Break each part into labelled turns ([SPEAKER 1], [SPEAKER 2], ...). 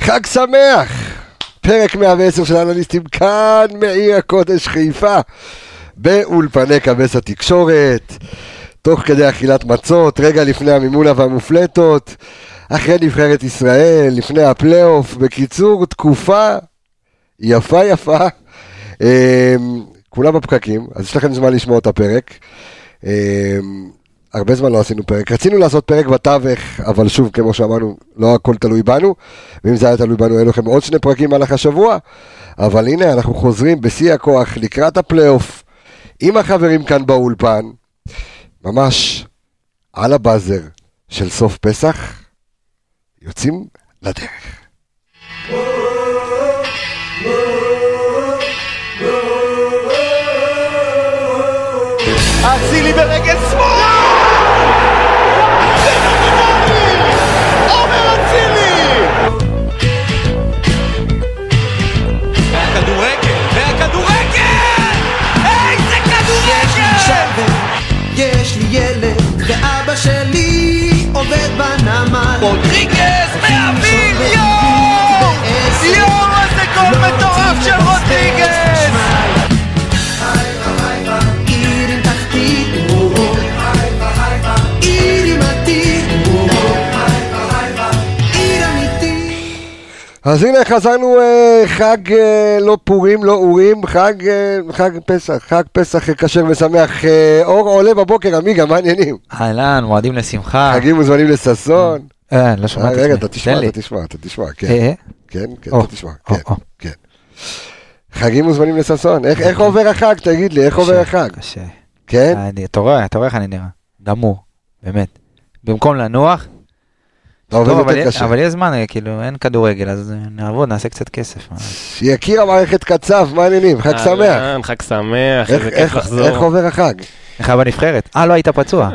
[SPEAKER 1] חג שמח! פרק 110 של אנליסטים כאן, מעיר הקודש חיפה, באולפני קבס התקשורת, תוך כדי אכילת מצות, רגע לפני המימונה והמופלטות, אחרי נבחרת ישראל, לפני הפלייאוף, בקיצור, תקופה יפה יפה. אמ, כולם בפקקים, אז יש לכם זמן לשמוע את הפרק. אמ, הרבה זמן לא עשינו פרק. רצינו לעשות פרק בתווך, אבל שוב, כמו שאמרנו, לא הכל תלוי בנו, ואם זה היה תלוי בנו, היו לכם עוד שני פרקים במהלך השבוע. אבל הנה, אנחנו חוזרים בשיא הכוח לקראת הפלייאוף, עם החברים כאן באולפן, ממש על הבאזר של סוף פסח, יוצאים לדרך.
[SPEAKER 2] אצילי ברגל שמאל! זה נומינלי! עומר אצילי!
[SPEAKER 3] והכדורגל, והכדורגל! איזה
[SPEAKER 4] יש לי
[SPEAKER 3] כדורגל!
[SPEAKER 4] שווה, יש לי ילד, ואבא שלי עובד בנמל.
[SPEAKER 3] רודריגז מהפיל, יואו! יואו, איזה גול מטורף של רודריגז!
[SPEAKER 4] עיר עם תחתית, עיר עם עתיד, עיר אמיתית.
[SPEAKER 1] אז הנה חזרנו אה, חג אה, לא פורים, לא אורים, חג, אה, חג פסח, חג פסח אה, כשר ושמח. אה, אור עולה בבוקר, עמיגה, מה העניינים?
[SPEAKER 5] אהלן, מועדים לשמחה.
[SPEAKER 1] חגים מוזמנים לששון.
[SPEAKER 5] אה, לא
[SPEAKER 1] אה,
[SPEAKER 5] שמעתי. את
[SPEAKER 1] רגע,
[SPEAKER 5] זה.
[SPEAKER 1] אתה תשמע,
[SPEAKER 5] תן לי.
[SPEAKER 1] אתה תשמע, אתה תשמע, כן,
[SPEAKER 5] אה,
[SPEAKER 1] כן, כן,
[SPEAKER 5] או,
[SPEAKER 1] אתה תשמע,
[SPEAKER 5] או,
[SPEAKER 1] כן,
[SPEAKER 5] או.
[SPEAKER 1] כן. חגים מוזמנים לששון, איך- איך עובר החג, תגיד לי, איך עובר
[SPEAKER 5] קשה,
[SPEAKER 1] החג,
[SPEAKER 5] קשה.
[SPEAKER 1] כן?
[SPEAKER 5] אני- אתה רואה, אתה רואה איך אני נראה. גמור, באמת. במקום לנוח,
[SPEAKER 1] אתה עובד
[SPEAKER 5] טוב, אבל
[SPEAKER 1] יותר
[SPEAKER 5] יש-
[SPEAKER 1] קשה.
[SPEAKER 5] אבל יש זמן, אה, כאילו, אין כדורגל, אז אה, נעבוד, נעשה קצת כסף. אה.
[SPEAKER 1] יקיר המערכת קצב, מה העניינים? חג שמח.
[SPEAKER 6] אהלן, חג שמח,
[SPEAKER 1] איך-
[SPEAKER 6] איזה
[SPEAKER 1] איך
[SPEAKER 6] אה,
[SPEAKER 1] איך
[SPEAKER 6] כיף לחזור.
[SPEAKER 1] עובר החג?
[SPEAKER 5] איך היה בנבחרת? אה, לא היית פצוע.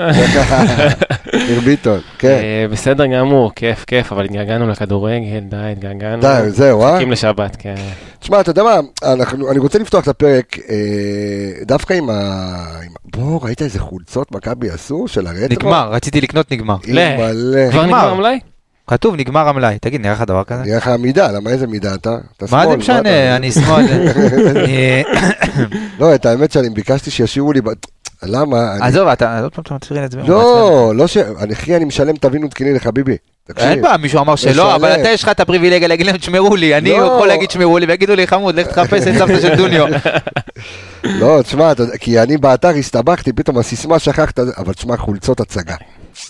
[SPEAKER 1] ניר ביטון, כן.
[SPEAKER 6] אה, בסדר גמור, כיף, כיף, אבל התגעגענו לכדורגל, די, התגעגענו.
[SPEAKER 1] די, זהו, אה?
[SPEAKER 6] מחכים לשבת, כן.
[SPEAKER 1] תשמע, אתה יודע מה, אנחנו, אני רוצה לפתוח את הפרק אה, דווקא עם ה... עם... ה- בוא, ראית איזה חולצות מכבי עשו של הרטרו?
[SPEAKER 5] נגמר, רציתי לקנות נגמר.
[SPEAKER 1] עם
[SPEAKER 6] ל-
[SPEAKER 1] מלא.
[SPEAKER 6] כבר נגמר המלאי?
[SPEAKER 5] כתוב נגמר המלאי. תגיד, נראה לך דבר כזה?
[SPEAKER 1] נראה לך מידה, למה איזה מידה אתה? אתה
[SPEAKER 5] מה
[SPEAKER 1] שמאל,
[SPEAKER 5] זה
[SPEAKER 1] אתה-
[SPEAKER 5] משנה, אני שמאל. אה,
[SPEAKER 1] לא, את האמת שאני ביקשתי שישאירו לי... ב- למה? אני...
[SPEAKER 5] עזוב, אתה אה, עוד פעם אתה מצליח לעצבן.
[SPEAKER 1] לא, לא ש... אני, אחי, אני משלם תבין ותקינין לחביבי. תקשיב.
[SPEAKER 5] אין בעיה, מישהו אמר
[SPEAKER 1] משלם.
[SPEAKER 5] שלא, אבל אתה יש לך את הפריבילגיה להגיד להם תשמרו לי, אני
[SPEAKER 1] לא.
[SPEAKER 5] יכול להגיד תשמרו לי, ויגידו לי חמוד, לך תחפש את סבתא של דוניו.
[SPEAKER 1] לא, תשמע, אתה- כי אני באתר הסתבכתי, פתאום הסיסמה שכחת, אבל תשמע, חולצות הצגה.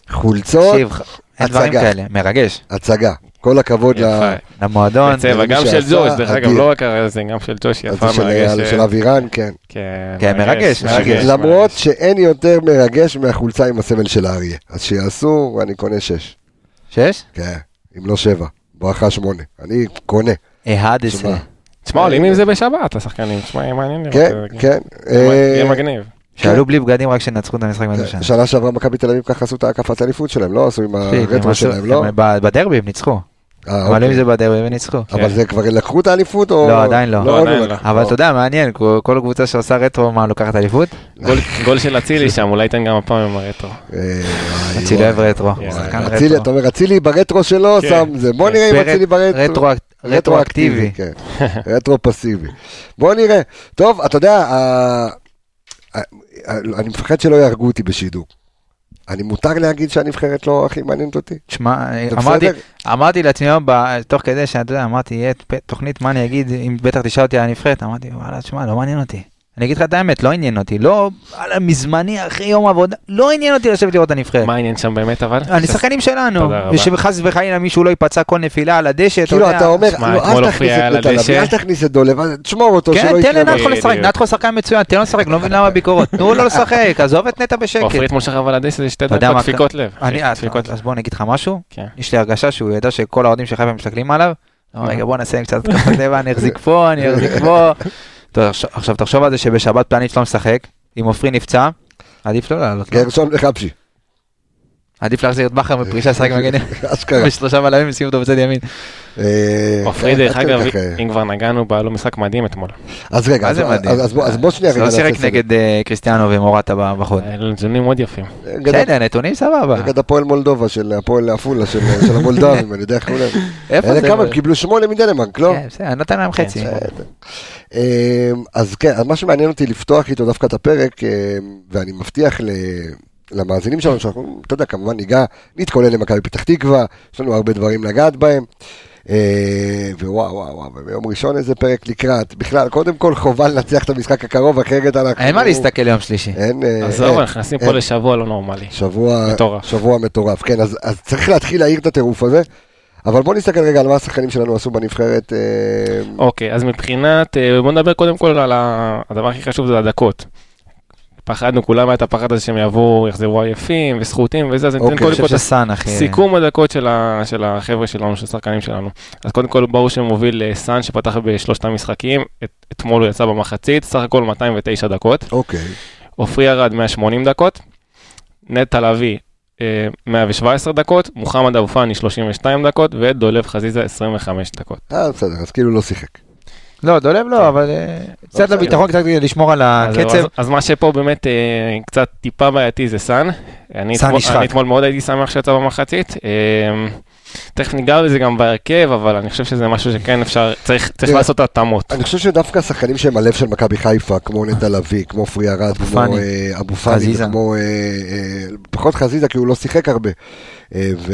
[SPEAKER 1] חולצות
[SPEAKER 5] תקשיב, אין דברים
[SPEAKER 1] הצגה.
[SPEAKER 5] כאלה, מרגש.
[SPEAKER 1] הצגה. כל הכבוד ל...
[SPEAKER 6] יפה.
[SPEAKER 5] למועדון,
[SPEAKER 6] בצבע, גם
[SPEAKER 1] למי
[SPEAKER 6] של
[SPEAKER 1] שעשה,
[SPEAKER 6] ג'וש, דרך אגב,
[SPEAKER 1] אדיר.
[SPEAKER 6] לא רק על זה, גם של ג'וש, יפה,
[SPEAKER 1] הזה של-
[SPEAKER 6] מרגש. אה.
[SPEAKER 1] של אבירן, כן.
[SPEAKER 6] כן,
[SPEAKER 5] כן, מרגש, מרגש.
[SPEAKER 1] למרות שאין יותר מרגש מהחולצה עם הסמל של האריה. אז שיעשו, אני קונה שש.
[SPEAKER 5] שש?
[SPEAKER 1] כן, אם לא שבע. ברכה שמונה. אני קונה.
[SPEAKER 5] כן, אחד
[SPEAKER 1] תשמע.
[SPEAKER 5] עשרה.
[SPEAKER 6] תשמע, עולים עם זה בשבת, השחקנים, תשמע, יהיה מעניין לראות
[SPEAKER 5] אוקיי,
[SPEAKER 1] כן,
[SPEAKER 6] את זה.
[SPEAKER 1] כן. אה,
[SPEAKER 6] יהיה מגניב.
[SPEAKER 5] שעלו בלי בגדים רק כשנצחו את המשחק
[SPEAKER 1] כן,
[SPEAKER 5] באיזה שנה.
[SPEAKER 1] שנה שעברה מכבי תל אביב ככה עשו את ההקפת אליפות שלהם, לא עשו עם
[SPEAKER 5] הם
[SPEAKER 1] הרטרו
[SPEAKER 5] עשו-
[SPEAKER 1] שלהם, לא?
[SPEAKER 5] הם ב- כן, בדרבי הם ניצחו.
[SPEAKER 1] אה,
[SPEAKER 5] הם עלו עם
[SPEAKER 1] אוקיי.
[SPEAKER 5] זה בדרבי וניצחו.
[SPEAKER 1] אבל זה כבר לקחו את האליפות או...
[SPEAKER 5] לא, עדיין לא.
[SPEAKER 6] לא,
[SPEAKER 1] עוד
[SPEAKER 6] עדיין לא.
[SPEAKER 1] אה,
[SPEAKER 5] אבל אתה יודע, מעניין, כל- כל קבוצה שעושה רטרו, מה, לוקחת אליפות?
[SPEAKER 6] גול- גול של אצילי שם, אולי ייתן גם הפעם עם הרטרו.
[SPEAKER 1] אה, וואי,
[SPEAKER 5] אצילי
[SPEAKER 1] וואי.
[SPEAKER 5] אוהב רטרו.
[SPEAKER 6] כן.
[SPEAKER 5] שחקן
[SPEAKER 1] אצילי, אה, אתה
[SPEAKER 5] רטרו.
[SPEAKER 1] אומר אצילי ברטרו שלו,
[SPEAKER 6] כן.
[SPEAKER 1] שם זה. בוא
[SPEAKER 6] כן.
[SPEAKER 1] נראה אם
[SPEAKER 5] ברט-
[SPEAKER 1] אצילי ברטרו.
[SPEAKER 5] רטרו- רטרואקטיבי.
[SPEAKER 1] כן. רטרו פסיבי. בוא נראה. טוב, אתה יודע, ה- ה- ה- אני מפחד שלא יהרגו אותי בשידור. אני מותר להגיד שהנבחרת לא הכי מעניינת אותי?
[SPEAKER 5] תשמע,
[SPEAKER 1] זה
[SPEAKER 5] אה, אמרתי,
[SPEAKER 1] בסדר?
[SPEAKER 5] אמרתי לעצמי היום, ב- תוך כדי שאתה יודע, אמרתי, יהיה פ- תוכנית, מה אני אגיד, אם בטח תשאל אותי על הנבחרת, אמרתי, וואלה, תשמע, לא מעניין אותי. אני אגיד לך את האמת, לא עניין אותי, לא, וואלה, מזמני, אחרי יום עבודה, לא עניין אותי לשבת לראות את
[SPEAKER 1] כן.
[SPEAKER 5] הנבחרת.
[SPEAKER 6] מה העניין שם באמת, אבל?
[SPEAKER 5] השחקנים שלנו,
[SPEAKER 6] תודה רבה.
[SPEAKER 5] ושחס וחלילה מישהו לא ייפצע כל נפילה על הדשא,
[SPEAKER 1] כאילו,
[SPEAKER 5] יודע.
[SPEAKER 1] אתה אומר,
[SPEAKER 6] שמע,
[SPEAKER 1] לא,
[SPEAKER 6] אתמול
[SPEAKER 1] אל תכניס
[SPEAKER 6] הופיע
[SPEAKER 1] את
[SPEAKER 6] על
[SPEAKER 1] נטע
[SPEAKER 6] הדשא.
[SPEAKER 1] אל תכניס את דולב, אז תשמור אותו, לא, שלא
[SPEAKER 5] כן, תן
[SPEAKER 1] יקרה.
[SPEAKER 5] לנתחו
[SPEAKER 1] משהו.
[SPEAKER 5] לשחק,
[SPEAKER 6] בדיוק.
[SPEAKER 5] נתחו שחקן מצוין, תן לו לשחק, לא מבין למה ביקורות, תנו לו לשחק, עזוב את נטע
[SPEAKER 6] עופרי
[SPEAKER 5] בשקט.
[SPEAKER 6] אתמול שכב על הדשא, זה שתי
[SPEAKER 5] אתה יודע
[SPEAKER 6] דקות
[SPEAKER 5] מה-
[SPEAKER 6] דפיקות לב.
[SPEAKER 5] אני, אז
[SPEAKER 6] דפיקות לב.
[SPEAKER 5] אז בוא אני אגיד לך משהו,
[SPEAKER 6] כן.
[SPEAKER 5] יש לי הרגשה שהוא ידע שכל האוהדים של חיפה מסתכלים עליו. אמר,
[SPEAKER 6] אה.
[SPEAKER 5] רגע בוא נעשה עם קצת התקפת לב, אני אחזיק פה, אני אחזיק פה. טוב, עכשיו- עכשיו תחשוב על זה
[SPEAKER 1] כן.
[SPEAKER 5] שבשבת פלניץ' לא משחק, אם עופרי נפצע, עדיף לא לעלות. לו.
[SPEAKER 1] גרשון וחבשי.
[SPEAKER 5] עדיף להחזיר את בכר בפרישה לשחק מגן ימין.
[SPEAKER 1] אשכרה.
[SPEAKER 5] בשלושה בלמים ושים אותו בצד ימין.
[SPEAKER 1] אה,
[SPEAKER 6] עופרי
[SPEAKER 1] עד
[SPEAKER 6] דרך
[SPEAKER 1] כדי
[SPEAKER 6] אגב,
[SPEAKER 1] כך, אה.
[SPEAKER 6] אם כבר נגענו, בא לו משחק מדהים אתמול.
[SPEAKER 1] אז רגע,
[SPEAKER 5] מה
[SPEAKER 1] אז-
[SPEAKER 5] זה מדהים?
[SPEAKER 1] אז- אז בוא- אז בוא שנייה רגע. אה,
[SPEAKER 5] לא שיחק
[SPEAKER 1] נעשה סדר.
[SPEAKER 5] נגד אה, קריסטיאנו ומורטה ב- בחוד.
[SPEAKER 6] אלו נתונים מאוד יפים.
[SPEAKER 1] נגד-
[SPEAKER 5] בסדר, נתונים סבבה.
[SPEAKER 1] נגד הפועל מולדובה של הפועל עפולה של של המולדבים, אני יודע איך קוראים להם.
[SPEAKER 5] איפה
[SPEAKER 1] אלה
[SPEAKER 5] זה?
[SPEAKER 1] כמה, הם קיבלו שמונה מדנמרק, לא?
[SPEAKER 5] כן, בסדר, נתן להם חצי.
[SPEAKER 1] בסדר. אמ, אז כן, אז מה שמעניין אותי לפתוח איתו דווקא את הפרק, אמ, ואני מבטיח ל... למאזינים שלנו, שאנחנו, אתה יודע, כמובן ניגע, נתכונן למכבי פתח תקווה, יש לנו הרבה דברים לגעת בהם. אה, ווואו, וואו, וואו, ביום ראשון איזה פרק לקראת. בכלל, קודם כל חובה לנצח את המשחק הקרוב, אחרת אנחנו...
[SPEAKER 5] אין מה להסתכל יום שלישי.
[SPEAKER 1] אין... אה,
[SPEAKER 6] עזוב,
[SPEAKER 1] אין.
[SPEAKER 6] אנחנו נכנסים פה
[SPEAKER 1] אין.
[SPEAKER 6] לשבוע לא נורמלי.
[SPEAKER 1] שבוע
[SPEAKER 6] מטורף.
[SPEAKER 1] שבוע מטורף, כן, אז, אז צריך להתחיל להעיר את הטירוף הזה, אבל בוא נסתכל רגע על מה השחקנים שלנו עשו בנבחרת. אה,
[SPEAKER 6] אוקיי, אז מבחינת, אה, בוא נדבר קודם כל על ה- הדבר הכי חשוב זה הדקות. פחדנו, כולם היה את הפחד הזה שהם יבואו, יחזרו עייפים וסחוטים וזה, אז ניתן
[SPEAKER 1] אוקיי,
[SPEAKER 5] אני
[SPEAKER 6] קודם כל
[SPEAKER 5] חושב
[SPEAKER 6] את
[SPEAKER 5] שסאן, אחי.
[SPEAKER 6] סיכום
[SPEAKER 1] כן.
[SPEAKER 6] הדקות של, ה, של החבר'ה שלנו, של השחקנים שלנו. אז קודם כל ברור שמוביל אה, סאן שפתח בשלושת המשחקים, את, אתמול הוא יצא במחצית, סך הכל 209 דקות.
[SPEAKER 1] אוקיי,
[SPEAKER 6] עופרי ארד 180 דקות, נטע לביא אה, 117 דקות, מוחמד אבו פאני 32 דקות ודולב חזיזה 25 דקות.
[SPEAKER 1] אה, בסדר, אז כאילו לא שיחק.
[SPEAKER 5] לא, דולב לא, אבל אה, קצת
[SPEAKER 1] כן. בסדר.
[SPEAKER 5] לביטחון, קצת כדי לשמור על
[SPEAKER 6] אז זהו,
[SPEAKER 5] הקצב.
[SPEAKER 6] אז, אז מה שפה באמת אה, קצת טיפה בעייתי זה סאן. אני,
[SPEAKER 5] סאן
[SPEAKER 6] אתמול,
[SPEAKER 5] נשחק.
[SPEAKER 6] אני אתמול מאוד הייתי שמח שיצא במחצית. אה, תכף ניגע בזה גם בהרכב, אבל אני חושב שזה משהו שכן אפשר, צריך, צריך
[SPEAKER 1] אה,
[SPEAKER 6] לעשות התאמות.
[SPEAKER 1] אני חושב שדווקא השחקנים שהם הלב של מכבי חיפה, כמו נטע לביא, כמו פרי ארד, כמו
[SPEAKER 5] פאני.
[SPEAKER 1] אה, אבו פאני,
[SPEAKER 5] חזיזה.
[SPEAKER 1] כמו... אה, אה, פחות חזיזה, כי הוא לא שיחק הרבה. אה, ו...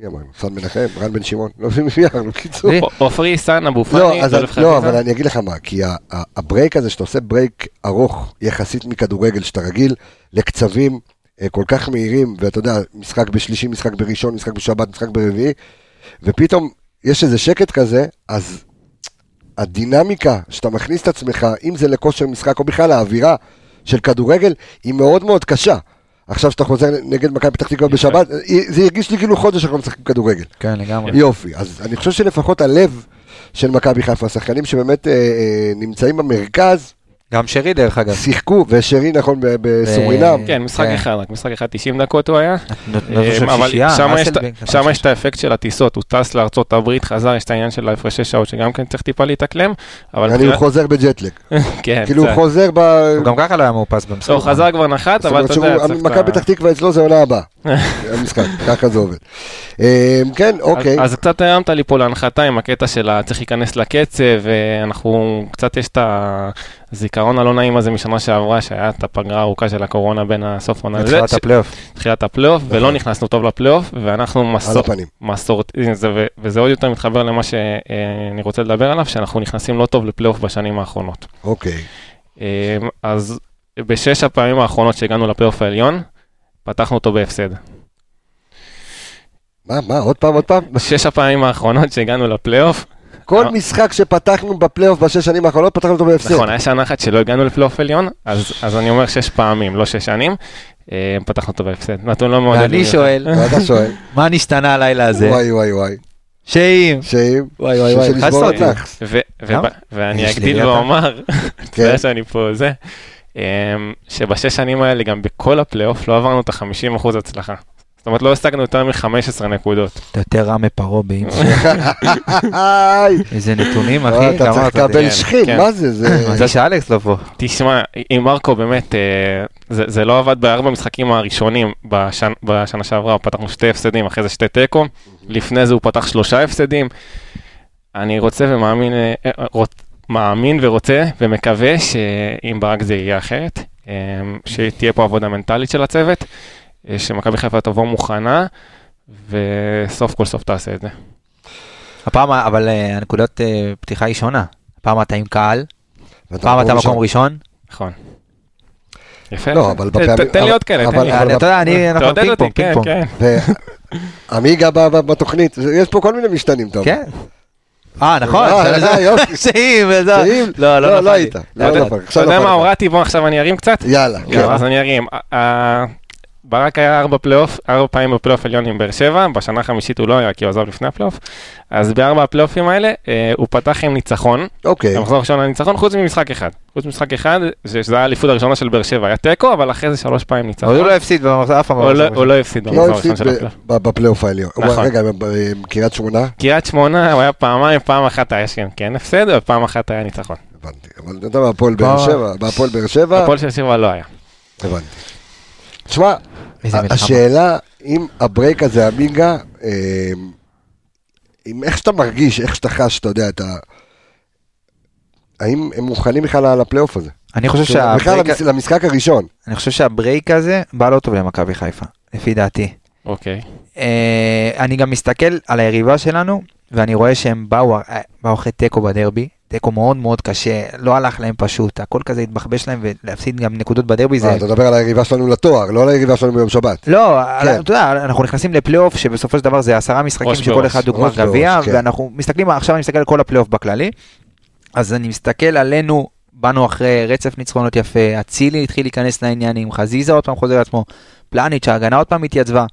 [SPEAKER 1] מי אמרנו? סן מנחם, רן בן שמעון, לא מבין מי אמרנו, קיצור.
[SPEAKER 5] לי-
[SPEAKER 6] ע- עופרי, סאן, אבו פאני,
[SPEAKER 1] לא, אז,
[SPEAKER 6] דולב
[SPEAKER 1] לא,
[SPEAKER 6] חזיזה.
[SPEAKER 1] אבל אני אגיד לך מה, כי ה- ה- הברייק הזה, שאתה עושה ברייק ארוך יחסית מכדורגל, שאתה רגיל לקצבים אה, כל כך מהירים, ואתה יודע, משחק בשלישי, משחק בראשון, משחק בשבת, משחק ברביעי, ופתאום יש איזה שקט כזה, אז הדינמיקה שאתה מכניס את עצמך, אם זה לכושר משחק או בכלל האווירה של כדורגל, היא מאוד מאוד קשה. עכשיו שאתה חוזר נגד מכבי פתח תקווה בשבת, זה הרגיש לי כאילו חודש אנחנו משחקים כדורגל.
[SPEAKER 5] כן, לגמרי.
[SPEAKER 1] יופי, אז אני חושב שלפחות הלב של מכבי חיפה, השחקנים שבאמת אה, אה, נמצאים במרכז,
[SPEAKER 5] גם שרי, דרך אגב.
[SPEAKER 6] אה,
[SPEAKER 1] שיחקו, ושרי נכון ב- בסורינם,
[SPEAKER 6] כן, משחק
[SPEAKER 5] כן.
[SPEAKER 6] אחד, רק משחק אחד 90 דקות הוא היה.
[SPEAKER 5] נתנו שם
[SPEAKER 6] אמ, אבל
[SPEAKER 5] לא שישייה,
[SPEAKER 6] שם יש את-
[SPEAKER 5] אסלבנק,
[SPEAKER 6] שם
[SPEAKER 5] נתן
[SPEAKER 6] יש את האפקט של הטיסות, הוא טס לארצות הברית, חזר, יש את העניין של ההפרשי שעות שגם כן צריך טיפה להתאקלם, אבל
[SPEAKER 1] אני הוא
[SPEAKER 6] מבחינת-
[SPEAKER 1] חוזר בג'טלג,
[SPEAKER 6] כן,
[SPEAKER 1] כאילו הוא
[SPEAKER 6] קצת.
[SPEAKER 1] חוזר ב...
[SPEAKER 5] הוא גם ככה לא היה מאופס במשחק.
[SPEAKER 6] הוא חזר כבר נחת,
[SPEAKER 1] זאת
[SPEAKER 6] אבל
[SPEAKER 1] אומרת
[SPEAKER 6] אתה יודע,
[SPEAKER 1] שהוא-
[SPEAKER 6] צריך את ה-
[SPEAKER 1] מכבי פתח תקווה אצלו זה עונה הבאה, המשחק, ככה זה עובד. אה, כן, אוקיי,
[SPEAKER 6] אז, אז קצת הרמת לי פה להנחתה עם הקטע של ה- צריך להיכנס לקצב, ואנחנו, קצת יש את הזיכרון הלא נעים הזה משנה שעברה, שהיה את הפגרה הארוכה של הקורונה בין הסוף עונה לזה,
[SPEAKER 5] מתחילת הפלייאוף.
[SPEAKER 6] תחילת הפלייאוף, ולא נכנסנו טוב לפלייאוף, ואנחנו
[SPEAKER 1] על
[SPEAKER 6] מסור,
[SPEAKER 1] הפנים.
[SPEAKER 6] מסורת, זה, ו- וזה עוד יותר מתחבר למה שאני רוצה לדבר עליו, שאנחנו נכנסים לא טוב לפלייאוף בשנים האחרונות.
[SPEAKER 1] אוקיי,
[SPEAKER 6] אה, אז בשש הפעמים האחרונות שהגענו לפלייאוף העליון, פתחנו אותו בהפסד.
[SPEAKER 1] מה, מה, עוד פעם, עוד פעם?
[SPEAKER 6] בשש הפעמים האחרונות שהגענו לפלייאוף,
[SPEAKER 1] כל
[SPEAKER 6] אה.
[SPEAKER 1] משחק שפתחנו בפלייאוף בשש שנים האחרונות, פתחנו אותו בהפסד.
[SPEAKER 6] נכון, היה שנה אחת שלא הגענו לפלייאוף עליון, אז, אז אני אומר שש פעמים, לא שש שנים. אה, פתחנו אותו בהפסד. נתון לא מאוד...
[SPEAKER 5] ואני שואל,
[SPEAKER 1] ואתה שואל,
[SPEAKER 5] מה נשתנה הלילה הזה?
[SPEAKER 1] וואי וואי וואי,
[SPEAKER 5] שאם...
[SPEAKER 1] שאם,
[SPEAKER 5] וואי וואי וואי,
[SPEAKER 1] שנשבור
[SPEAKER 5] חסון.
[SPEAKER 1] אותך.
[SPEAKER 6] ו- ו-
[SPEAKER 5] למה?
[SPEAKER 6] ואני
[SPEAKER 5] אני שלילי
[SPEAKER 6] אגדיל
[SPEAKER 5] אתה.
[SPEAKER 6] ואומר, אתה
[SPEAKER 1] כן.
[SPEAKER 6] יודע שאני פה זה, אה, שבשש שנים האלה גם בכל הפלייאוף לא עברנו את ה-50% הצלחה. זאת אומרת, לא השגנו יותר מ-15 נקודות.
[SPEAKER 5] אתה יותר רע מפרעה באימא. איזה נתונים, אחי.
[SPEAKER 1] אה, אתה צריך
[SPEAKER 5] גמרת אותי.
[SPEAKER 1] לקבל
[SPEAKER 6] כן,
[SPEAKER 1] שכין,
[SPEAKER 6] כן.
[SPEAKER 1] מה זה, זה...
[SPEAKER 5] מזל שאלכס לא פה.
[SPEAKER 6] תשמע, עם מרקו באמת, אה, זה, זה לא עבד בארבע המשחקים הראשונים בשנ, בשנה שעברה, פתחנו שתי הפסדים, אחרי זה שתי תיקו, לפני זה הוא פתח שלושה הפסדים. אני רוצה ומאמין, אה, אה, רוצ, מאמין ורוצה ומקווה שאם ברק זה יהיה אחרת, אה, שתהיה פה עבודה מנטלית של הצוות, אה, שמכבי חיפה תבוא מוכנה, וסוף כל סוף תעשה את זה.
[SPEAKER 5] הפעם, אבל אה, הנקודת אה, פתיחה היא שונה. הפעם אתה עם קהל,
[SPEAKER 1] ואתה
[SPEAKER 5] פעם אתה
[SPEAKER 1] ראשון.
[SPEAKER 5] מקום ראשון.
[SPEAKER 6] נכון. יפה.
[SPEAKER 1] לא, אבל
[SPEAKER 6] ת-
[SPEAKER 1] בפעמים-
[SPEAKER 6] ת- תן לי
[SPEAKER 1] אבל-
[SPEAKER 6] עוד כאלה, תן
[SPEAKER 1] אבל-
[SPEAKER 6] לי.
[SPEAKER 5] אה, אתה יודע, אני, אנחנו
[SPEAKER 6] תעודד
[SPEAKER 5] פינג
[SPEAKER 6] אותי,
[SPEAKER 5] פונג,
[SPEAKER 6] כן,
[SPEAKER 5] פינג פונג.
[SPEAKER 6] כן.
[SPEAKER 1] ועמיגה בא- בא- בתוכנית, יש פה כל מיני משתנים, אתה אומר.
[SPEAKER 5] כן. אה, נכון.
[SPEAKER 1] אה,
[SPEAKER 5] זה-
[SPEAKER 1] אה, יופי.
[SPEAKER 5] שאם, וזה-
[SPEAKER 1] שאם-
[SPEAKER 5] לא, לא
[SPEAKER 1] לא, לא
[SPEAKER 5] נפל לי.
[SPEAKER 1] היית.
[SPEAKER 6] אתה יודע-
[SPEAKER 1] נפל,
[SPEAKER 6] אתה
[SPEAKER 1] עכשיו לא
[SPEAKER 6] יודע
[SPEAKER 1] נפל
[SPEAKER 6] מה
[SPEAKER 1] לך.
[SPEAKER 6] הורדתי? בוא עכשיו אני ארים קצת?
[SPEAKER 1] יאללה,
[SPEAKER 6] גם,
[SPEAKER 1] כן.
[SPEAKER 6] אז אני ארים. ה- ה- ברק היה ארבע פלייאוף, ארבע פעמים בפלייאוף עליון עם באר שבע, בשנה החמישית הוא לא היה כי הוא עזב לפני הפלייאוף, אז בארבע הפלייאופים האלה אה, הוא פתח עם ניצחון,
[SPEAKER 1] אוקיי.
[SPEAKER 6] המחזור הראשון היה ניצחון חוץ ממשחק אחד, חוץ ממשחק אחד, ש- שזה היה האליפות הראשונה של באר שבע, היה תיקו, אבל אחרי זה שלוש פעמים ניצחון,
[SPEAKER 5] אבל הוא לא הפסיד במחזור, אף פעם.
[SPEAKER 6] הוא לא-
[SPEAKER 5] במחזור.
[SPEAKER 6] הוא לא הפסיד במחזור
[SPEAKER 1] לא
[SPEAKER 6] הראשון
[SPEAKER 1] הפסיד
[SPEAKER 6] של הפלייאוף.
[SPEAKER 1] ב- ב- בפלייאוף העליון.
[SPEAKER 6] נכון.
[SPEAKER 1] וואי, רגע, ב- ב- קריית שמונה?
[SPEAKER 6] קריית שמונה הוא היה פעמיים, פעם אחת היה שם כן הפסד, ופעם אחת היה ניצחון.
[SPEAKER 1] הבנתי. אבל אתה בהפועל באר שבע, בהפועל באר שבע,
[SPEAKER 6] הפועל של שבע לא היה.
[SPEAKER 1] הבנתי. תשמע,
[SPEAKER 5] איזה מלחמה.
[SPEAKER 1] השאלה, אם הברייק הזה, המינגה, אה, עם איך שאתה מרגיש, איך שאתה חש, אתה יודע, אתה... האם הם מוכנים בכלל על הפלייאוף הזה?
[SPEAKER 5] אני חושב
[SPEAKER 1] בכלל
[SPEAKER 5] שהברייק-
[SPEAKER 1] למש- למשחק הראשון.
[SPEAKER 5] אני חושב שהברייק הזה בא לא טוב למכבי חיפה, לפי דעתי.
[SPEAKER 6] אוקיי.
[SPEAKER 5] אה, אני גם מסתכל על היריבה שלנו, ואני רואה שהם באו, אה, באו אחרי תיקו בדרבי, תיקו מאוד מאוד קשה, לא הלך להם פשוט, הכל כזה התבחבש להם, ולהפסיד גם נקודות בדרבי זה...
[SPEAKER 1] אה, אתה מדבר על היריבה שלנו לתואר, לא על היריבה שלנו ביום שבת.
[SPEAKER 5] לא,
[SPEAKER 1] כן.
[SPEAKER 5] על- אתה יודע, אנחנו נכנסים לפלייאוף שבסופו של דבר זה עשרה משחקים
[SPEAKER 6] ראש
[SPEAKER 5] שכל
[SPEAKER 6] בראש.
[SPEAKER 5] אחד הוא גמר
[SPEAKER 1] ראש בראש,
[SPEAKER 5] גביע,
[SPEAKER 1] כן.
[SPEAKER 5] ואנחנו מסתכלים, עכשיו אני מסתכל על כל הפלייאוף בכללי, אז אני מסתכל עלינו, באנו אחרי רצף ניצחונות יפה, אצילי התחיל להיכנס לעניינים, חזיזה עוד פעם חוזר לעצמו, פלניץ' ההגנה עוד פעם התייצבה.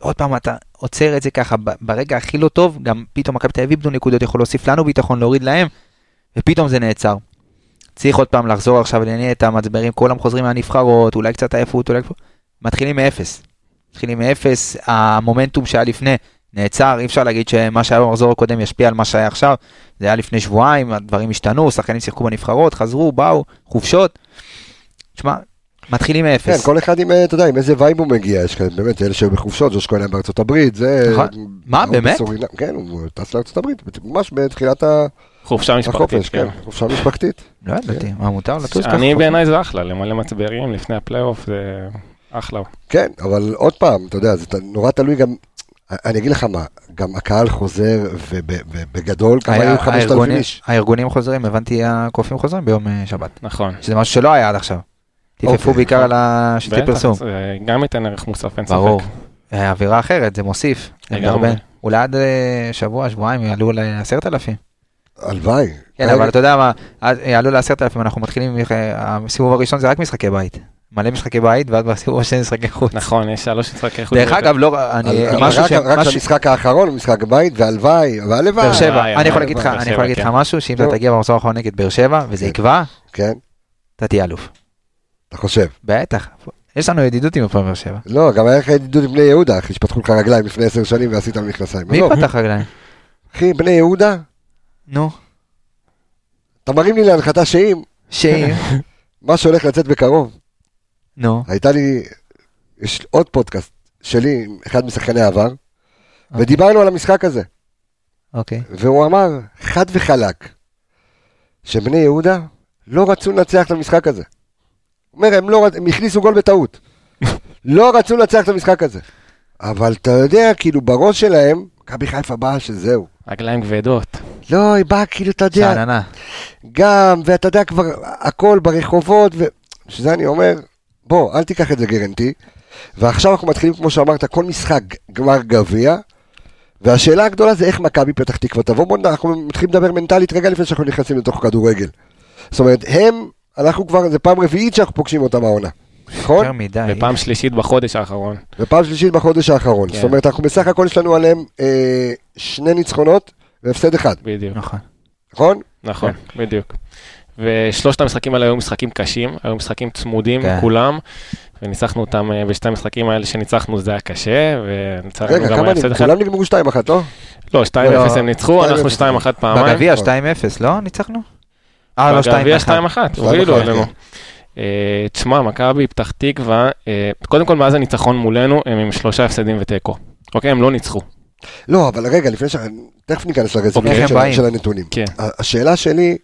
[SPEAKER 5] עוד פעם אתה עוצר את זה ככה, ב- ברגע הכי לא טוב, גם פתאום מכבי תל אביב איבדו נקודות, יכול להוסיף לנו ביטחון, להוריד להם, ופתאום זה נעצר. צריך עוד פעם לחזור עכשיו לעניין את המצברים, כולם חוזרים מהנבחרות, אולי קצת עייפות, אולי... מתחילים מאפס. מתחילים מאפס, המומנטום שהיה לפני נעצר, אי אפשר להגיד שמה שהיה במחזור הקודם ישפיע על מה שהיה עכשיו, זה היה לפני שבועיים, הדברים השתנו, שחקנים שיחקו בנבחרות, חזרו, באו, חופשות. תשמע, מתחילים
[SPEAKER 1] כן,
[SPEAKER 5] מאפס.
[SPEAKER 1] כל אחד עם, אה, אתה יודע, עם איזה וייב הוא מגיע, יש כאן באמת אלה שהיו בחופשות, ג'וש כהן היה בארצות הברית, זה...
[SPEAKER 5] נכון. מה,
[SPEAKER 1] ההוא
[SPEAKER 5] באמת?
[SPEAKER 1] בסורינם, כן, הוא טס לארצות הברית, ממש בתחילת ה-
[SPEAKER 6] חופשה משפחתית,
[SPEAKER 1] החופש,
[SPEAKER 6] כן.
[SPEAKER 1] כן, חופשה משפחתית.
[SPEAKER 5] לא ידעתי, מה מותר לטוס ככה?
[SPEAKER 6] אני בעיניי זה אחלה, למלא מצברים לפני הפלייאוף זה אחלה.
[SPEAKER 1] כן, אבל עוד פעם, אתה יודע, זה ת- נורא תלוי גם, אני אגיד לך מה, גם הקהל חוזר, ובגדול, כמה
[SPEAKER 5] היה-
[SPEAKER 1] היו 5,000
[SPEAKER 5] הארגונים-
[SPEAKER 1] איש.
[SPEAKER 5] הארגונים חוזרים, הבנתי, הקופים חוזרים ביום אה, שבת,
[SPEAKER 6] נכון.
[SPEAKER 5] שזה משהו שלא היה עד עכשיו. טיפפו
[SPEAKER 1] אוקיי,
[SPEAKER 5] בעיקר על השלטי
[SPEAKER 6] בטח,
[SPEAKER 5] פרסום.
[SPEAKER 6] זה גם ייתן ערך מוסף, אין ספק.
[SPEAKER 5] ברור. אה, אווירה אחרת, זה מוסיף. זה
[SPEAKER 6] לגמרי.
[SPEAKER 5] הרבה. אולי עד אה, שבוע, שבועיים יעלו לעשרת אלפים.
[SPEAKER 1] הלוואי.
[SPEAKER 5] כן, אבל אתה יודע מה, אז יעלו לעשרת אלפים, אנחנו מתחילים, עם- הסיבוב הראשון זה רק משחקי בית. מלא משחקי בית, ואז בסיבוב השני משחקי חוץ.
[SPEAKER 6] נכון, יש שלוש משחקי חוץ.
[SPEAKER 5] דרך אגב, לא, אני,
[SPEAKER 1] על- אבל
[SPEAKER 5] משהו
[SPEAKER 1] רק-
[SPEAKER 5] ש...
[SPEAKER 1] רק לא
[SPEAKER 5] משהו-
[SPEAKER 1] שהמשחק האחרון הוא משחק בית, והלוואי, והלוואי.
[SPEAKER 5] באר
[SPEAKER 6] אה,
[SPEAKER 5] שבע, אני יכול
[SPEAKER 6] אה,
[SPEAKER 5] להגיד לך,
[SPEAKER 6] באר
[SPEAKER 5] אני
[SPEAKER 6] שבע,
[SPEAKER 5] יכול להגיד לך
[SPEAKER 6] כן.
[SPEAKER 5] משהו, שאם אתה
[SPEAKER 1] לא.
[SPEAKER 5] תגיע במחזור האחרון נגד באר שבע, וזה
[SPEAKER 1] כן.
[SPEAKER 5] יקבע,
[SPEAKER 1] כן,
[SPEAKER 5] אתה תהיה אלוף.
[SPEAKER 1] אתה חושב.
[SPEAKER 5] בטח. יש לנו ידידות עם הפועל באר שבע.
[SPEAKER 1] לא, גם היה לך ידידות עם בני יהודה, אחי, שפתחו לך רגליים לפני עשר שנים ועשית על מכנסיים.
[SPEAKER 5] מי
[SPEAKER 1] לא,
[SPEAKER 5] פתח רגליים?
[SPEAKER 1] אחי, בני יהודה,
[SPEAKER 5] נו,
[SPEAKER 1] אתה מרים לי להנחתה שאם,
[SPEAKER 5] שאם,
[SPEAKER 1] מה שהולך לצאת בקרוב,
[SPEAKER 5] נו.
[SPEAKER 1] הייתה לי, יש עוד פודקאסט שלי עם אחד משחקני העבר, ודיברנו על המשחק הזה.
[SPEAKER 5] אוקיי.
[SPEAKER 1] והוא אמר, חד וחלק, שבני יהודה לא רצו לנצח את המשחק הזה. הוא אומר, הם, לא, רצ- הם הכניסו גול בטעות. לא רצו לנצח את המשחק הזה. אבל אתה יודע, כאילו, בראש שלהם, מכבי חיפה באה שזהו.
[SPEAKER 6] רגליים כבדות.
[SPEAKER 1] לא, היא באה, כאילו, אתה יודע,
[SPEAKER 5] שאננה.
[SPEAKER 1] גם, ואתה יודע כבר, הכל ברחובות, ו... שזה אני אומר, בוא, אל תיקח את זה גרנטי. ועכשיו אנחנו מתחילים, כמו שאמרת, כל משחק גמר גביע. והשאלה הגדולה זה איך מכבי פתח תקווה תבוא, בוא, נ- אנחנו מתחילים לדבר מנטלית רגע לפני שאנחנו נכנסים לתוך כדורגל. זאת אומרת, הם, אנחנו כבר, זה פעם רביעית שאנחנו פוגשים אותם העונה, נכון?
[SPEAKER 5] יותר מדי.
[SPEAKER 6] ופעם שלישית בחודש האחרון.
[SPEAKER 1] ופעם שלישית בחודש האחרון.
[SPEAKER 6] כן.
[SPEAKER 1] זאת אומרת, אנחנו בסך הכל יש לנו עליהם אה, שני ניצחונות והפסד אחד,
[SPEAKER 6] בדיוק.
[SPEAKER 5] נכון. כן.
[SPEAKER 1] נכון?
[SPEAKER 6] נכון, בדיוק. ושלושת המשחקים האלה היו משחקים קשים, היו משחקים צמודים,
[SPEAKER 5] כן.
[SPEAKER 6] כולם, וניצחנו אותם אה, בשתי המשחקים האלה שניצחנו, זה היה קשה, וניצחנו
[SPEAKER 1] רגע,
[SPEAKER 6] גם
[SPEAKER 1] כמה,
[SPEAKER 6] בהפסד
[SPEAKER 1] נ-
[SPEAKER 6] אחד.
[SPEAKER 1] כולם נגמרו 2-1, לא?
[SPEAKER 6] לא, 2-0
[SPEAKER 5] לא,
[SPEAKER 6] הם ניצחו,
[SPEAKER 1] 2-0.
[SPEAKER 6] אנחנו 2-1 פעמיים.
[SPEAKER 5] בגביע 2-0, לא? ניצחנו? אה, לא 2-1.
[SPEAKER 6] בגביע 2-1, הובילו
[SPEAKER 1] 2-1,
[SPEAKER 6] עלינו. אה, תשמע, מכבי פתח תקווה, אה, קודם כל מאז הניצחון מולנו, הם עם שלושה הפסדים ותיקו. אוקיי, הם לא ניצחו.
[SPEAKER 1] לא, אבל רגע, לפני ש... תכף ניכנס
[SPEAKER 5] אוקיי,
[SPEAKER 1] לרזומה של,
[SPEAKER 5] באים.
[SPEAKER 1] של הנתונים.
[SPEAKER 6] כן.
[SPEAKER 1] ה- השאלה שלי,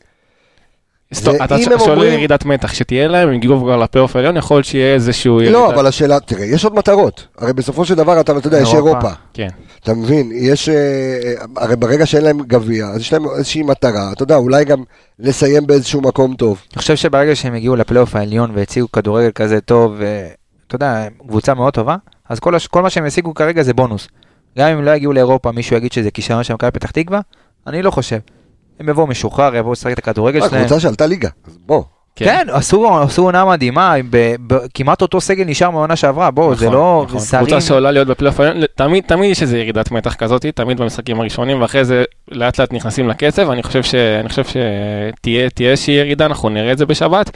[SPEAKER 6] סטו-
[SPEAKER 1] זה
[SPEAKER 6] אתה
[SPEAKER 1] אם
[SPEAKER 6] ש-
[SPEAKER 1] הם
[SPEAKER 6] שואל
[SPEAKER 1] אומרים-
[SPEAKER 6] ירידת מתח שתהיה להם, הם יגיעו כבר לפלייאוף העליון, יכול להיות שיהיה איזשהו ירידה.
[SPEAKER 1] לא, אבל השאלה, תראה, יש עוד מטרות. הרי בסופו של דבר, אתה אתה יודע, יש
[SPEAKER 5] אירופה.
[SPEAKER 1] אירופה.
[SPEAKER 6] כן.
[SPEAKER 1] אתה מבין, יש... אה, הרי ברגע שאין להם גביע, אז יש להם איזושהי מטרה, אתה יודע, אולי גם לסיים באיזשהו מקום טוב.
[SPEAKER 5] אני חושב שברגע שהם הגיעו לפלייאוף העליון והציגו כדורגל כזה טוב, ו- אתה יודע, קבוצה מאוד טובה, אז כל, הש... כל מה שהם השיגו כרגע זה בונוס. גם אם לא יגיעו לאירופה, מישהו יגיד שזה כישרון של מכבי פתח
[SPEAKER 6] אה,
[SPEAKER 5] תקווה? אני לא חושב. הם יבואו משוחרר, יבואו לשחק את הכדורגל שלהם.
[SPEAKER 1] הקבוצה שעלתה ליגה, אז בוא.
[SPEAKER 5] כן, עשו עשו עונה מדהימה, ב- ב- כמעט אותו סגל נשאר מהעונה שעברה, בואו, זה
[SPEAKER 6] נכון,
[SPEAKER 5] לא
[SPEAKER 6] נכון.
[SPEAKER 5] זרים.
[SPEAKER 6] קבוצה שעולה להיות בפלייאוף העליון, תמיד, תמיד יש איזו ירידת מתח כזאת, תמיד במשחקים הראשונים, ואחרי זה לאט לאט נכנסים לקצב, אני חושב ש- אני חושב שתהיה תהיה איזושהי ירידה, אנחנו נראה את זה בשבת,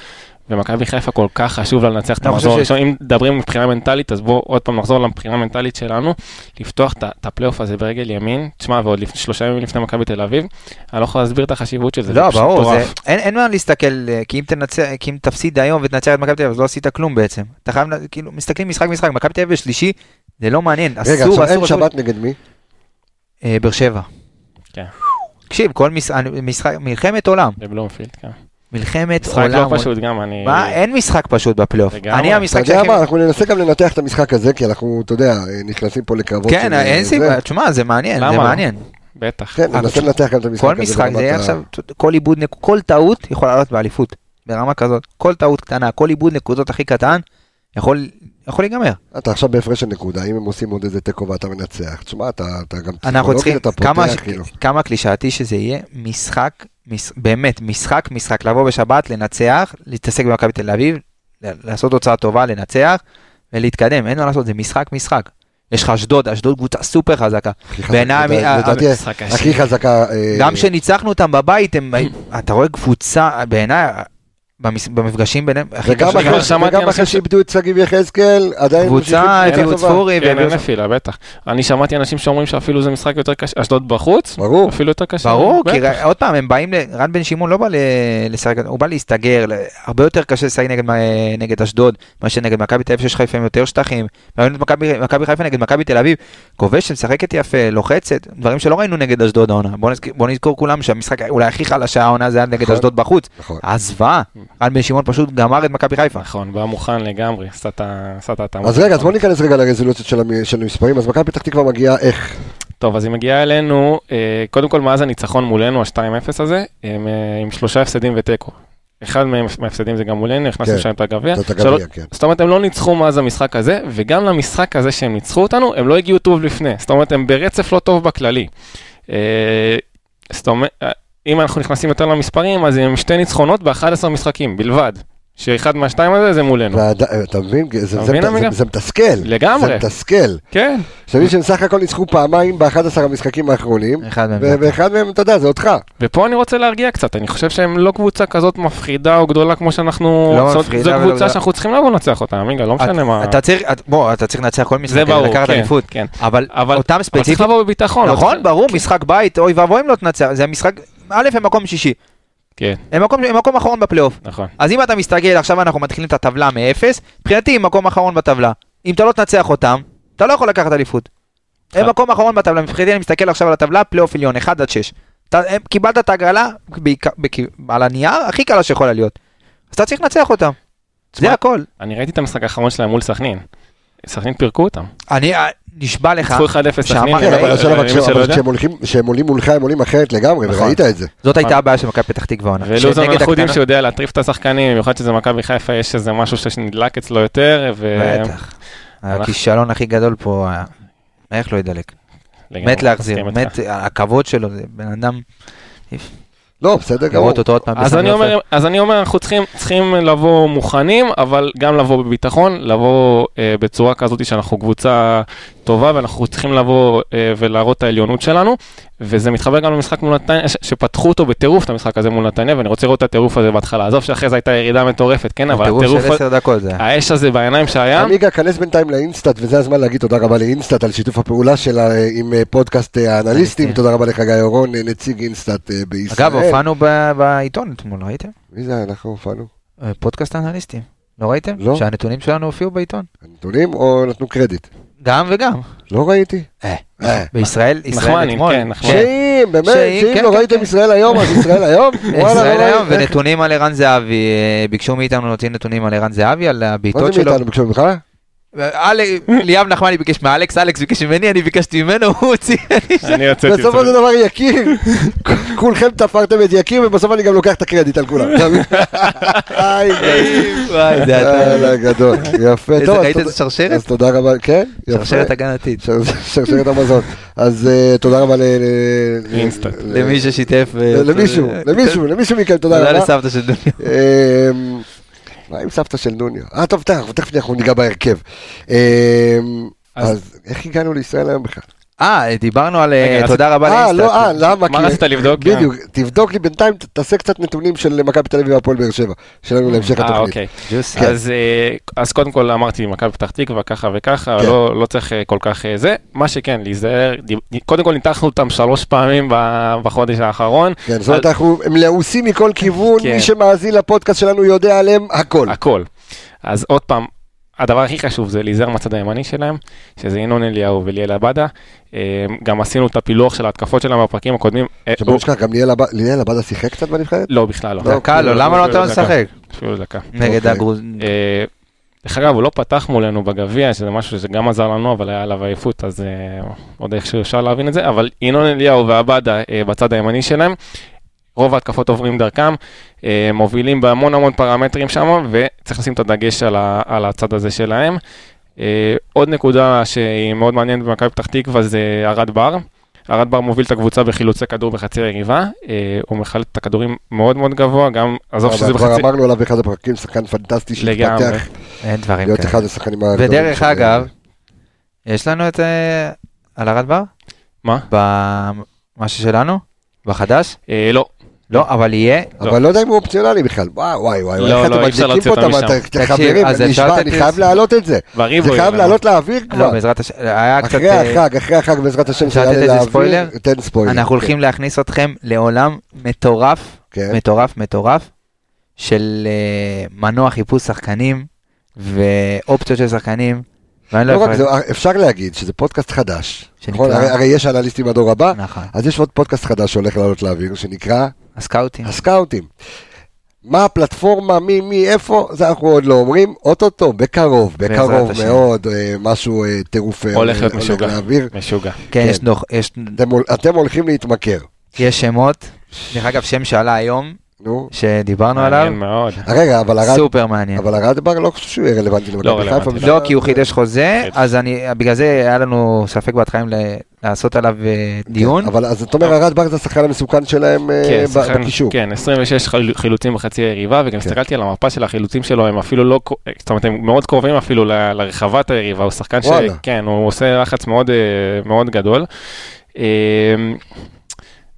[SPEAKER 6] ומכבי חיפה כל כך חשוב לה לנצח את
[SPEAKER 5] אני
[SPEAKER 6] המחזור
[SPEAKER 5] חושב ש-
[SPEAKER 6] הראשון, אם מדברים מבחינה מנטלית, אז בואו עוד פעם נחזור לבחינה המנטלית שלנו, לפתוח את ה- את הפלייאוף הזה ברגל ימין, תשמע, ועוד לפני- שלושה ימים לפני מכבי תל אביב, אני לא יכול להסביר את החשיבות של זה,
[SPEAKER 5] לא,
[SPEAKER 6] פשוט
[SPEAKER 5] ברור,
[SPEAKER 6] מטורף.
[SPEAKER 5] זה- אין- אין מה להסתכל, אה, כי אם תנצח- כי אם תפסיד היום ותנצח את מכבי תל אביב, אז לא עשית כלום בעצם. אתה חייב, ל- כאילו, מסתכלים משחק משחק, מכבי תל אביב בשלישי, זה לא מעניין,
[SPEAKER 1] רגע,
[SPEAKER 5] אסור,
[SPEAKER 1] עכשיו אין
[SPEAKER 5] אסור, אסור.
[SPEAKER 1] שבת נגד מי?
[SPEAKER 5] אה, באר שבע.
[SPEAKER 6] כן.
[SPEAKER 5] תקשיב, כל מש- אני- משחק, מלחמת עולם,
[SPEAKER 6] בבלומפילד, כן.
[SPEAKER 5] מלחמת
[SPEAKER 6] משחק לא
[SPEAKER 5] עולם.
[SPEAKER 6] פשוט גם, אני...
[SPEAKER 5] מה, אין משחק פשוט בפלייאוף.
[SPEAKER 6] לגמרי.
[SPEAKER 5] אני
[SPEAKER 1] אתה
[SPEAKER 5] המשחק
[SPEAKER 1] יודע
[SPEAKER 5] שהכי...
[SPEAKER 1] מה, אנחנו ננסה גם לנתח את המשחק הזה, כי אנחנו, אתה יודע, אה, נכנסים פה לקרבות.
[SPEAKER 5] כן,
[SPEAKER 1] של,
[SPEAKER 5] אין
[SPEAKER 1] אה,
[SPEAKER 5] סיבה,
[SPEAKER 1] זה.
[SPEAKER 5] תשמע, זה מעניין,
[SPEAKER 6] למה
[SPEAKER 5] זה
[SPEAKER 6] לא?
[SPEAKER 5] מעניין.
[SPEAKER 6] בטח.
[SPEAKER 1] כן, ננסה לנתח גם את המשחק
[SPEAKER 5] כל
[SPEAKER 1] הזה.
[SPEAKER 5] משחק, זה
[SPEAKER 1] ברמת
[SPEAKER 5] יהיה
[SPEAKER 1] ה-
[SPEAKER 5] עכשיו, כל עיבוד, נק- כל טעות יכולה לעלות באליפות, ברמה כזאת, כל טעות קטנה, כל עיבוד נקודות הכי קטן, יכול יכול להיגמר.
[SPEAKER 1] אתה עכשיו בהפרש של נקודה, אם הם עושים עוד איזה תיקו ואתה מנצח, תשמע, אתה אתה גם
[SPEAKER 5] אנחנו צריכים,
[SPEAKER 1] פסיכולוגית, אתה
[SPEAKER 5] כמה
[SPEAKER 1] פותח,
[SPEAKER 5] ש-
[SPEAKER 1] כאילו.
[SPEAKER 5] כמה קלישאתי שזה יהיה משחק, מש- באמת, משחק, משחק, לבוא בשבת, לנצח, להתעסק במכבי תל אביב, ל- לעשות תוצאה טובה, לנצח ולהתקדם, אין מה לעשות, זה משחק, משחק. יש לך אשדוד, אשדוד קבוצה סופר חזקה.
[SPEAKER 1] הכי חזק,
[SPEAKER 5] בעיניי,
[SPEAKER 1] לדעתי-
[SPEAKER 5] אה,
[SPEAKER 1] לדעתי,
[SPEAKER 6] משחק קשה.
[SPEAKER 1] הכי חזקה. אה,
[SPEAKER 5] גם כשניצחנו אותם בבית, הם- אתה רואה קבוצה, בעיניי, במס- במפגשים ביניהם, הכי
[SPEAKER 1] וגם
[SPEAKER 5] קשה.
[SPEAKER 6] גם
[SPEAKER 1] אחרי-
[SPEAKER 6] שמעתי
[SPEAKER 1] וגם
[SPEAKER 6] אנשים
[SPEAKER 1] אחרי
[SPEAKER 6] ש-
[SPEAKER 1] שאיבדו את שגיב יחזקאל, עדיין
[SPEAKER 5] קבוצה,
[SPEAKER 1] ממשיכים
[SPEAKER 5] הביאו את
[SPEAKER 1] בצבא.
[SPEAKER 5] פורי
[SPEAKER 6] כן,
[SPEAKER 5] והביאו
[SPEAKER 6] אין
[SPEAKER 5] את
[SPEAKER 6] נפילה, בטח. אני שמעתי אנשים שאומרים שאפילו זה משחק יותר קשה, אשדוד בחוץ,
[SPEAKER 1] ברור. כן.
[SPEAKER 6] אפילו יותר קשה.
[SPEAKER 5] ברור, כי
[SPEAKER 6] בטח.
[SPEAKER 5] ר- עוד פעם, הם באים, ל- רן בן שמעון לא בא ל- לשחק, הוא בא להסתגר, ל- הרבה יותר קשה לשחק נגד מ- נגד אשדוד, מאשר נגד מכבי תל אביב, שיש לך לפעמים יותר שטחים, ראינו את מכבי- מכבי חיפה נגד מכבי תל אביב, כובשת, משחקת יפה, לוחצת, דברים שלא ראינו נגד אשדוד העונה. בוא נזכיר- בוא נזכור כולם שהמשחק אולי הכי חלשה העונה זה היה נגד
[SPEAKER 1] נכון.
[SPEAKER 5] אשדוד בחוץ,
[SPEAKER 1] נכון.
[SPEAKER 5] הזוועה, רן בן שמעון פשוט גמר את מכבי חיפה.
[SPEAKER 6] נכון, בא מוכן לגמרי, עשה את ה- עשה את ההתאמה.
[SPEAKER 1] אז רגע, אז בוא ניכנס רגע לרזולוציות של המ- של המספרים, אז מכבי פתח תקווה מגיעה איך?
[SPEAKER 6] טוב, אז היא מגיעה אלינו, אה, קודם כל מאז הניצחון מולנו, ה-2-0 הזה, הם, אה, עם שלושה הפסדים ותיקו. אחד מהם- מההפסדים זה גם מולנו, הכנסנו
[SPEAKER 1] כן.
[SPEAKER 6] שם את הגביע.
[SPEAKER 1] זאת
[SPEAKER 6] שלוש-
[SPEAKER 1] הגביע, כן.
[SPEAKER 6] זאת אומרת, הם לא ניצחו מאז המשחק הזה, וגם למשחק הזה שהם ניצחו אותנו, הם לא הגיעו טוב לפני. זאת אומרת, הם ברצף לא טוב בכללי. אה, זאת אומרת, אה, אם אנחנו נכנסים יותר למספרים, אז הם שתי ניצחונות ב-11 משחקים בלבד. שאחד מהשתיים הזה זה מולנו.
[SPEAKER 1] ועדי- אה, אתה מבין? זה- זה-
[SPEAKER 6] מבין,
[SPEAKER 1] זה-
[SPEAKER 6] עמיגה?
[SPEAKER 1] זה מתסכל.
[SPEAKER 6] לגמרי.
[SPEAKER 1] זה מתסכל.
[SPEAKER 6] כן.
[SPEAKER 1] שתבין שהם סך הכל ניצחו פעמיים ב-11 המשחקים האחרונים,
[SPEAKER 5] אחד מהם.
[SPEAKER 1] ו- ואחד מהם, אתה יודע, זה אותך.
[SPEAKER 6] ופה אני רוצה להרגיע קצת, אני חושב שהם לא קבוצה כזאת מפחידה או גדולה כמו שאנחנו...
[SPEAKER 5] לא
[SPEAKER 6] זאת אומרת,
[SPEAKER 5] מפחידה
[SPEAKER 6] זו
[SPEAKER 5] ולא
[SPEAKER 6] קבוצה
[SPEAKER 5] גדולה.
[SPEAKER 6] שאנחנו צריכים לבוא לנצח אותה, מינגה, לא משנה מה...
[SPEAKER 5] אתה צריך, את- בוא, אתה צריך לנצח כל משחק
[SPEAKER 6] זה
[SPEAKER 5] כדי
[SPEAKER 6] ברור,
[SPEAKER 5] לקחת
[SPEAKER 6] כן,
[SPEAKER 5] אליפות,
[SPEAKER 6] כן.
[SPEAKER 5] אבל
[SPEAKER 6] אבל
[SPEAKER 5] אותם
[SPEAKER 6] אבל צריך
[SPEAKER 5] ספציפית,
[SPEAKER 6] לבוא בביטחון.
[SPEAKER 5] נכון,
[SPEAKER 6] אבל-
[SPEAKER 5] ברור, משחק בית, אוי ואבוי אם לא תנצח, זה משחק, א' הם מקום שישי,
[SPEAKER 6] כן,
[SPEAKER 5] הם מקום, הם מקום אחרון בפלייאוף.
[SPEAKER 6] נכון.
[SPEAKER 5] אז אם אתה מסתכל, עכשיו אנחנו מתחילים את הטבלה מאפס, מבחינתי הם מקום אחרון בטבלה. אם אתה לא תנצח אותם, אתה לא יכול לקחת אליפות. הם
[SPEAKER 6] אה.
[SPEAKER 5] מקום אחרון בטבלה, מבחינתי אני מסתכל עכשיו על הטבלה, פלייאוף עליון, 1 עד 6. אתה, הם, קיבלת את ההגרלה בעיקר- בכ- על הנייר הכי קלה שיכולה להיות. אז אתה צריך לנצח אותם,
[SPEAKER 6] תשמע,
[SPEAKER 5] זה הכל.
[SPEAKER 6] אני ראיתי את המשחק האחרון שלהם מול סכנין. סכנין פירקו אותם.
[SPEAKER 5] אני אה, נשבע לך,
[SPEAKER 6] ניצחו 1-0 סכנין.
[SPEAKER 5] שאמר-
[SPEAKER 1] כן,
[SPEAKER 5] אבל-
[SPEAKER 1] אבל השאלה, אבל
[SPEAKER 6] למי שלא
[SPEAKER 1] כשהם-
[SPEAKER 6] לא יודע.
[SPEAKER 1] כשהם הולכים- כשהם עולים מולך, הם עולים אחרת לגמרי,
[SPEAKER 5] אה, נכון.
[SPEAKER 1] וראית את זה.
[SPEAKER 5] זאת הייתה הבעיה של מכבי פתח תקווה. עונה.
[SPEAKER 6] ולוזון
[SPEAKER 5] שנגד
[SPEAKER 6] אנחנו יודעים
[SPEAKER 5] אה, הקטנה-
[SPEAKER 6] שהוא יודע להטריף את השחקנים, במיוחד שזה מכבי חיפה, יש איזה משהו שנדלק אצלו יותר, ו...
[SPEAKER 5] בטח.
[SPEAKER 6] הלך-
[SPEAKER 5] אה, הכישלון הכי גדול פה, היה- איך לא ידלק?
[SPEAKER 6] לגמרי,
[SPEAKER 5] מת להחזיר,
[SPEAKER 6] מסכים איתך.
[SPEAKER 5] מת, הכבוד שלו, זה בן אדם,
[SPEAKER 1] לא, בסדר גמור.
[SPEAKER 5] לראות אותו עוד פעם.
[SPEAKER 6] אז
[SPEAKER 5] בסמי
[SPEAKER 6] אני
[SPEAKER 5] עופר.
[SPEAKER 6] אומר, אז אני אומר, אנחנו צריכים, צריכים לבוא מוכנים, אבל גם לבוא בביטחון, לבוא אה, בצורה כזאת שאנחנו קבוצה טובה, ואנחנו צריכים לבוא אה, ולהראות את העליונות שלנו, וזה מתחבר גם למשחק מול נתניה, ש- שפתחו אותו בטירוף, את המשחק הזה מול נתניה, ואני רוצה לראות את הטירוף הזה בהתחלה. עזוב שאחרי זה הייתה ירידה מטורפת, כן, אבל
[SPEAKER 5] הטירוף
[SPEAKER 6] הטירוף,
[SPEAKER 5] של עשר דקות זה היה.
[SPEAKER 6] האש הזה בעיניים שהיה,
[SPEAKER 1] עמיגה, כנס בינתיים לאינסטאט, וזה הזמן להגיד תודה רבה לאינסטאט על שיתוף הפעולה שלה אה, עם אה, פודקאסט אה, האנליסטים.
[SPEAKER 5] אנליסטים.
[SPEAKER 1] תודה רבה לך, גיא אורון, אה, נציג אינסטאט אה, בישראל.
[SPEAKER 5] כן. אגב, הופענו ב- בעיתון אתמול, לא ראיתם?
[SPEAKER 1] מי זה, אנחנו הופענו?
[SPEAKER 5] אה, פודקאסט אנליסטים, לא ראיתם?
[SPEAKER 1] לא.
[SPEAKER 5] שהנתונים שלנו הופיעו בעיתון.
[SPEAKER 1] הנתונים או נתנו קרדיט?
[SPEAKER 5] גם וגם.
[SPEAKER 1] לא ראיתי.
[SPEAKER 5] אה,
[SPEAKER 1] אה.
[SPEAKER 5] בישראל, ישראל
[SPEAKER 6] נחמני,
[SPEAKER 5] אתמול.
[SPEAKER 6] כן, נחמני.
[SPEAKER 5] כן.
[SPEAKER 1] שאם, באמת,
[SPEAKER 5] שאם,
[SPEAKER 1] שאם
[SPEAKER 5] כן,
[SPEAKER 1] לא
[SPEAKER 5] כן,
[SPEAKER 1] ראיתם
[SPEAKER 5] כן.
[SPEAKER 1] ישראל היום, אז ישראל היום? וואלה, לא
[SPEAKER 5] אה, ישראל
[SPEAKER 1] ראיתי.
[SPEAKER 5] היום,
[SPEAKER 1] איך-
[SPEAKER 5] ונתונים על ערן זהבי, אה, ביקשו מאיתנו להוציא נתונים על ערן זהבי, על
[SPEAKER 1] מה
[SPEAKER 5] הבעיטות
[SPEAKER 1] זה
[SPEAKER 5] שלו.
[SPEAKER 1] מאיתנו ביקשו ממך?
[SPEAKER 5] אל- ליאם נחמני ביקש מאלכס, אלכס ביקש ממני, אני ביקשתי ממנו, הוא הוציא. אני שם.
[SPEAKER 6] אני יוצאתי
[SPEAKER 1] בסופו של
[SPEAKER 6] צודק.
[SPEAKER 1] דבר יקיר, כולכם תפרתם את יקיר ובסוף אני גם לוקח את הקרדיט על כולם. אתה מבין? היי,
[SPEAKER 5] וואי, זה
[SPEAKER 1] יאללה,
[SPEAKER 5] אתה.
[SPEAKER 1] גדול, יפה,
[SPEAKER 5] איזה-
[SPEAKER 1] טוב, אז
[SPEAKER 5] ראית
[SPEAKER 1] תודה-
[SPEAKER 5] איזה שרשרת?
[SPEAKER 1] אז תודה רבה, כן, יפה.
[SPEAKER 5] שרשרת הגנתית.
[SPEAKER 1] שר- שרשרת המזון. אז אה, תודה רבה ל- ל-
[SPEAKER 6] לאינסטנט.
[SPEAKER 1] ל-
[SPEAKER 5] למי ששיתף. ו-
[SPEAKER 1] ל- אה, למישהו, למישהו, למישהו מכם, תודה
[SPEAKER 5] כן. תודה
[SPEAKER 1] רבה.
[SPEAKER 5] לסבתא של דוניו.
[SPEAKER 1] אמ, מה עם סבתא של נוניו? אה, טוב, תכף תכף אנחנו ניגע בהרכב. אמ,
[SPEAKER 6] אז-
[SPEAKER 1] אז איך הגענו לישראל היום בכלל?
[SPEAKER 5] אה, דיברנו על אה,
[SPEAKER 6] רגע, אז-
[SPEAKER 5] תודה רבה
[SPEAKER 1] אה, לא, אה,
[SPEAKER 5] לאינסטאט.
[SPEAKER 1] למה?
[SPEAKER 6] מה
[SPEAKER 1] כי-
[SPEAKER 6] רצית לבדוק?
[SPEAKER 1] בדיוק, תבדוק לי בינתיים, ת- תעשה קצת נתונים של מכבי תל אביב והפועל באר שבע, שלנו להמשך
[SPEAKER 6] אה,
[SPEAKER 1] התוכנית. כן.
[SPEAKER 6] אוקיי.
[SPEAKER 5] ג'וסי.
[SPEAKER 6] אז, אה, אז קודם כל אמרתי מכבי פתח תקווה ככה וככה,
[SPEAKER 1] כן.
[SPEAKER 6] לא, לא צריך אה, כל כך אה, זה. מה שכן, להיזהר, דיב- קודם כל ניתחנו אותם שלוש פעמים ב- בחודש האחרון,
[SPEAKER 1] כן, זאת אומרת, אנחנו הם לעוסים מכל כיוון,
[SPEAKER 6] כן. אה,
[SPEAKER 1] מי שמאזין לפודקאסט שלנו יודע עליהם הכל.
[SPEAKER 6] הכל. אז עוד פעם, הדבר הכי חשוב זה להיזהר מהצד הימני שלהם, שזה ינון אליהו וליאל עבדה. אה, גם עשינו את הפילוח של ההתקפות שלהם בפרקים הקודמים. אה,
[SPEAKER 1] שבוא
[SPEAKER 6] הוא-
[SPEAKER 1] נשכח, גם ליאל עבד- ליאל עבדה שיחק קצת בנבחרת?
[SPEAKER 6] לא, בכלל לא.
[SPEAKER 1] לא,
[SPEAKER 5] דקה לא, למה לא אתה
[SPEAKER 6] דקה.
[SPEAKER 5] משחק?
[SPEAKER 6] אפילו דקה.
[SPEAKER 5] נגד
[SPEAKER 1] אוקיי.
[SPEAKER 5] הגרוז...
[SPEAKER 6] אה, דרך אגב, הוא לא פתח מולנו בגביע, שזה משהו שגם עזר לנו, אבל היה עליו עייפות, אז אה, עוד איך שאפשר להבין את זה, אבל ינון אליהו ועבדה אה, בצד הימני שלהם, רוב ההתקפות עוברים דרכם, אה, מובילים בהמון המון פרמטרים שם, וצריך לשים את הדגש על, ה, על הצד הזה שלהם. אה, עוד נקודה שהיא מאוד מעניינת במכבי פתח תקווה זה ארד בר. ארד בר מוביל את הקבוצה בחילוצי כדור בחצי היריבה, אה, הוא מחלט את הכדורים מאוד מאוד גבוה, גם, עזוב שזה
[SPEAKER 1] אבל כבר
[SPEAKER 6] בחצי...
[SPEAKER 1] אמרנו עליו באחד הפרקים, שחקן פנטסטי
[SPEAKER 6] לגמרי. כן.
[SPEAKER 1] שהתפתח
[SPEAKER 5] אין דברים
[SPEAKER 1] להיות
[SPEAKER 5] כאלה.
[SPEAKER 1] אחד השחקנים הגדולים.
[SPEAKER 5] ודרך
[SPEAKER 1] של-
[SPEAKER 5] אגב, יש לנו את... אה, על הרד בר?
[SPEAKER 6] מה?
[SPEAKER 5] במשהו שלנו? בחדש?
[SPEAKER 6] אה, לא,
[SPEAKER 5] לא, אבל יהיה.
[SPEAKER 1] אבל לא יודע אם הוא אופציונלי בכלל, וואי וואי וואי,
[SPEAKER 6] לא,
[SPEAKER 1] איך אתם
[SPEAKER 6] לא, אי אפשר
[SPEAKER 1] מדליקים פה
[SPEAKER 6] להוציא אותם
[SPEAKER 1] את
[SPEAKER 6] משם.
[SPEAKER 1] המטר-
[SPEAKER 5] תקשיב,
[SPEAKER 1] חברים,
[SPEAKER 5] אז
[SPEAKER 1] אני
[SPEAKER 5] אפשר
[SPEAKER 1] נשבע,
[SPEAKER 5] לתת
[SPEAKER 1] אני
[SPEAKER 5] לי-
[SPEAKER 1] חייב להעלות את זה,
[SPEAKER 6] בריבו.
[SPEAKER 1] זה חייב
[SPEAKER 6] יהיה לנו.
[SPEAKER 1] לעלות לאוויר
[SPEAKER 5] לא,
[SPEAKER 1] כבר,
[SPEAKER 5] בעזרת השם, היה קצת...
[SPEAKER 1] אחרי
[SPEAKER 5] אה,
[SPEAKER 1] החג, אחרי החג בעזרת השם,
[SPEAKER 5] אפשר
[SPEAKER 1] שיעלה
[SPEAKER 5] לתת איזה
[SPEAKER 1] לאוויר.
[SPEAKER 5] ספוילר?
[SPEAKER 1] תן ספוילר,
[SPEAKER 5] אנחנו הולכים להכניס אתכם לעולם מטורף,
[SPEAKER 1] כן,
[SPEAKER 5] מטורף, מטורף, של אה, מנוע חיפוש שחקנים ואופציות של שחקנים. ואני לא
[SPEAKER 1] לא
[SPEAKER 5] יכול...
[SPEAKER 1] רק זה, אפשר להגיד שזה פודקאסט חדש,
[SPEAKER 5] שנקרא-
[SPEAKER 1] נכון? הרי הרי יש אנליסטים הדור הבא,
[SPEAKER 5] נכון.
[SPEAKER 1] אז יש עוד פודקאסט חדש שהולך לעלות לאוויר, שנקרא
[SPEAKER 5] כן. הסקאוטים.
[SPEAKER 1] הסקאוטים. מה הפלטפורמה, מי, מי, איפה, זה אנחנו עוד לא אומרים, אוטוטו, בקרוב, בקרוב
[SPEAKER 5] השם.
[SPEAKER 1] מאוד, אה, משהו אה, טירוף אה,
[SPEAKER 6] הולך להיות משוגע.
[SPEAKER 1] לאוויר.
[SPEAKER 6] משוגע.
[SPEAKER 5] כן,
[SPEAKER 1] כן.
[SPEAKER 5] יש נוח- יש-
[SPEAKER 1] אתם הול- אתם הולכים להתמכר,
[SPEAKER 5] יש שמות. דרך אגב, שם שעלה היום,
[SPEAKER 1] נו.
[SPEAKER 5] שדיברנו עליו,
[SPEAKER 6] מעניין מאוד.
[SPEAKER 1] רגע, אבל הרד,
[SPEAKER 5] סופר מעניין.
[SPEAKER 1] אבל הרדבר לא חושב שהוא יהיה רלוונטי למכבי
[SPEAKER 6] רלוונטי,
[SPEAKER 1] חיפה.
[SPEAKER 6] לא.
[SPEAKER 5] לא, כי הוא חידש חוזה,
[SPEAKER 6] חידש.
[SPEAKER 5] אז אני, בגלל זה היה לנו ספק בהתחלה אם ל- לעשות עליו אה, דיון.
[SPEAKER 1] כן, אבל אז אתה אומר, הרדבר זה השחקן המסוכן שלהם אה,
[SPEAKER 6] נכון. כן,
[SPEAKER 1] ב-
[SPEAKER 6] שחקן-
[SPEAKER 1] בקישור. כן.
[SPEAKER 6] כן, 26 חיל- חילוצים בחצי היריבה, וגם הסתכלתי על המפה של החילוצים שלו, הם אפילו לא, קו- זאת אומרת, הם מאוד קרובים אפילו ל- לרחבת היריבה, הוא שחקן ש...
[SPEAKER 1] וואלה.
[SPEAKER 6] כן, הוא עושה לחץ מאוד אה, מאוד גדול. אה,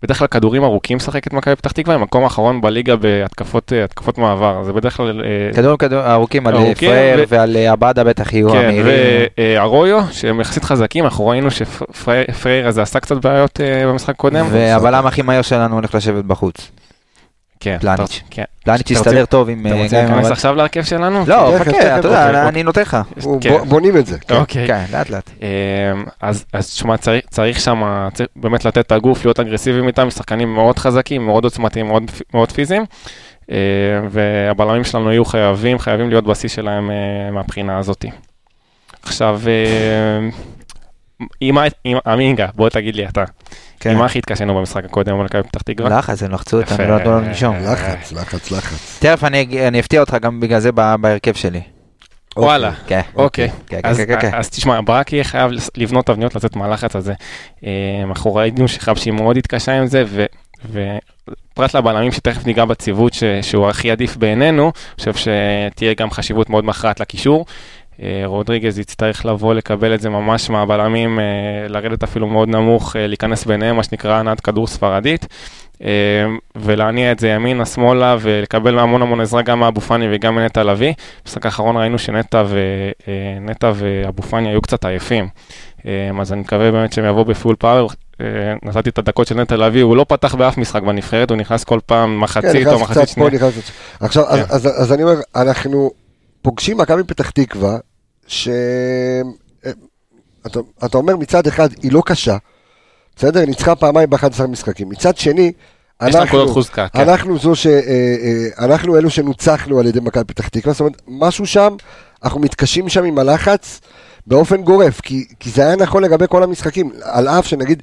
[SPEAKER 6] בדרך כלל כדורים ארוכים משחקת מכבי פתח תקווה, היא מקום האחרון בליגה בהתקפות אה, התקפות מעבר, זה בדרך כלל... אה,
[SPEAKER 5] כדור כדור ארוכים על אה,
[SPEAKER 6] ארוכים,
[SPEAKER 5] פרר
[SPEAKER 6] ו-
[SPEAKER 5] ועל אה, עבדה בטח יהיו
[SPEAKER 6] כן,
[SPEAKER 5] המהירים.
[SPEAKER 6] וארויו, שהם יחסית חזקים, אנחנו ראינו שפרייר הזה עשה קצת בעיות אה, במשחק הקודם.
[SPEAKER 5] והבלם הכי מהיר שלנו הולך לשבת בחוץ.
[SPEAKER 6] כן,
[SPEAKER 5] פלניץ'.
[SPEAKER 6] כן.
[SPEAKER 5] פלניץ'
[SPEAKER 6] אתה
[SPEAKER 5] יסתדר
[SPEAKER 6] רוצה-
[SPEAKER 5] טוב עם...
[SPEAKER 6] אתה
[SPEAKER 5] אה,
[SPEAKER 6] רוצה
[SPEAKER 5] גם עם
[SPEAKER 6] להיכנס
[SPEAKER 5] הבלם.
[SPEAKER 6] עכשיו להרכב שלנו?
[SPEAKER 5] לא,
[SPEAKER 1] תכף,
[SPEAKER 5] חכה,
[SPEAKER 1] תכף,
[SPEAKER 5] אתה יודע,
[SPEAKER 1] אוקיי.
[SPEAKER 5] אני- אני נותן לך.
[SPEAKER 1] הוא-
[SPEAKER 6] כן.
[SPEAKER 1] בונים את זה. כן.
[SPEAKER 6] אוקיי.
[SPEAKER 5] כן, לאט לאט.
[SPEAKER 6] אמ, אז אז תשמע, צריך- צריך שם, צריך באמת לתת את הגוף, להיות אגרסיביים איתם, שחקנים מאוד חזקים, מאוד עוצמתיים, מאוד פ- מאוד פיזיים. אמ, והבלמים שלנו יהיו חייבים, חייבים להיות בשיא שלהם אה, מהבחינה הזאת. עכשיו, אמ, עם מה- עם- אמינגה, בוא תגיד לי אתה,
[SPEAKER 5] כן.
[SPEAKER 6] עם מה הכי התקשינו במשחק הקודם מול מכבי פתח תקווה?
[SPEAKER 5] לחץ, הם לחצו אותנו,
[SPEAKER 6] יפה.
[SPEAKER 5] לא נתנו לנו לנשום.
[SPEAKER 1] כן, לחץ, לחץ, לחץ.
[SPEAKER 5] תכף אני אג- אני אפתיע אותך גם בגלל זה ב- בהרכב שלי.
[SPEAKER 6] וואלה.
[SPEAKER 5] כן.
[SPEAKER 6] אוקיי,
[SPEAKER 5] כן,
[SPEAKER 6] אז-
[SPEAKER 5] כן, כן, כן.
[SPEAKER 6] אז תשמע, ברק יהיה חייב לס- לבנות תבניות לצאת מהלחץ הזה. אה, אנחנו ראינו שחבשי מאוד התקשה עם זה, ו- ופרט לבלמים שתכף ניגע בציוות ש- שהוא הכי עדיף בעינינו, אני חושב שתהיה גם חשיבות מאוד מכרעת לקישור. אה, רודריגז יצטרך לבוא לקבל את זה ממש מהבלמים, אה, לרדת אפילו מאוד נמוך, אה, להיכנס ביניהם, מה שנקרא הנעת כדור ספרדית. אה, ולהניע את זה ימינה, שמאלה, ולקבל המון המון עזרה גם מאבו פאני וגם מנטע לביא. במשחק האחרון ראינו שנטע ו- אה, נטע ואבו פאני היו קצת עייפים. אה, אז אני מקווה באמת שהם יבואו בפול פאוור. אה, נתתי את הדקות של נטע לביא, הוא לא פתח באף משחק בנבחרת, הוא נכנס כל פעם
[SPEAKER 1] כן,
[SPEAKER 6] מחצית
[SPEAKER 1] נכנס
[SPEAKER 6] או מחצית
[SPEAKER 1] קצת פה,
[SPEAKER 6] שנייה.
[SPEAKER 1] נכנס קצת שם. עכשיו, אז-
[SPEAKER 6] כן.
[SPEAKER 1] אז- אז אני אומר, אנחנו פוגשים מכבי פתח תקווה, ש... אה, אתה- אתה אומר מצד אחד היא לא קשה, בסדר? היא ניצחה פעמיים ב-11 משחקים. מצד שני,
[SPEAKER 6] יש לה נקודות
[SPEAKER 1] אנחנו...
[SPEAKER 6] חוזקה, כן.
[SPEAKER 1] אנחנו זו ש... אה, אה, אנחנו אלו שנוצחנו על ידי מכבי פתח תקווה, זאת אומרת, משהו שם אנחנו מתקשים שם עם הלחץ באופן גורף, כי, כי זה היה נכון לגבי כל המשחקים, על אף שנגיד,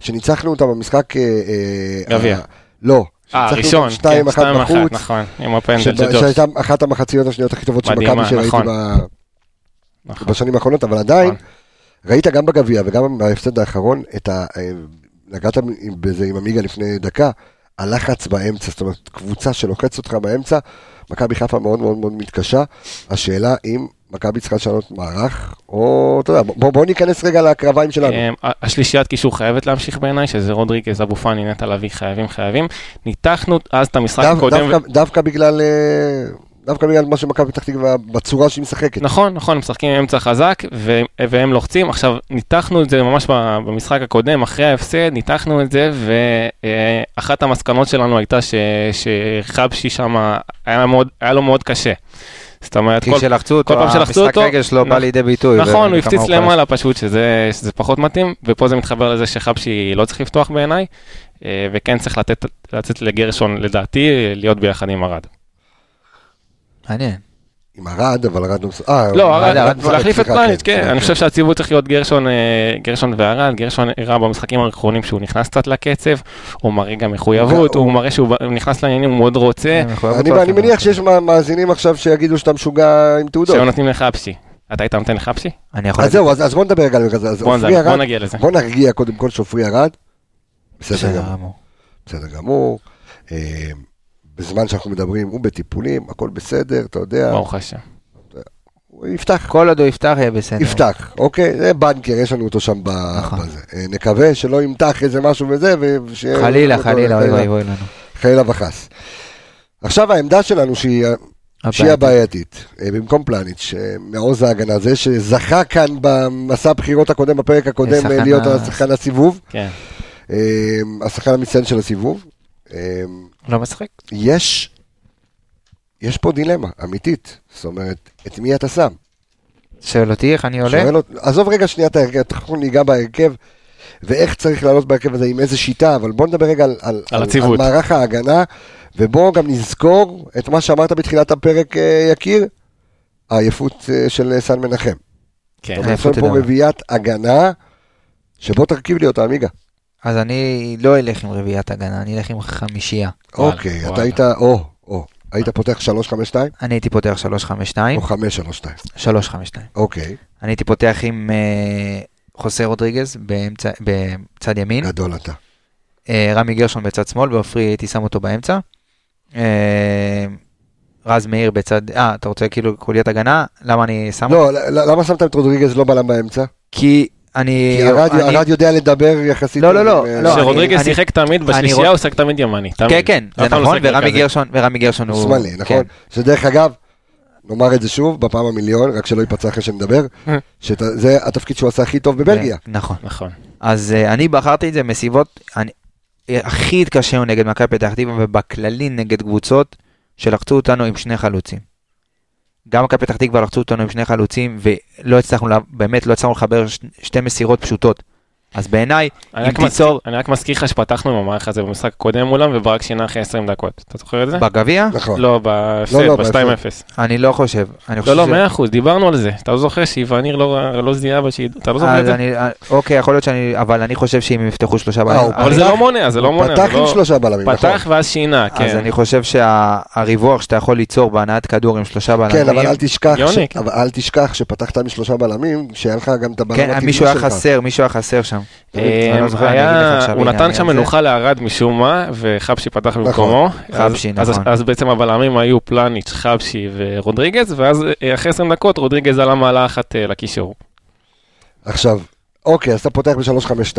[SPEAKER 1] שניצחנו אותם במשחק... אה, אה,
[SPEAKER 6] גביע.
[SPEAKER 1] ה- לא.
[SPEAKER 6] אה,
[SPEAKER 1] שניצחנו
[SPEAKER 6] הראשון,
[SPEAKER 1] אותם 2-1
[SPEAKER 6] כן, 2-1,
[SPEAKER 1] בחוץ,
[SPEAKER 6] נכון, עם הפנדל של
[SPEAKER 1] שבה-
[SPEAKER 6] ג'וש.
[SPEAKER 1] שהייתה אחת המחציות השניות הכי טובות של
[SPEAKER 6] מדהימה,
[SPEAKER 1] מכבי שראיתי
[SPEAKER 6] נכון.
[SPEAKER 1] ב-
[SPEAKER 6] נכון.
[SPEAKER 1] בשנים האחרונות, אבל עדיין,
[SPEAKER 6] נכון.
[SPEAKER 1] ראית גם בגביע וגם בהפסד האחרון, את ה... אה, נגעת עם- בזה עם עמיגה לפני דקה, הלחץ באמצע, זאת אומרת, קבוצה שלוחצת אותך באמצע, מכבי חיפה מאוד מאוד מאוד מתקשה, השאלה אם מכבי צריכה לשנות מערך, או, אתה יודע, בוא- בואו ניכנס רגע לקרביים שלנו.
[SPEAKER 6] אמ, ה- השלישיית קישור חייבת להמשיך בעיניי, שזה רודריגז, אבו פאני, נטע לביא, חייבים, חייבים. ניתחנו אז את המשחק
[SPEAKER 1] דו-
[SPEAKER 6] הקודם.
[SPEAKER 1] דווקא- דווקא בגלל... אה, דווקא בגלל מה שמכבי פתח תקווה, בצורה שהיא משחקת.
[SPEAKER 6] נכון, נכון, משחקים עם אמצע חזק ו- והם לוחצים. עכשיו, ניתחנו את זה ממש ב- במשחק הקודם, אחרי ההפסד, ניתחנו את זה, ואחת המסקנות שלנו הייתה ש- שחבשי שם, היה מאוד- היה לו מאוד קשה. זאת אומרת,
[SPEAKER 5] כי
[SPEAKER 6] כל-
[SPEAKER 5] כשלחצו אותו,
[SPEAKER 6] כל פעם שלחצו
[SPEAKER 5] המשחק
[SPEAKER 6] אותו,
[SPEAKER 5] רגל שלו בא
[SPEAKER 6] נכ-
[SPEAKER 5] לידי ביטוי. וכמה
[SPEAKER 6] נכון, הוא הפציץ
[SPEAKER 5] חלש.
[SPEAKER 6] למעלה פשוט, שזה, שזה פחות מתאים, ופה זה מתחבר לזה שחבשי לא צריך לפתוח בעיניי, אה, וכן צריך לתת, לצאת לגרשון, לדעתי, להיות ביחד עם ארד.
[SPEAKER 5] מעניין.
[SPEAKER 1] עם ארד, אבל ארד לא מס... אה,
[SPEAKER 6] לא,
[SPEAKER 5] ארד, ארד,
[SPEAKER 6] ארד,
[SPEAKER 5] ארד,
[SPEAKER 6] להחליף את
[SPEAKER 1] סליחה,
[SPEAKER 6] פלניץ', כן,
[SPEAKER 1] סליחה,
[SPEAKER 6] אני חושב שהציבור צריך להיות גרשון, אה, גרשון וארד, גרשון הראה במשחקים האחרונים שהוא נכנס קצת לקצב, הוא מראה גם מחויבות,
[SPEAKER 1] הוא-
[SPEAKER 6] הוא מראה שהוא ב- הוא נכנס לעניינים, הוא מאוד רוצה,
[SPEAKER 5] אני מחויב
[SPEAKER 1] אני,
[SPEAKER 5] אותו
[SPEAKER 1] אני
[SPEAKER 5] אפילו.
[SPEAKER 1] מניח שיש מה- מאזינים עכשיו שיגידו שאתה משוגע עם תעודות.
[SPEAKER 6] שהיו נותנים לחבשי. אתה היית נותן לחבשי?
[SPEAKER 5] אני יכול
[SPEAKER 1] אז
[SPEAKER 5] להגיד.
[SPEAKER 1] זהו, אז, אז בוא נדבר רגע על זה. אז
[SPEAKER 6] בוא
[SPEAKER 1] עופרי
[SPEAKER 6] נדבר, בוא
[SPEAKER 1] ארד,
[SPEAKER 6] נגיע לזה.
[SPEAKER 1] בוא נרגיע קודם כל שעופרי ארד. בסדר
[SPEAKER 5] בסדר
[SPEAKER 1] גמור.
[SPEAKER 5] גמור.
[SPEAKER 1] בסדר גמור. אה, בזמן שאנחנו מדברים, הוא בטיפולים, הכל בסדר, אתה יודע.
[SPEAKER 6] ברוך השם.
[SPEAKER 1] הוא יפתח.
[SPEAKER 5] כל עוד הוא יפתח יהיה בסדר.
[SPEAKER 1] יפתח, אוקיי? זה בנקר, יש לנו אותו שם ב-
[SPEAKER 5] נכון.
[SPEAKER 1] בזה. אה, נקווה שלא ימתח איזה משהו וזה, אה, וש...
[SPEAKER 5] חלילה, חלילה, אוי ואי ואי לנו.
[SPEAKER 1] חלילה וחס. עכשיו העמדה שלנו שהיא שהיא הבעייתית, אה, במקום פלניץ', אה, מעוז ההגנה, זה שזכה כאן במסע הבחירות הקודם, בפרק הקודם,
[SPEAKER 5] לשחקן
[SPEAKER 1] אה, להיות
[SPEAKER 5] ה-
[SPEAKER 1] השחקן הסיבוב,
[SPEAKER 6] כן.
[SPEAKER 1] אה, השחקן המצטיין של הסיבוב. אה,
[SPEAKER 5] לא משחק.
[SPEAKER 1] יש, יש פה דילמה אמיתית, זאת אומרת, את מי אתה שם?
[SPEAKER 5] שואל אותי איך אני עולה?
[SPEAKER 1] שואל אות- עזוב רגע שנייה את ההרכב, אנחנו ניגע בהרכב, ואיך צריך לעלות בהרכב הזה, עם איזה שיטה, אבל בוא נדבר רגע על, על,
[SPEAKER 6] על
[SPEAKER 1] על, על
[SPEAKER 6] הציוות.
[SPEAKER 1] מערך ההגנה, ובואו גם נזכור את מה שאמרת בתחילת הפרק, אה, יקיר, העייפות אה, של אה, סן מנחם.
[SPEAKER 6] כן.
[SPEAKER 1] אתה
[SPEAKER 5] אה,
[SPEAKER 1] מנסה
[SPEAKER 5] איפה
[SPEAKER 1] פה
[SPEAKER 5] תדע?
[SPEAKER 1] רביעיית הגנה, שבוא תרכיב לי אותה, עמיגה.
[SPEAKER 5] אז אני לא אלך עם רביעיית הגנה, אני אלך עם חמישייה.
[SPEAKER 6] וואלה,
[SPEAKER 1] אוקיי, אתה
[SPEAKER 6] וואלה.
[SPEAKER 1] היית, או, או, היית פותח 352
[SPEAKER 5] אני הייתי פותח 352,
[SPEAKER 1] או 532,
[SPEAKER 5] 352.
[SPEAKER 1] אוקיי,
[SPEAKER 5] אני הייתי פותח עם אה, חוסה רודריגז באמצע- בצד ימין,
[SPEAKER 1] גדול אתה.
[SPEAKER 5] אה, רמי גרשון בצד שמאל, ועופרי הייתי שם אותו באמצע. אה, רז מאיר בצד, אה, אתה רוצה כאילו חוליית הגנה? למה אני שם?
[SPEAKER 1] לא, ל- ל- למה שמת את רודריגז לא בלם באמצע?
[SPEAKER 5] כי אני...
[SPEAKER 1] כי ארד
[SPEAKER 5] אני-
[SPEAKER 1] ארד יודע לדבר יחסית.
[SPEAKER 5] לא,
[SPEAKER 1] טוב
[SPEAKER 5] לא,
[SPEAKER 1] עם,
[SPEAKER 5] לא,
[SPEAKER 1] אה,
[SPEAKER 5] לא,
[SPEAKER 6] כשרודריגז
[SPEAKER 5] אני-
[SPEAKER 6] שיחק תמיד
[SPEAKER 5] רוצ-
[SPEAKER 6] בשלישייה, הוא שיחק תמיד ימני. תמיד.
[SPEAKER 5] כן, כן,
[SPEAKER 6] אף
[SPEAKER 5] זה
[SPEAKER 6] פעם לא
[SPEAKER 5] נכון,
[SPEAKER 6] שיחק
[SPEAKER 5] ורמי
[SPEAKER 6] מרכזי.
[SPEAKER 5] גרשון, ורמי גרשון הוא...
[SPEAKER 1] שמאלי, נכון?
[SPEAKER 5] כן.
[SPEAKER 1] שדרך אגב, נאמר את זה שוב, בפעם המיליון, רק שלא ייפצע אחרי שנדבר, שזה התפקיד שהוא עשה הכי טוב בבלגיה.
[SPEAKER 5] נכון.
[SPEAKER 6] נכון.
[SPEAKER 5] אז אה, אני בחרתי את זה מסיבות, אני, אה, הכי התקשינו נגד מכבי פתח תקווה ובכללי נגד קבוצות שלחצו אותנו עם שני חלוצים. גם מכבי פתח תקווה לחצו אותנו עם שני חלוצים ולא הצלחנו, לה- באמת לא הצלחנו לחבר ש, שתי מסירות פשוטות. אז בעיניי,
[SPEAKER 6] אני
[SPEAKER 5] אם
[SPEAKER 6] רק מזכיר-
[SPEAKER 5] תיצור
[SPEAKER 6] אני רק מזכיר לך שפתחנו עם המערך הזה במשחק הקודם מולם, וברק שינה אחרי 20 דקות. אתה זוכר את זה?
[SPEAKER 5] בגביע,
[SPEAKER 1] נכון.
[SPEAKER 6] לא, בהפסד,
[SPEAKER 1] לא, לא,
[SPEAKER 6] ב-2-0.
[SPEAKER 5] אני לא חושב. אני חושב
[SPEAKER 6] לא, לא,
[SPEAKER 5] ש-
[SPEAKER 6] 100%, דיברנו על זה. אתה לא זוכר שאיווניר לא לא זיהה, בשיד- אתה לא זוכר את
[SPEAKER 5] אז
[SPEAKER 6] זה?
[SPEAKER 5] אני, אה, אוקיי, יכול להיות שאני, אבל אני חושב שאם הם יפתחו שלושה
[SPEAKER 1] אה, הוא
[SPEAKER 5] בעיה,
[SPEAKER 6] אבל זה
[SPEAKER 1] פתח-
[SPEAKER 6] לא מונע, זה לא מונע.
[SPEAKER 1] פתח
[SPEAKER 6] זה
[SPEAKER 1] עם
[SPEAKER 6] לא-
[SPEAKER 1] שלושה בלמים, נכון.
[SPEAKER 6] פתח ואז שינה,
[SPEAKER 5] אז
[SPEAKER 6] כן.
[SPEAKER 5] אני חושב שהריווח שאתה יכול ליצור בהנעת כדור עם שלושה בלמים,
[SPEAKER 1] כן, אבל אל תשכח, ש-
[SPEAKER 6] יוני, כן.
[SPEAKER 1] אבל אל תשכח שפתחת עם שלושה בלמים, שהיה לך גם את הבלם
[SPEAKER 5] כן,
[SPEAKER 1] הטבעי
[SPEAKER 5] מישהו היה
[SPEAKER 1] שלך.
[SPEAKER 5] חסר, מישהו היה חסר שם.
[SPEAKER 6] אה,
[SPEAKER 5] אני לא זוכר, אני אגיד לך
[SPEAKER 6] היה-
[SPEAKER 5] עכשיו,
[SPEAKER 6] הוא
[SPEAKER 5] הנה,
[SPEAKER 6] נתן
[SPEAKER 5] אני על
[SPEAKER 6] שם
[SPEAKER 5] זה.
[SPEAKER 6] מנוחה לערד משום מה, וחבשי פתח במקומו. אז-
[SPEAKER 5] חבשי,
[SPEAKER 6] אז-
[SPEAKER 5] נכון.
[SPEAKER 6] אז בעצם הבלמים היו פלניץ', חבשי ורודריגז, ואז אה, אחרי 20 דקות רודריגז עלה מעלה אחת אה, לקישור.
[SPEAKER 1] עכשיו, אוקיי, אז אתה פותח ב-352,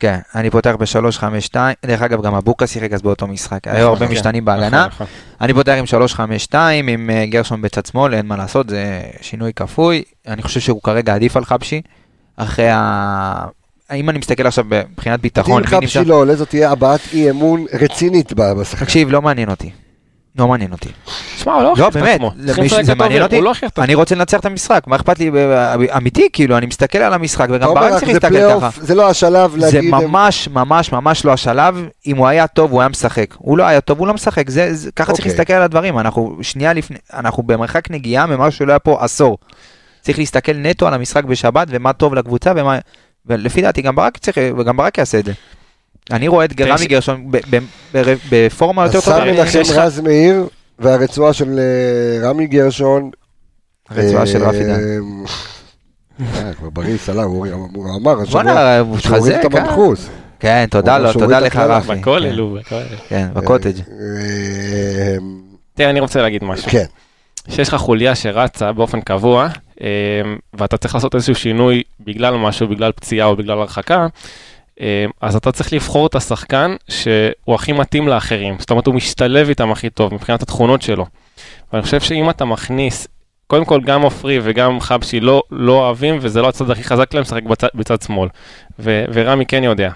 [SPEAKER 5] כן, אני פותח ב-352, דרך אגב גם אבוקה שיחק אז באותו משחק, היו הרבה
[SPEAKER 6] כן.
[SPEAKER 5] משתנים בהגנה,
[SPEAKER 6] נכון, נכון.
[SPEAKER 5] אני פותח עם 352 עם אה, גרשון בצד שמאל, אין מה לעשות, זה שינוי כפוי, אני חושב שהוא כרגע עדיף על חבשי, אחרי ה... אם אני מסתכל עכשיו מבחינת ביטחון,
[SPEAKER 1] אם
[SPEAKER 5] מי
[SPEAKER 1] חבשי
[SPEAKER 5] נמצא-
[SPEAKER 1] לא עולה, זאת תהיה הבעת אי אמון רצינית ב- בשחקן.
[SPEAKER 5] תקשיב, לא מעניין אותי. לא מעניין אותי.
[SPEAKER 6] שמע, הוא לא הוכיח
[SPEAKER 5] לא,
[SPEAKER 6] את עצמו.
[SPEAKER 5] באמת,
[SPEAKER 6] צריכים
[SPEAKER 5] למי
[SPEAKER 6] לשחק
[SPEAKER 5] שזה
[SPEAKER 6] אותו,
[SPEAKER 5] מעניין אותי,
[SPEAKER 6] הוא לא הוכיח את
[SPEAKER 5] אני רוצה לנצח את המשחק, מה אכפת לי, ב- אמיתי, כאילו, אני מסתכל על המשחק,
[SPEAKER 1] אתה
[SPEAKER 5] וגם
[SPEAKER 1] אומר
[SPEAKER 5] ברק
[SPEAKER 1] לך,
[SPEAKER 5] צריך
[SPEAKER 1] זה
[SPEAKER 5] להסתכל ככה.
[SPEAKER 1] פלייאוף, זה לא השלב
[SPEAKER 5] זה
[SPEAKER 1] להגיד... הם-
[SPEAKER 5] ממש, ממש, ממש לא השלב. אם הוא היה טוב, הוא היה משחק. הוא לא היה טוב, הוא לא משחק. זה, זה, ככה צריך
[SPEAKER 1] אוקיי.
[SPEAKER 5] להסתכל על הדברים. אנחנו שנייה לפני, אנחנו במרחק נגיעה ממה שלא היה פה עשור. צריך להסתכל נטו על המשחק בשבת, ומה טוב לקבוצה, ומה... ולפי דעתי גם ברק צריך, וגם ברק יעשה את זה. אני רואה את
[SPEAKER 6] תראה,
[SPEAKER 5] גרמי
[SPEAKER 6] ש-
[SPEAKER 5] גרשון ב- ב- ב- בפורמה יותר
[SPEAKER 1] השר
[SPEAKER 5] טובה.
[SPEAKER 6] אני- יש
[SPEAKER 1] מנחם
[SPEAKER 6] לך-
[SPEAKER 1] "אה, רז מאיר והרצועה של אה, רמי גרשון.
[SPEAKER 5] רצועה של
[SPEAKER 1] אה,
[SPEAKER 5] רפי דן.
[SPEAKER 1] אה, כבר בריא סלם, הוא הוא אמר השבוע
[SPEAKER 5] בואנה, הוא
[SPEAKER 1] שהוא הוריד
[SPEAKER 5] מתחזק,
[SPEAKER 1] את
[SPEAKER 5] אה?
[SPEAKER 1] המנחוס.
[SPEAKER 5] כן, תודה
[SPEAKER 1] הוא
[SPEAKER 5] לו,
[SPEAKER 1] שוריד
[SPEAKER 5] תודה
[SPEAKER 1] את
[SPEAKER 5] לך
[SPEAKER 1] הקללה.
[SPEAKER 6] עצמו.
[SPEAKER 5] רפי.
[SPEAKER 6] בכולל,
[SPEAKER 5] כן,
[SPEAKER 6] הוא בכולל.
[SPEAKER 5] כן, בקוטג'.
[SPEAKER 1] אה,
[SPEAKER 6] תראה, אני רוצה להגיד משהו.
[SPEAKER 1] כן,
[SPEAKER 6] שיש לך חוליה שרצה באופן קבוע, אה, ואתה צריך לעשות איזשהו שינוי בגלל משהו, בגלל פציעה או בגלל הרחקה, אה, אז אתה צריך לבחור את השחקן שהוא הכי מתאים לאחרים. זאת אומרת, הוא משתלב איתם הכי טוב מבחינת התכונות שלו. ואני חושב שאם אתה מכניס, קודם כל גם עופרי וגם חבשי לא, לא אוהבים, וזה לא הצד הכי חזק להם לשחק בצד, בצד שמאל. ו, ורמי כן יודע.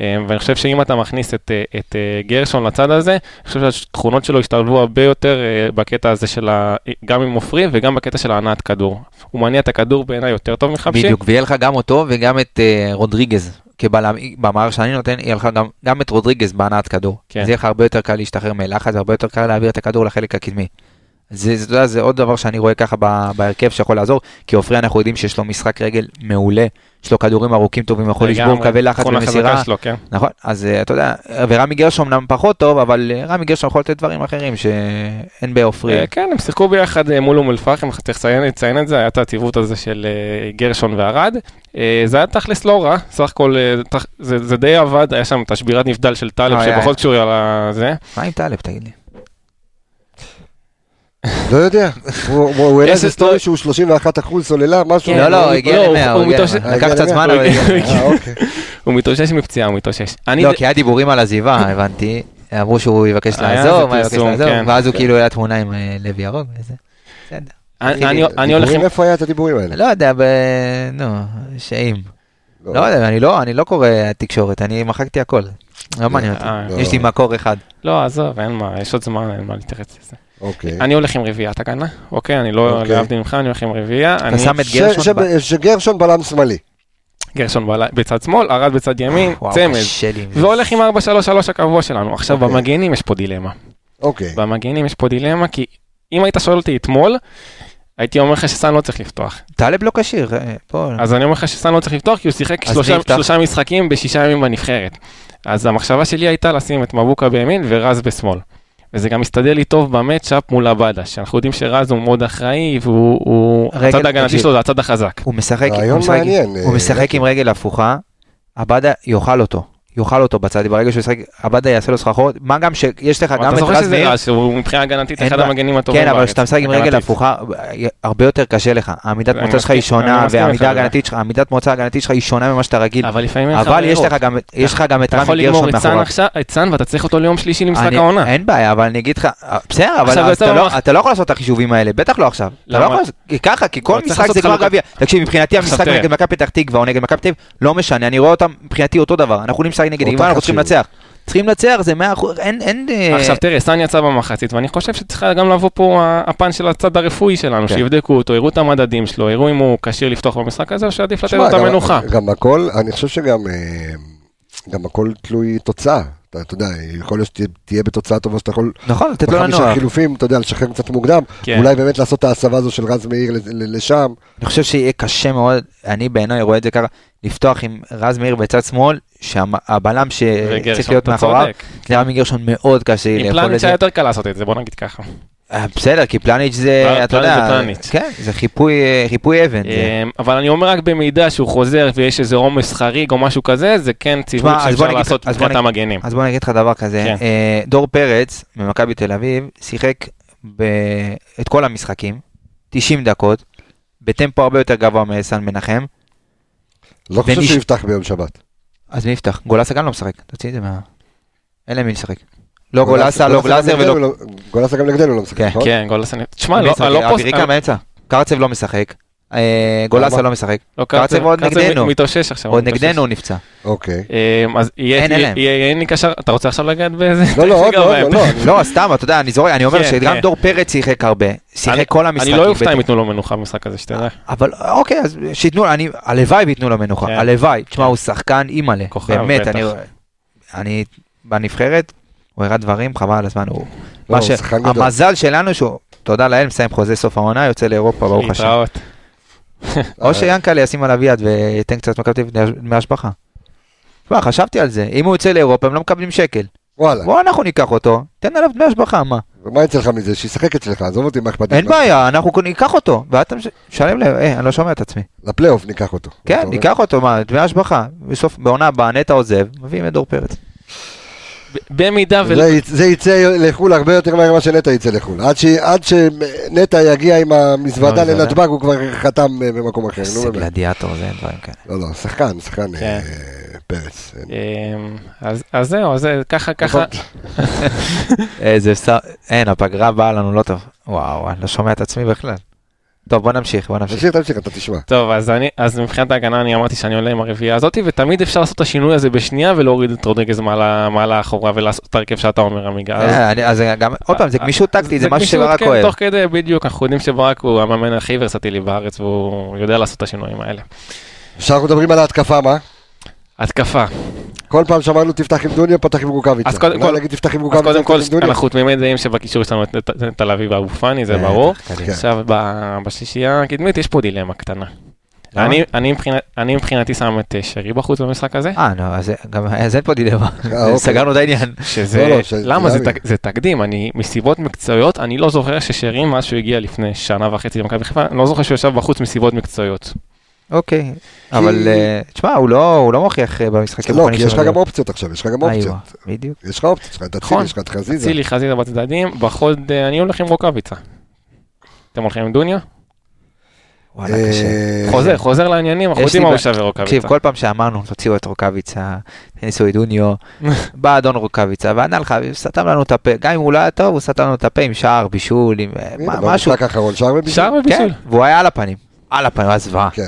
[SPEAKER 6] אה, ואני חושב שאם אתה מכניס את, אה, את אה, גרשון לצד הזה, אני חושב שהתכונות שלו השתלבו הרבה יותר אה, בקטע הזה של ה... גם עם עופרי וגם בקטע של ההנעת כדור. הוא מניע את הכדור בעיניי יותר טוב מחבשי.
[SPEAKER 5] בדיוק, ויהיה לך גם אותו וגם את אה, רודריגז כבלם, במער שאני נותן, יהיה לך גם, גם את רודריגז בהנעת כדור.
[SPEAKER 6] כן.
[SPEAKER 5] כן. זה יהיה לך הרבה יותר קל להשתחרר מלחץ, הרבה יותר קל להעביר את הכדור לחלק הקדמי. זה, זה, אתה יודע, זה עוד דבר שאני רואה ככה ב- בהרכב שיכול לעזור, כי עופרי אנחנו יודעים שיש לו משחק רגל מעולה, יש לו כדורים ארוכים טובים, יכול לשבור
[SPEAKER 6] לגמרי,
[SPEAKER 5] קווי לחץ
[SPEAKER 6] תכונה חזקה
[SPEAKER 5] ומסירה,
[SPEAKER 6] שלו, כן.
[SPEAKER 5] נכון, אז אה, אתה יודע, ורמי גרשון אמנם פחות טוב, אבל אה, רמי גרשון יכול לתת דברים אחרים שאין בעופרי.
[SPEAKER 6] אה, כן, הם שיחקו ביחד אה, מול אום אל-פחם, צריך לציין- לציין את זה, היה את הציוות הזה של אה, גרשון וערד. אה, זה היה תכלס לא רע, סך הכל אה, תכ- זה זה די עבד, היה שם את השבירת נבדל של טלב
[SPEAKER 5] אוי,
[SPEAKER 6] שפחות
[SPEAKER 5] אוי.
[SPEAKER 6] קשורי על ה- זה.
[SPEAKER 5] מה עם טלב, תגיד לי?
[SPEAKER 1] לא יודע, הוא- הוא הוא העלה
[SPEAKER 6] יש
[SPEAKER 1] איזה
[SPEAKER 6] את-
[SPEAKER 1] סטורי שהוא 31 אחוז סוללה, משהו.
[SPEAKER 5] לא, לא, הגיע
[SPEAKER 6] לא,
[SPEAKER 5] ל-100,
[SPEAKER 6] הוא
[SPEAKER 5] הוא הגיע
[SPEAKER 6] מתאושש-
[SPEAKER 5] ל-100, לקח
[SPEAKER 1] הגיע
[SPEAKER 5] קצת
[SPEAKER 1] ל-מאה,
[SPEAKER 5] זמן, אבל... הגיע ל-מאה.
[SPEAKER 1] אה, אוקיי.
[SPEAKER 6] הוא מתאושש מפציעה, הוא מתאושש. אני-
[SPEAKER 5] לא, כי היה דיבורים על עזיבה, הבנתי. אמרו שהוא יבקש
[SPEAKER 6] היה
[SPEAKER 5] לעזוב,
[SPEAKER 6] איזה
[SPEAKER 5] מה יבקש
[SPEAKER 6] פרסום,
[SPEAKER 5] לעזוב,
[SPEAKER 6] כן.
[SPEAKER 5] ואז הוא כאילו היה תמונה עם אה, לב ירוק וזה. בסדר.
[SPEAKER 6] אני- אני- אני הולך עם...
[SPEAKER 1] דיבורים, איפה היה את הדיבורים האלה?
[SPEAKER 5] לא יודע, ב... נו, שאים. לא יודע, אני לא, אני לא קורא תקשורת, אני מחקתי הכל. לא מעניין אותי.
[SPEAKER 6] אה,
[SPEAKER 1] לא.
[SPEAKER 5] יש לי מקור אחד.
[SPEAKER 6] לא, עזוב, אין מה, יש עוד זמן, אין מה להתייחס לזה.
[SPEAKER 1] אוקיי.
[SPEAKER 5] אה.
[SPEAKER 6] אני הולך עם רביעייה, אתה קנה? אוקיי, אני לא,
[SPEAKER 1] אוקיי.
[SPEAKER 6] להבדיל ממך, אני הולך עם רביעייה. אני
[SPEAKER 5] שם את
[SPEAKER 1] ש-
[SPEAKER 5] גרשון
[SPEAKER 1] שב-
[SPEAKER 5] ב-
[SPEAKER 1] שגרשון בלם שמאלי.
[SPEAKER 6] גרשון בעלה- בצד שמאל, ארד בצד ימין,
[SPEAKER 5] אה, וואו,
[SPEAKER 6] צמד.
[SPEAKER 5] קשה לי עם זה.
[SPEAKER 6] והולך עם 4-3-3 הקבוע שלנו. עכשיו,
[SPEAKER 1] אוקיי.
[SPEAKER 6] במגנים יש פה דילמה.
[SPEAKER 1] אוקיי.
[SPEAKER 6] במגנים יש פה דילמה, כי אם היית שואל אותי אתמול, הייתי אומר לך שסאן לא צריך לפתוח.
[SPEAKER 5] טלב לא כשיר, אה, פה.
[SPEAKER 6] אז אני אומר לך שסאן לא צריך לפתוח, כי הוא שיחק
[SPEAKER 5] אז
[SPEAKER 6] שלושה-
[SPEAKER 5] מי יפתח?
[SPEAKER 6] שלושה משחקים בשישה ימים בנבחרת. אז המחשבה שלי הייתה לשים את מבוקה בימין ורז בשמאל. וזה גם מסתדר לי טוב במצ'אפ מול עבאדה, שאנחנו יודעים שרז הוא מאוד אחראי, והוא... הוא-
[SPEAKER 5] רגל,
[SPEAKER 6] הצד ההגנתי
[SPEAKER 5] תקשיב.
[SPEAKER 6] שלו זה הצד החזק.
[SPEAKER 5] הוא משחק,
[SPEAKER 1] רעיון
[SPEAKER 5] הוא משחק,
[SPEAKER 1] מעניין,
[SPEAKER 5] עם, הוא
[SPEAKER 1] אה,
[SPEAKER 5] משחק עם רגל הפוכה, עבדה יאכל אותו, יאכל אותו בצד, ברגע שהוא ישחק, עבדה יעשה לו סחרחורת, מה גם שיש לך
[SPEAKER 6] אבל
[SPEAKER 5] גם
[SPEAKER 6] אתה
[SPEAKER 5] את
[SPEAKER 6] זוכר
[SPEAKER 5] רז
[SPEAKER 6] שזה
[SPEAKER 5] מאיר,
[SPEAKER 6] רז, שהוא מבחינה הגנתית
[SPEAKER 5] אין
[SPEAKER 6] אחד
[SPEAKER 5] בעיה.
[SPEAKER 6] המגנים הטובים
[SPEAKER 5] כן,
[SPEAKER 6] בארץ.
[SPEAKER 5] אבל כשאתה משחק עם רגל
[SPEAKER 6] הגנתית.
[SPEAKER 5] הפוכה, הרבה יותר קשה לך. העמידת
[SPEAKER 6] אני
[SPEAKER 5] מוצא שלך
[SPEAKER 6] מסכים-
[SPEAKER 5] היא שונה,
[SPEAKER 6] אני מסכים איתך,
[SPEAKER 5] והעמידה
[SPEAKER 6] אבל-
[SPEAKER 5] ההגנתית שלך, העמידת מוצא ההגנתית שלך היא שונה ממה שאתה רגיל.
[SPEAKER 6] אבל לפעמים אין לך
[SPEAKER 5] כאילו. אבל יש
[SPEAKER 6] ברירות.
[SPEAKER 5] לך גם- יש לך גם את
[SPEAKER 6] אתה יכול
[SPEAKER 5] רמי
[SPEAKER 6] לגמור
[SPEAKER 5] גרשון
[SPEAKER 6] את סאן
[SPEAKER 5] מאחוריו.
[SPEAKER 6] עכשיו, את סאן ואתה צריך אותו ליום שלישי למשחק
[SPEAKER 5] אני-
[SPEAKER 6] העונה.
[SPEAKER 5] אין בעיה, אבל אני אגיד לך, אה, בסדר, אבל
[SPEAKER 6] עכשיו
[SPEAKER 5] אז
[SPEAKER 6] יוצא
[SPEAKER 5] אתה לא-
[SPEAKER 6] במח-
[SPEAKER 5] אתה לא יכול לעשות את החישובים האלה, בטח לא עכשיו. אתה
[SPEAKER 6] למה?
[SPEAKER 5] לא יכול לעשות- כי ככה, כי כל
[SPEAKER 6] אבל צריך
[SPEAKER 5] משחק
[SPEAKER 6] לעשות
[SPEAKER 5] זה כבר
[SPEAKER 6] חלוקה.
[SPEAKER 5] גביע. תקשיב, מבחינתי
[SPEAKER 6] עכשיו
[SPEAKER 5] המשחק
[SPEAKER 6] תראה.
[SPEAKER 5] נגד מכבי פתח תקווה או נגד מכבי תל אביב, לא משנה, אני רואה אותם מבחינתי אותו דבר. אנחנו עולים לשחק נגד
[SPEAKER 1] אותו
[SPEAKER 5] גבעה, אנחנו צריכים
[SPEAKER 1] חשיבות.
[SPEAKER 5] לנצח. צריכים לנצח, זה 100%, אין, אין... אה,
[SPEAKER 6] עכשיו תראה, סאן יצא במחצית, ואני חושב שצריכה גם לבוא פה ה- הפן של הצד הרפואי שלנו,
[SPEAKER 5] כן.
[SPEAKER 6] שיבדקו אותו, יראו את המדדים שלו, יראו אם הוא כשיר לפתוח במשחק הזה, או שעדיף לתת לו
[SPEAKER 1] תשמע,
[SPEAKER 6] את
[SPEAKER 1] גם-
[SPEAKER 6] המנוחה.
[SPEAKER 1] גם הכל, אני חושב שגם אה, גם הכל תלוי תוצאה. אתה אתה יודע, יכול להיות שתהיה בתוצאה טובה שאתה יכול
[SPEAKER 5] נכון, לתת לו
[SPEAKER 1] בחמישה
[SPEAKER 5] לנוח.
[SPEAKER 1] חילופים, אתה יודע, לשחרר קצת מוקדם.
[SPEAKER 6] כן.
[SPEAKER 1] אולי באמת לעשות את ההסבה הזו של רז מאיר ל- ל- לשם.
[SPEAKER 5] אני חושב שיהיה קשה מאוד, אני בעיניי רואה את זה ככה, לפתוח עם רז מאיר בצד שמאל, שהבלם שצריך
[SPEAKER 6] וגרשון,
[SPEAKER 5] להיות
[SPEAKER 6] אתה
[SPEAKER 5] מאחוריו,
[SPEAKER 6] צודק.
[SPEAKER 5] לרמי גרשון מאוד קשה
[SPEAKER 6] עם
[SPEAKER 5] לאכול את
[SPEAKER 6] פלניץ' היה
[SPEAKER 5] זה.
[SPEAKER 6] יותר קל לעשות את זה, בוא נגיד ככה.
[SPEAKER 5] אה, בסדר, כי פלניץ' זה,
[SPEAKER 6] פלניץ'
[SPEAKER 5] אתה
[SPEAKER 6] זה
[SPEAKER 5] יודע,
[SPEAKER 6] פלניץ'.
[SPEAKER 5] כן, זה חיפוי אה, חיפוי אבן. זה-
[SPEAKER 6] אמ, אבל אני אומר רק במידע שהוא חוזר ויש איזה עומס חריג או משהו כזה, זה כן ציוות
[SPEAKER 5] תשמע, אז בוא
[SPEAKER 6] שאפשר
[SPEAKER 5] נגיד-
[SPEAKER 6] לעשות
[SPEAKER 5] אז בוא
[SPEAKER 6] מבחינת
[SPEAKER 5] נגיד-
[SPEAKER 6] המגנים.
[SPEAKER 5] אז בוא אני אגיד לך דבר כזה,
[SPEAKER 6] אה, כן.
[SPEAKER 5] אה, דור פרץ ממכבי תל אביב שיחק ב- את כל המשחקים, 90 דקות, בטמפו הרבה יותר גבוה מסן מנחם,
[SPEAKER 1] לא חושב
[SPEAKER 5] ומי ש-
[SPEAKER 1] שהוא יפתח ביום שבת.
[SPEAKER 5] אז מי יפתח? גולסה גם לא משחק, תוציא את זה מה... אין להם מי לשחק. לא
[SPEAKER 1] גולס-
[SPEAKER 5] גולסה, לא
[SPEAKER 1] גולסה גם
[SPEAKER 5] גלאזר ולא
[SPEAKER 1] נגדנו לא- גולסה גם נגדנו לא משחק,
[SPEAKER 5] כן,
[SPEAKER 1] נכון?
[SPEAKER 6] כן, גול הסנט. תשמע, לא-
[SPEAKER 5] מי משחק?
[SPEAKER 6] לא פוסט...
[SPEAKER 5] אביריקה באמצע. קרצב לא משחק. אה, גולסה
[SPEAKER 6] למה?
[SPEAKER 5] לא משחק.
[SPEAKER 6] לא
[SPEAKER 5] קרצב עוד
[SPEAKER 6] קרצב
[SPEAKER 5] נגדנו.
[SPEAKER 6] מתאושש עכשיו.
[SPEAKER 5] עוד
[SPEAKER 6] מתאושש.
[SPEAKER 5] נגדנו הוא נפצע.
[SPEAKER 1] אוקיי.
[SPEAKER 5] אה,
[SPEAKER 6] אמ, אז יהיה
[SPEAKER 5] אין, אין
[SPEAKER 6] יהיה-
[SPEAKER 5] להם.
[SPEAKER 6] יהיה- אין לי קשר, אתה רוצה עכשיו לגעת באיזה?
[SPEAKER 1] לא, לא, עוד לא, עוד לא, לא.
[SPEAKER 5] לא, סתם, אתה יודע, אני זורק, אני אומר
[SPEAKER 6] כן,
[SPEAKER 5] שגם
[SPEAKER 6] כן.
[SPEAKER 5] דור פרץ שיחק הרבה.
[SPEAKER 6] אני-
[SPEAKER 5] שיחק כל המשחקים.
[SPEAKER 6] אני לא אופתע אם
[SPEAKER 5] בטח.
[SPEAKER 6] ייתנו לו מנוחה במשחק הזה, שתדע.
[SPEAKER 5] אבל אוקיי, אז שייתנו, אני, הלוואי וייתנו לו מנוחה,
[SPEAKER 6] כן.
[SPEAKER 5] הלוואי. תשמע, הוא שחקן אימא'לה,
[SPEAKER 6] כוכב,
[SPEAKER 5] באמת,
[SPEAKER 6] בטח.
[SPEAKER 5] אני, אני בנבחרת, הוא הראה דברים, חבל על הזמן, הוא...
[SPEAKER 1] לא,
[SPEAKER 5] מה
[SPEAKER 1] הוא
[SPEAKER 5] ש-
[SPEAKER 1] שחקן גדול.
[SPEAKER 5] המזל שלנו שהוא, תודה לאל, מסיים חוזה סוף העונה, יוצא לאירופה, ברוך השם.
[SPEAKER 6] להתראות.
[SPEAKER 5] או שיאנקל'ה ישים עליו יד וייתן קצת מכבי תל אביב דמי השבחה. תשמע, חשבתי על זה, אם הוא יוצא לאירופה הם לא מקבלים שקל.
[SPEAKER 1] וואלה.
[SPEAKER 5] בוא אנחנו ניקח אותו, תן עליו דמי השבחה, מה?
[SPEAKER 1] ומה יצא לך מזה? שישחק אצלך, עזוב אותי, מה אכפת לי.
[SPEAKER 5] אין בעיה, אנחנו ניקח אותו, ואתה מש- משלם להם, אה, אני לא שומע את עצמי.
[SPEAKER 1] לפלייאוף ניקח אותו. אתה
[SPEAKER 5] כן,
[SPEAKER 1] אומר?
[SPEAKER 5] ניקח אותו, מה, דמי השבחה. בסוף, בעונה הבאה נטע עוזב, מביאים את דור פרץ.
[SPEAKER 6] ב- במידה ו...
[SPEAKER 1] זה יצ- זה יצא לחו"ל הרבה יותר מהר ממה שנטע יצא לחו"ל. עד ש- עד שנטע יגיע עם
[SPEAKER 6] לא,
[SPEAKER 1] המזוודה
[SPEAKER 5] המזוודה.
[SPEAKER 1] לנתב"ג, הוא כבר חתם אה, במקום אחר. נו,
[SPEAKER 5] איזה
[SPEAKER 1] באמת.
[SPEAKER 5] גלדיאטור זה, אין דברים כאלה.
[SPEAKER 1] לא, לא, שחקן, שחקן
[SPEAKER 6] כן.
[SPEAKER 1] אה, פרץ. אין-
[SPEAKER 6] אמ, אז אז זהו, אז זה ככה, ככה.
[SPEAKER 5] איזה ס... אין, הפגרה באה לנו לא טוב. וואו, אני לא שומע את עצמי בכלל. טוב, בוא נמשיך, בוא נמשיך.
[SPEAKER 1] תמשיך, תמשיך, אתה תשמע.
[SPEAKER 6] טוב, אז אני, אז מבחינת ההגנה אני אמרתי שאני עולה עם הרביעייה הזאת, ותמיד אפשר לעשות את השינוי הזה בשנייה ולהוריד את רודריגז מעלה, מעלה אחורה ולעשות את ההרכב שאתה אומר, עמיגה. אז- אה,
[SPEAKER 5] אה, אני- אז גם, עוד פעם, זה גמישות טקטית, זה משהו
[SPEAKER 6] גמישות,
[SPEAKER 5] שברק
[SPEAKER 6] כן,
[SPEAKER 5] אוהב.
[SPEAKER 6] תוך כדי, בדיוק, אנחנו יודעים שברק הוא המאמן הכי ורסטילי בארץ, והוא יודע לעשות את השינויים האלה.
[SPEAKER 1] כשאנחנו מדברים על ההתקפה, מה?
[SPEAKER 6] התקפה.
[SPEAKER 1] כל פעם שאמרנו תפתח עם דוניו, פתח עם רוקאביצה.
[SPEAKER 6] אז קודם
[SPEAKER 1] אולי
[SPEAKER 6] כל-
[SPEAKER 1] נגיד תפתח עם
[SPEAKER 6] אז
[SPEAKER 1] רוקאביצה,
[SPEAKER 6] קודם כל,
[SPEAKER 1] תפתח עם דוניו.
[SPEAKER 6] אנחנו תמימי דעים שבקישור יש לנו את נת- תל אביב ואבו פאני, זה
[SPEAKER 5] בטח,
[SPEAKER 6] ברור.
[SPEAKER 5] קדימה.
[SPEAKER 1] כן.
[SPEAKER 6] עכשיו, ב- בשלישייה הקדמית יש פה דילמה קטנה. אני- אני מבחינת- אני מבחינתי שם את אה, שרי בחוץ במשחק הזה.
[SPEAKER 5] אה, נו, אז זה- גם- אז אין פה דילמה.
[SPEAKER 1] אוקיי.
[SPEAKER 5] סגרנו את העניין.
[SPEAKER 6] שזה,
[SPEAKER 1] לא, לא, שזה-
[SPEAKER 6] למה זה,
[SPEAKER 1] למה?
[SPEAKER 6] תק, זה תקדים, אני, מסיבות מקצועיות, אני לא זוכר ששרי, מאז שהוא הגיע לפני שנה וחצי למכבי חיפה, אני לא זוכר שהוא ישב בחוץ מסיבות מקצועיות.
[SPEAKER 5] אוקיי. אבל, אה, תשמע, הוא לא הוא לא מוכיח אה, במשחקים.
[SPEAKER 1] לא,
[SPEAKER 6] אוקיי,
[SPEAKER 5] הפנים
[SPEAKER 1] כי יש לך
[SPEAKER 5] שלו.
[SPEAKER 1] גם אופציות עכשיו, יש לך גם
[SPEAKER 5] אה,
[SPEAKER 1] אופציות.
[SPEAKER 5] איוה, בדיוק.
[SPEAKER 1] יש לך אופציות, יש לך את אצילי,
[SPEAKER 6] נכון.
[SPEAKER 1] יש לך את חזיזה.
[SPEAKER 6] אצילי חזיזה בצדדים, בחוד אה, אני הולך עם רוקאביצה. אתם הולכים עם דוניה?
[SPEAKER 5] וואלה,
[SPEAKER 1] אה,
[SPEAKER 5] קשה.
[SPEAKER 6] חוזר, חוזר לעניינים, אנחנו
[SPEAKER 5] יש
[SPEAKER 6] יודעים
[SPEAKER 5] לי
[SPEAKER 6] מה הוא
[SPEAKER 5] בע-
[SPEAKER 6] שווה רוקאביצה.
[SPEAKER 5] תקשיב, כל פעם שאמרנו, תוציאו את רוקאביצה, תכניסו את דוניו, בא אדון רוקאביצה, וענה לך, הוא סתם לנו את הפה, גם אם הוא לא היה טוב, הוא סתם לנו את הפה עם שער, בישול, עם אה,
[SPEAKER 1] הנה,
[SPEAKER 5] מה- משהו.
[SPEAKER 1] במשחק האחרון, שער ובישול.
[SPEAKER 6] שער ובישול.
[SPEAKER 5] כן, והוא היה על הפנים, על הפנים, הוא היה זוועה.
[SPEAKER 1] כן.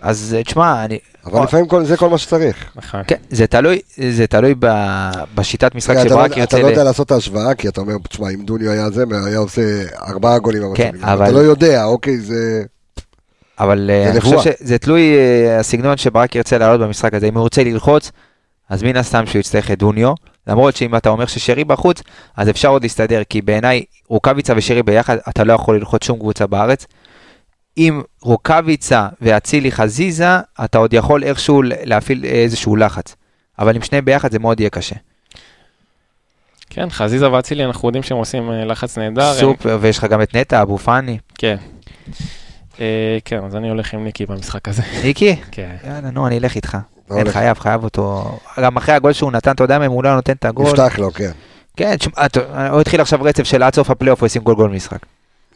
[SPEAKER 5] אז אה, תשמע, אני...
[SPEAKER 1] אבל לפעמים כל- זה כל מה שצריך.
[SPEAKER 6] נכון.
[SPEAKER 5] כן, זה תלוי, זה תלוי ב- בשיטת משחק
[SPEAKER 1] אתה לא-
[SPEAKER 5] שברק יוצא
[SPEAKER 1] אתה
[SPEAKER 5] ל...
[SPEAKER 1] לא יודע לעשות את ההשוואה, כי אתה אומר, תשמע, אם דוניו היה זה, היה עושה ארבעה גולים
[SPEAKER 5] כן,
[SPEAKER 1] במצבים. אבל
[SPEAKER 5] אבל-
[SPEAKER 1] אתה לא יודע, אוקיי, זה...
[SPEAKER 5] אבל אה,
[SPEAKER 1] זה
[SPEAKER 5] אני
[SPEAKER 1] נבואה.
[SPEAKER 5] חושב שזה תלוי אה, הסגנון שברק ירצה לעלות במשחק הזה. אם הוא רוצה ללחוץ, אז מן הסתם שהוא יצטרך את דוניו. למרות שאם אתה אומר ששרי בחוץ, אז אפשר עוד להסתדר, כי בעיניי רוקאביצה ושרי ביחד, אתה לא יכול ללחוץ שום קבוצה בארץ. אם רוקאביצה ואצילי חזיזה, אתה עוד יכול איכשהו להפעיל איזשהו לחץ. אבל עם שני ביחד זה מאוד יהיה קשה.
[SPEAKER 6] כן, חזיזה ואצילי, אנחנו יודעים שהם עושים אה, לחץ נהדר. הם-
[SPEAKER 5] סופר, ויש לך גם את נטע, אבו פאני.
[SPEAKER 6] כן. אה, כן, אז אני הולך עם ניקי במשחק הזה.
[SPEAKER 5] ניקי,
[SPEAKER 6] כן.
[SPEAKER 5] יאללה, נו, אני אלך איתך.
[SPEAKER 1] אתה
[SPEAKER 5] אין,
[SPEAKER 1] לא הולך.
[SPEAKER 5] חייב, חייב אותו. גם אחרי הגול שהוא נתן, אתה יודע מה, אם הוא לא היה נותן את הגול.
[SPEAKER 1] נפתח לו, כן.
[SPEAKER 5] כן, תשמע, אתה- הוא התחיל עכשיו רצף של עד סוף הפלייאוף הוא ישים גול גול משחק.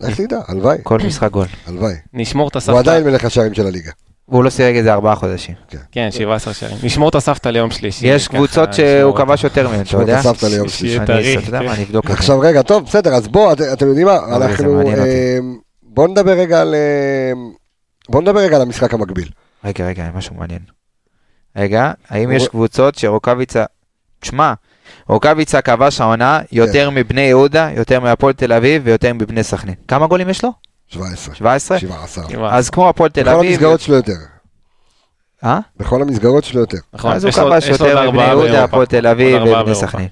[SPEAKER 1] איך תדע, הלוואי,
[SPEAKER 5] כן. כל משחק גול.
[SPEAKER 1] הלוואי.
[SPEAKER 6] נשמור את הסבתא.
[SPEAKER 1] הוא עדיין מלך השערים של הליגה.
[SPEAKER 5] והוא לא שיחק איזה ארבעה חודשים.
[SPEAKER 6] כן, 17 שערים. נשמור את הסבתא ליום שלישי.
[SPEAKER 5] יש
[SPEAKER 6] ככה,
[SPEAKER 5] קבוצות
[SPEAKER 6] נשמור
[SPEAKER 5] שהוא
[SPEAKER 6] אותה.
[SPEAKER 5] כבש יותר מהן, אתה
[SPEAKER 1] תשמע,
[SPEAKER 5] יודע?
[SPEAKER 1] חשפת ליום
[SPEAKER 6] שיהיה
[SPEAKER 1] שלישי.
[SPEAKER 5] אני-
[SPEAKER 6] טרי,
[SPEAKER 5] אתה יודע
[SPEAKER 6] כן.
[SPEAKER 5] מה, אני אבדוק את זה.
[SPEAKER 1] עכשיו רגע, טוב, בסדר, אז בואו, את- אתם יודעים מה,
[SPEAKER 5] זה
[SPEAKER 1] אנחנו...
[SPEAKER 5] מעניין אותי.
[SPEAKER 1] אה, בואו נדבר רגע על... אה, בואו נדבר רגע על המשחק המקביל.
[SPEAKER 5] רגע, רגע, משהו מעניין. רגע, האם יש
[SPEAKER 1] הוא-
[SPEAKER 5] קבוצות שרוקאביצה... תשמע, רוקאביצה כבש העונה
[SPEAKER 1] כן.
[SPEAKER 5] יותר מבני יהודה, יותר מהפועל תל אביב ויותר מבני סכנין. כמה גולים יש לו?
[SPEAKER 1] 17,
[SPEAKER 5] 17?
[SPEAKER 1] 17.
[SPEAKER 6] שבעה.
[SPEAKER 5] אז כמו הפועל תל
[SPEAKER 1] בכל
[SPEAKER 5] אביב...
[SPEAKER 1] המסגרות שלו יותר.
[SPEAKER 5] אה?
[SPEAKER 1] בכל המסגרות שלו יותר.
[SPEAKER 6] נכון,
[SPEAKER 5] אז הוא
[SPEAKER 6] יש לו-
[SPEAKER 5] כבש
[SPEAKER 6] יש לו עוד
[SPEAKER 5] יותר מבני
[SPEAKER 6] ארבעה
[SPEAKER 5] יהודה,
[SPEAKER 6] באירופה.
[SPEAKER 5] הפועל תל
[SPEAKER 6] עוד
[SPEAKER 5] אביב
[SPEAKER 6] ארבעה
[SPEAKER 5] ובני
[SPEAKER 6] באירופה.
[SPEAKER 5] סכנין.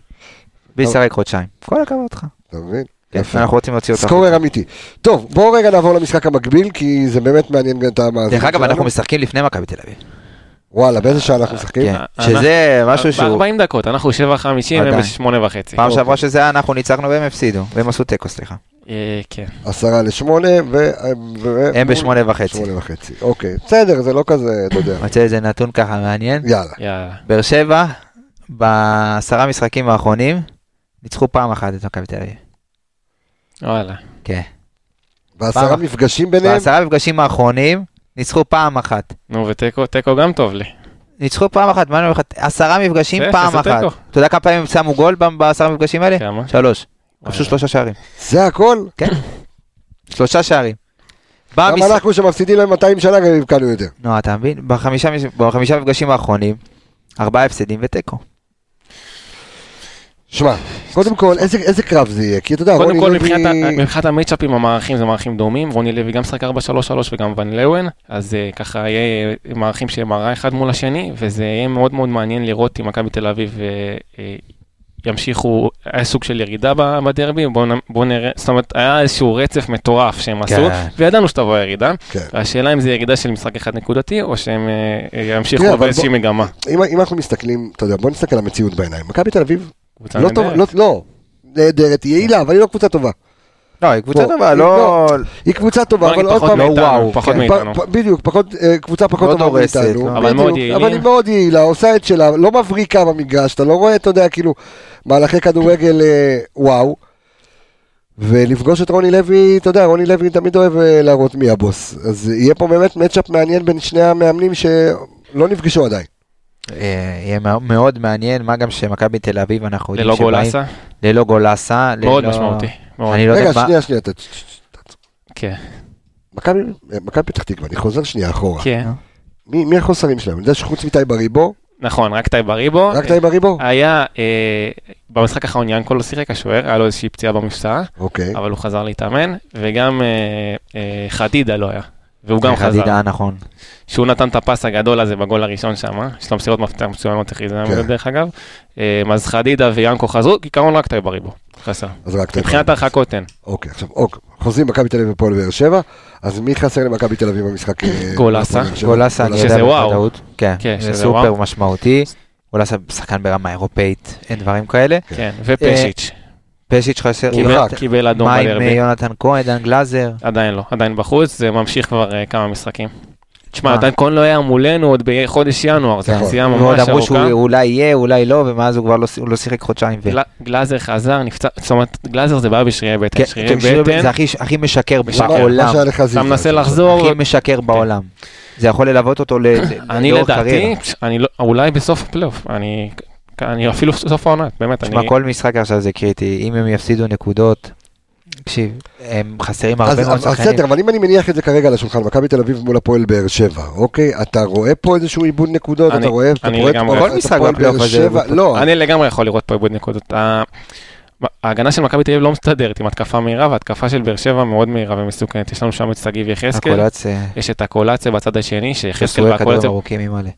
[SPEAKER 5] וישחק חודשיים. כל הכבוד לך.
[SPEAKER 1] אתה מבין?
[SPEAKER 5] כן,
[SPEAKER 1] יפה.
[SPEAKER 5] אנחנו רוצים להוציא אותך.
[SPEAKER 1] סקורר אמיתי. טוב, בואו רגע נעבור למשחק המקביל, כי זה באמת מעניין גם את המאזינים
[SPEAKER 5] דרך אגב, אנחנו
[SPEAKER 1] שלנו.
[SPEAKER 5] משחקים לפני מכבי תל אביב.
[SPEAKER 1] כן. וואלה, באיזה שעה אנחנו משחקים?
[SPEAKER 5] כן,
[SPEAKER 6] אנחנו-
[SPEAKER 5] שזה משהו שהוא...
[SPEAKER 6] ב-40 דקות, אנחנו 7.50
[SPEAKER 5] עדיין.
[SPEAKER 6] והם 8 וחצי.
[SPEAKER 1] אוקיי.
[SPEAKER 6] אוקיי.
[SPEAKER 5] פעם שעברה שזה היה, אנחנו ניצחנו והם הפסידו. והם עשו תיקו, סליחה.
[SPEAKER 6] אה, כן.
[SPEAKER 1] עשרה לשמונה, ו... ו-
[SPEAKER 5] הם בשמונה וחצי.
[SPEAKER 1] שמונה וחצי, אוקיי. בסדר, זה לא כזה, אתה יודע.
[SPEAKER 5] מצא איזה נתון ככה מעניין.
[SPEAKER 1] יאללה.
[SPEAKER 6] יאללה.
[SPEAKER 5] באר שבע, בעשרה משחקים האחרונים, ניצחו פעם אחת את מכבי תל אביב.
[SPEAKER 6] וואלה.
[SPEAKER 5] כן.
[SPEAKER 1] בעשרה
[SPEAKER 5] פעם.
[SPEAKER 1] מפגשים ביניהם?
[SPEAKER 5] בעשרה המפגשים האחרונים, ניצחו פעם אחת.
[SPEAKER 6] נו, ותיקו תיקו גם טוב לי.
[SPEAKER 5] ניצחו פעם אחת, מה אני אומר לך? עשרה מפגשים
[SPEAKER 6] זה-
[SPEAKER 5] פעם
[SPEAKER 6] זה
[SPEAKER 5] אחת.
[SPEAKER 6] תיקו.
[SPEAKER 5] אתה יודע כמה פעמים הם שמו גול ב- בעשרה המפגשים האלה?
[SPEAKER 6] כמה?
[SPEAKER 5] שלוש.
[SPEAKER 6] וואלה.
[SPEAKER 5] כבשו שלושה שערים.
[SPEAKER 1] זה הכל?
[SPEAKER 5] שלושה שערים. בא
[SPEAKER 1] גם
[SPEAKER 5] המשחק-
[SPEAKER 1] אנחנו שמפסידים להם 200 שנה גם הבקענו יותר.
[SPEAKER 5] נו, אתה מבין? בחמישה מש- בחמישה מפגשים האחרונים, ארבעה הפסדים ותיקו.
[SPEAKER 1] שמע, קודם כל, איזה- איזה קרב זה יהיה? כי אתה יודע,
[SPEAKER 6] קודם
[SPEAKER 1] אה, רוני
[SPEAKER 6] כל,
[SPEAKER 1] לוי...
[SPEAKER 6] מבחינת ה- מבחינת המצ'אפים, המערכים זה מערכים דומים, רוני לוי גם שחק 4-3-3 וגם ון לאוון, אז אה, ככה יהיה מערכים שהם מערה אחד מול השני, וזה יהיה מאוד מאוד מעניין לראות אם מכבי תל אביב אה, אה, ימשיכו, היה סוג של ירידה ב- בדרבי, בואו נ- בואו נראה, זאת אומרת, היה איזשהו רצף מטורף שהם
[SPEAKER 5] כן.
[SPEAKER 6] עשו, וידענו שתבוא הירידה,
[SPEAKER 1] כן.
[SPEAKER 6] והשאלה אם זה ירידה של משחק אחד נקודתי, או שהם אה, אה,
[SPEAKER 1] תראה,
[SPEAKER 6] ימשיכו
[SPEAKER 1] לא, אבל
[SPEAKER 6] באיזושהי
[SPEAKER 1] בוא-
[SPEAKER 6] מגמה.
[SPEAKER 1] אם- אם אנחנו מסתכלים, אתה יודע, בוא נסתכל על המציאות בעיניים. מכבי תל אביב,
[SPEAKER 6] קבוצה
[SPEAKER 1] לא טוב,
[SPEAKER 6] נהדרת.
[SPEAKER 1] לא- לא, נהדרת, היא יעילה, אבל היא לא קבוצה טובה.
[SPEAKER 5] לא, היא קבוצה
[SPEAKER 1] בוא,
[SPEAKER 5] טובה,
[SPEAKER 1] היא
[SPEAKER 5] לא...
[SPEAKER 1] היא קבוצה טובה,
[SPEAKER 6] בוא נגיד,
[SPEAKER 1] אבל עוד
[SPEAKER 6] פחות
[SPEAKER 1] פעם,
[SPEAKER 5] לא
[SPEAKER 6] מאיתנו,
[SPEAKER 5] וואו,
[SPEAKER 6] פחות
[SPEAKER 5] כן.
[SPEAKER 6] מאיתנו.
[SPEAKER 1] פ- פ- בדיוק, פחות, אה, קבוצה פחות
[SPEAKER 5] לא
[SPEAKER 1] טובה
[SPEAKER 5] דורסת,
[SPEAKER 1] מאיתנו.
[SPEAKER 5] לא.
[SPEAKER 6] אבל מאוד
[SPEAKER 1] בדיוק, אבל היא
[SPEAKER 6] יעילים.
[SPEAKER 1] מאוד יעילה, עושה את שלה, לא מבריקה במגרש, אתה לא רואה, אתה יודע, כאילו, מהלכי כדורגל אה, וואו. ולפגוש את רוני לוי, אתה יודע, רוני לוי תמיד אוהב אה, להראות מי הבוס. אז יהיה פה באמת מצ'אפ מעניין בין שני המאמנים שלא נפגשו עדיין.
[SPEAKER 5] אה, יהיה מא- מאוד מעניין, מה גם שמכבי תל אביב, אנחנו יודעים
[SPEAKER 6] ללא גולסה,
[SPEAKER 5] ללא גולסה.
[SPEAKER 6] מאוד
[SPEAKER 5] ללא-
[SPEAKER 6] משמעותי. מאוד.
[SPEAKER 5] אני לא
[SPEAKER 1] רגע,
[SPEAKER 5] יודע מה...
[SPEAKER 1] שנייה, שנייה, אתה-
[SPEAKER 6] כן,
[SPEAKER 1] מכבי מכבי פתח תקווה, אני חוזר שנייה אחורה.
[SPEAKER 6] כן.
[SPEAKER 1] מי מי החוסרים שלהם? אני יודע שחוץ מטייב בריבו,
[SPEAKER 6] נכון, רק טייב בריבו.
[SPEAKER 1] רק טייב בריבו?
[SPEAKER 6] היה, אה, במשחק האחרון ינקו לא שיחק השוער, היה לו איזושהי פציעה במבצע,
[SPEAKER 1] אוקיי.
[SPEAKER 6] אבל הוא חזר להתאמן, וגם אה, אה, חדידה לא היה, והוא גם
[SPEAKER 5] סליחה,
[SPEAKER 6] חזר.
[SPEAKER 5] דידה, נכון.
[SPEAKER 6] שהוא נתן את הפס הגדול הזה בגול הראשון שם, יש לו מסירות מפתח מצוינות, איך זה היה
[SPEAKER 1] כן.
[SPEAKER 6] מודד, דרך אגב. אה, אז חדידה ויאנקו חזרו, כעיקרון רק טייב בריבו, חסר.
[SPEAKER 1] אז רק טייב
[SPEAKER 6] מבחינת כן.
[SPEAKER 1] בריבו.
[SPEAKER 6] הרחקות אין.
[SPEAKER 1] אוקיי, עכשיו אוקיי, חוזרים מכבי תל אביב ופועל באר שבע, אז מי חסר למכבי תל אביב במשחק? אה,
[SPEAKER 6] גולסה.
[SPEAKER 1] הפועל באר שבע?
[SPEAKER 5] גולסה, אני יודע
[SPEAKER 6] שזה וואו.
[SPEAKER 5] בוודאות. כן,
[SPEAKER 6] כן,
[SPEAKER 5] זה
[SPEAKER 6] שזה
[SPEAKER 5] סופר
[SPEAKER 6] וואו.
[SPEAKER 5] משמעותי. גולסה שחקן ברמה אירופאית, אין דברים כאלה.
[SPEAKER 6] כן, ופשיץ'.
[SPEAKER 5] אה, פשיץ' חסר.
[SPEAKER 6] קיבל-
[SPEAKER 5] יונתן-
[SPEAKER 6] קיבל אדום
[SPEAKER 5] מה עם אה,
[SPEAKER 6] בדרבי.
[SPEAKER 5] יונתן כהן, דן גלאזר?
[SPEAKER 6] עדיין לא, עדיין בחוץ, זה ממשיך כבר אה, כמה משחקים.
[SPEAKER 5] אה.
[SPEAKER 6] תשמע, עדיין כהן לא היה מולנו עוד בחודש ינואר, זו
[SPEAKER 1] נכון.
[SPEAKER 6] פציעה ממש
[SPEAKER 5] ועוד
[SPEAKER 6] ארוכה.
[SPEAKER 5] אמרו שהוא אולי יהיה, אולי לא, ומאז הוא כבר לא- הוא לא שיחק חודשיים. ו-
[SPEAKER 6] גל- גלאזר חזר, נפצע, זאת אומרת, גלאזר זה בעיה בשרירי בטן.
[SPEAKER 5] כן,
[SPEAKER 6] שרירי
[SPEAKER 5] אתם שומעים?
[SPEAKER 6] בטן, לא,
[SPEAKER 5] זה הכי- הכי משקר
[SPEAKER 1] מה- מה
[SPEAKER 5] בעולם.
[SPEAKER 1] שהיה לך זיו, אה,
[SPEAKER 6] אתה מנסה
[SPEAKER 1] זה-
[SPEAKER 6] לחזור,
[SPEAKER 5] הכי משקר בעולם. זה יכול ללוות אותו ל- ל-
[SPEAKER 6] כן. אני
[SPEAKER 5] לאורך
[SPEAKER 6] לדעתי,
[SPEAKER 5] קריירה.
[SPEAKER 6] פש- אני לא- אולי בסוף הפלייאוף, אני אני אפילו סוף העונה, באמת,
[SPEAKER 5] תשמע,
[SPEAKER 6] אני...
[SPEAKER 5] כל משחק עכשיו זה קריטי, אם הם יפסידו נקודות, תקשיב, הם חסרים
[SPEAKER 1] אז
[SPEAKER 5] הרבה מאוד
[SPEAKER 1] אז
[SPEAKER 5] שחקנים.
[SPEAKER 1] בסדר, אבל אם אני מניח את זה כרגע על השולחן, מכבי תל אביב מול הפועל באר שבע, אוקיי? אתה רואה פה איזשהו עיבוד נקודות,
[SPEAKER 6] אני-
[SPEAKER 1] אתה רואה אתה
[SPEAKER 6] אני
[SPEAKER 1] רואה את
[SPEAKER 6] לגמרי-
[SPEAKER 1] הפועל-
[SPEAKER 5] כל
[SPEAKER 1] את
[SPEAKER 5] משחק
[SPEAKER 1] הפועל
[SPEAKER 5] בפלייאוף
[SPEAKER 1] באר
[SPEAKER 5] הזה
[SPEAKER 1] שבע,
[SPEAKER 5] הוא-
[SPEAKER 1] לא,
[SPEAKER 6] אני לגמרי יכול לראות פה איבוד נקודות. ה- ההגנה של מכבי תל אביב לא מסתדרת עם התקפה מהירה, והתקפה של באר שבע מאוד מהירה ומסוכנת. יש לנו שם את שגיב יחזקאל,
[SPEAKER 5] הקולץ, אה,
[SPEAKER 6] יש את הקולציה בצד השני, שיחזקאל
[SPEAKER 5] שסורי כדורים
[SPEAKER 6] והקולציה...
[SPEAKER 5] ארוכים אימא'לה.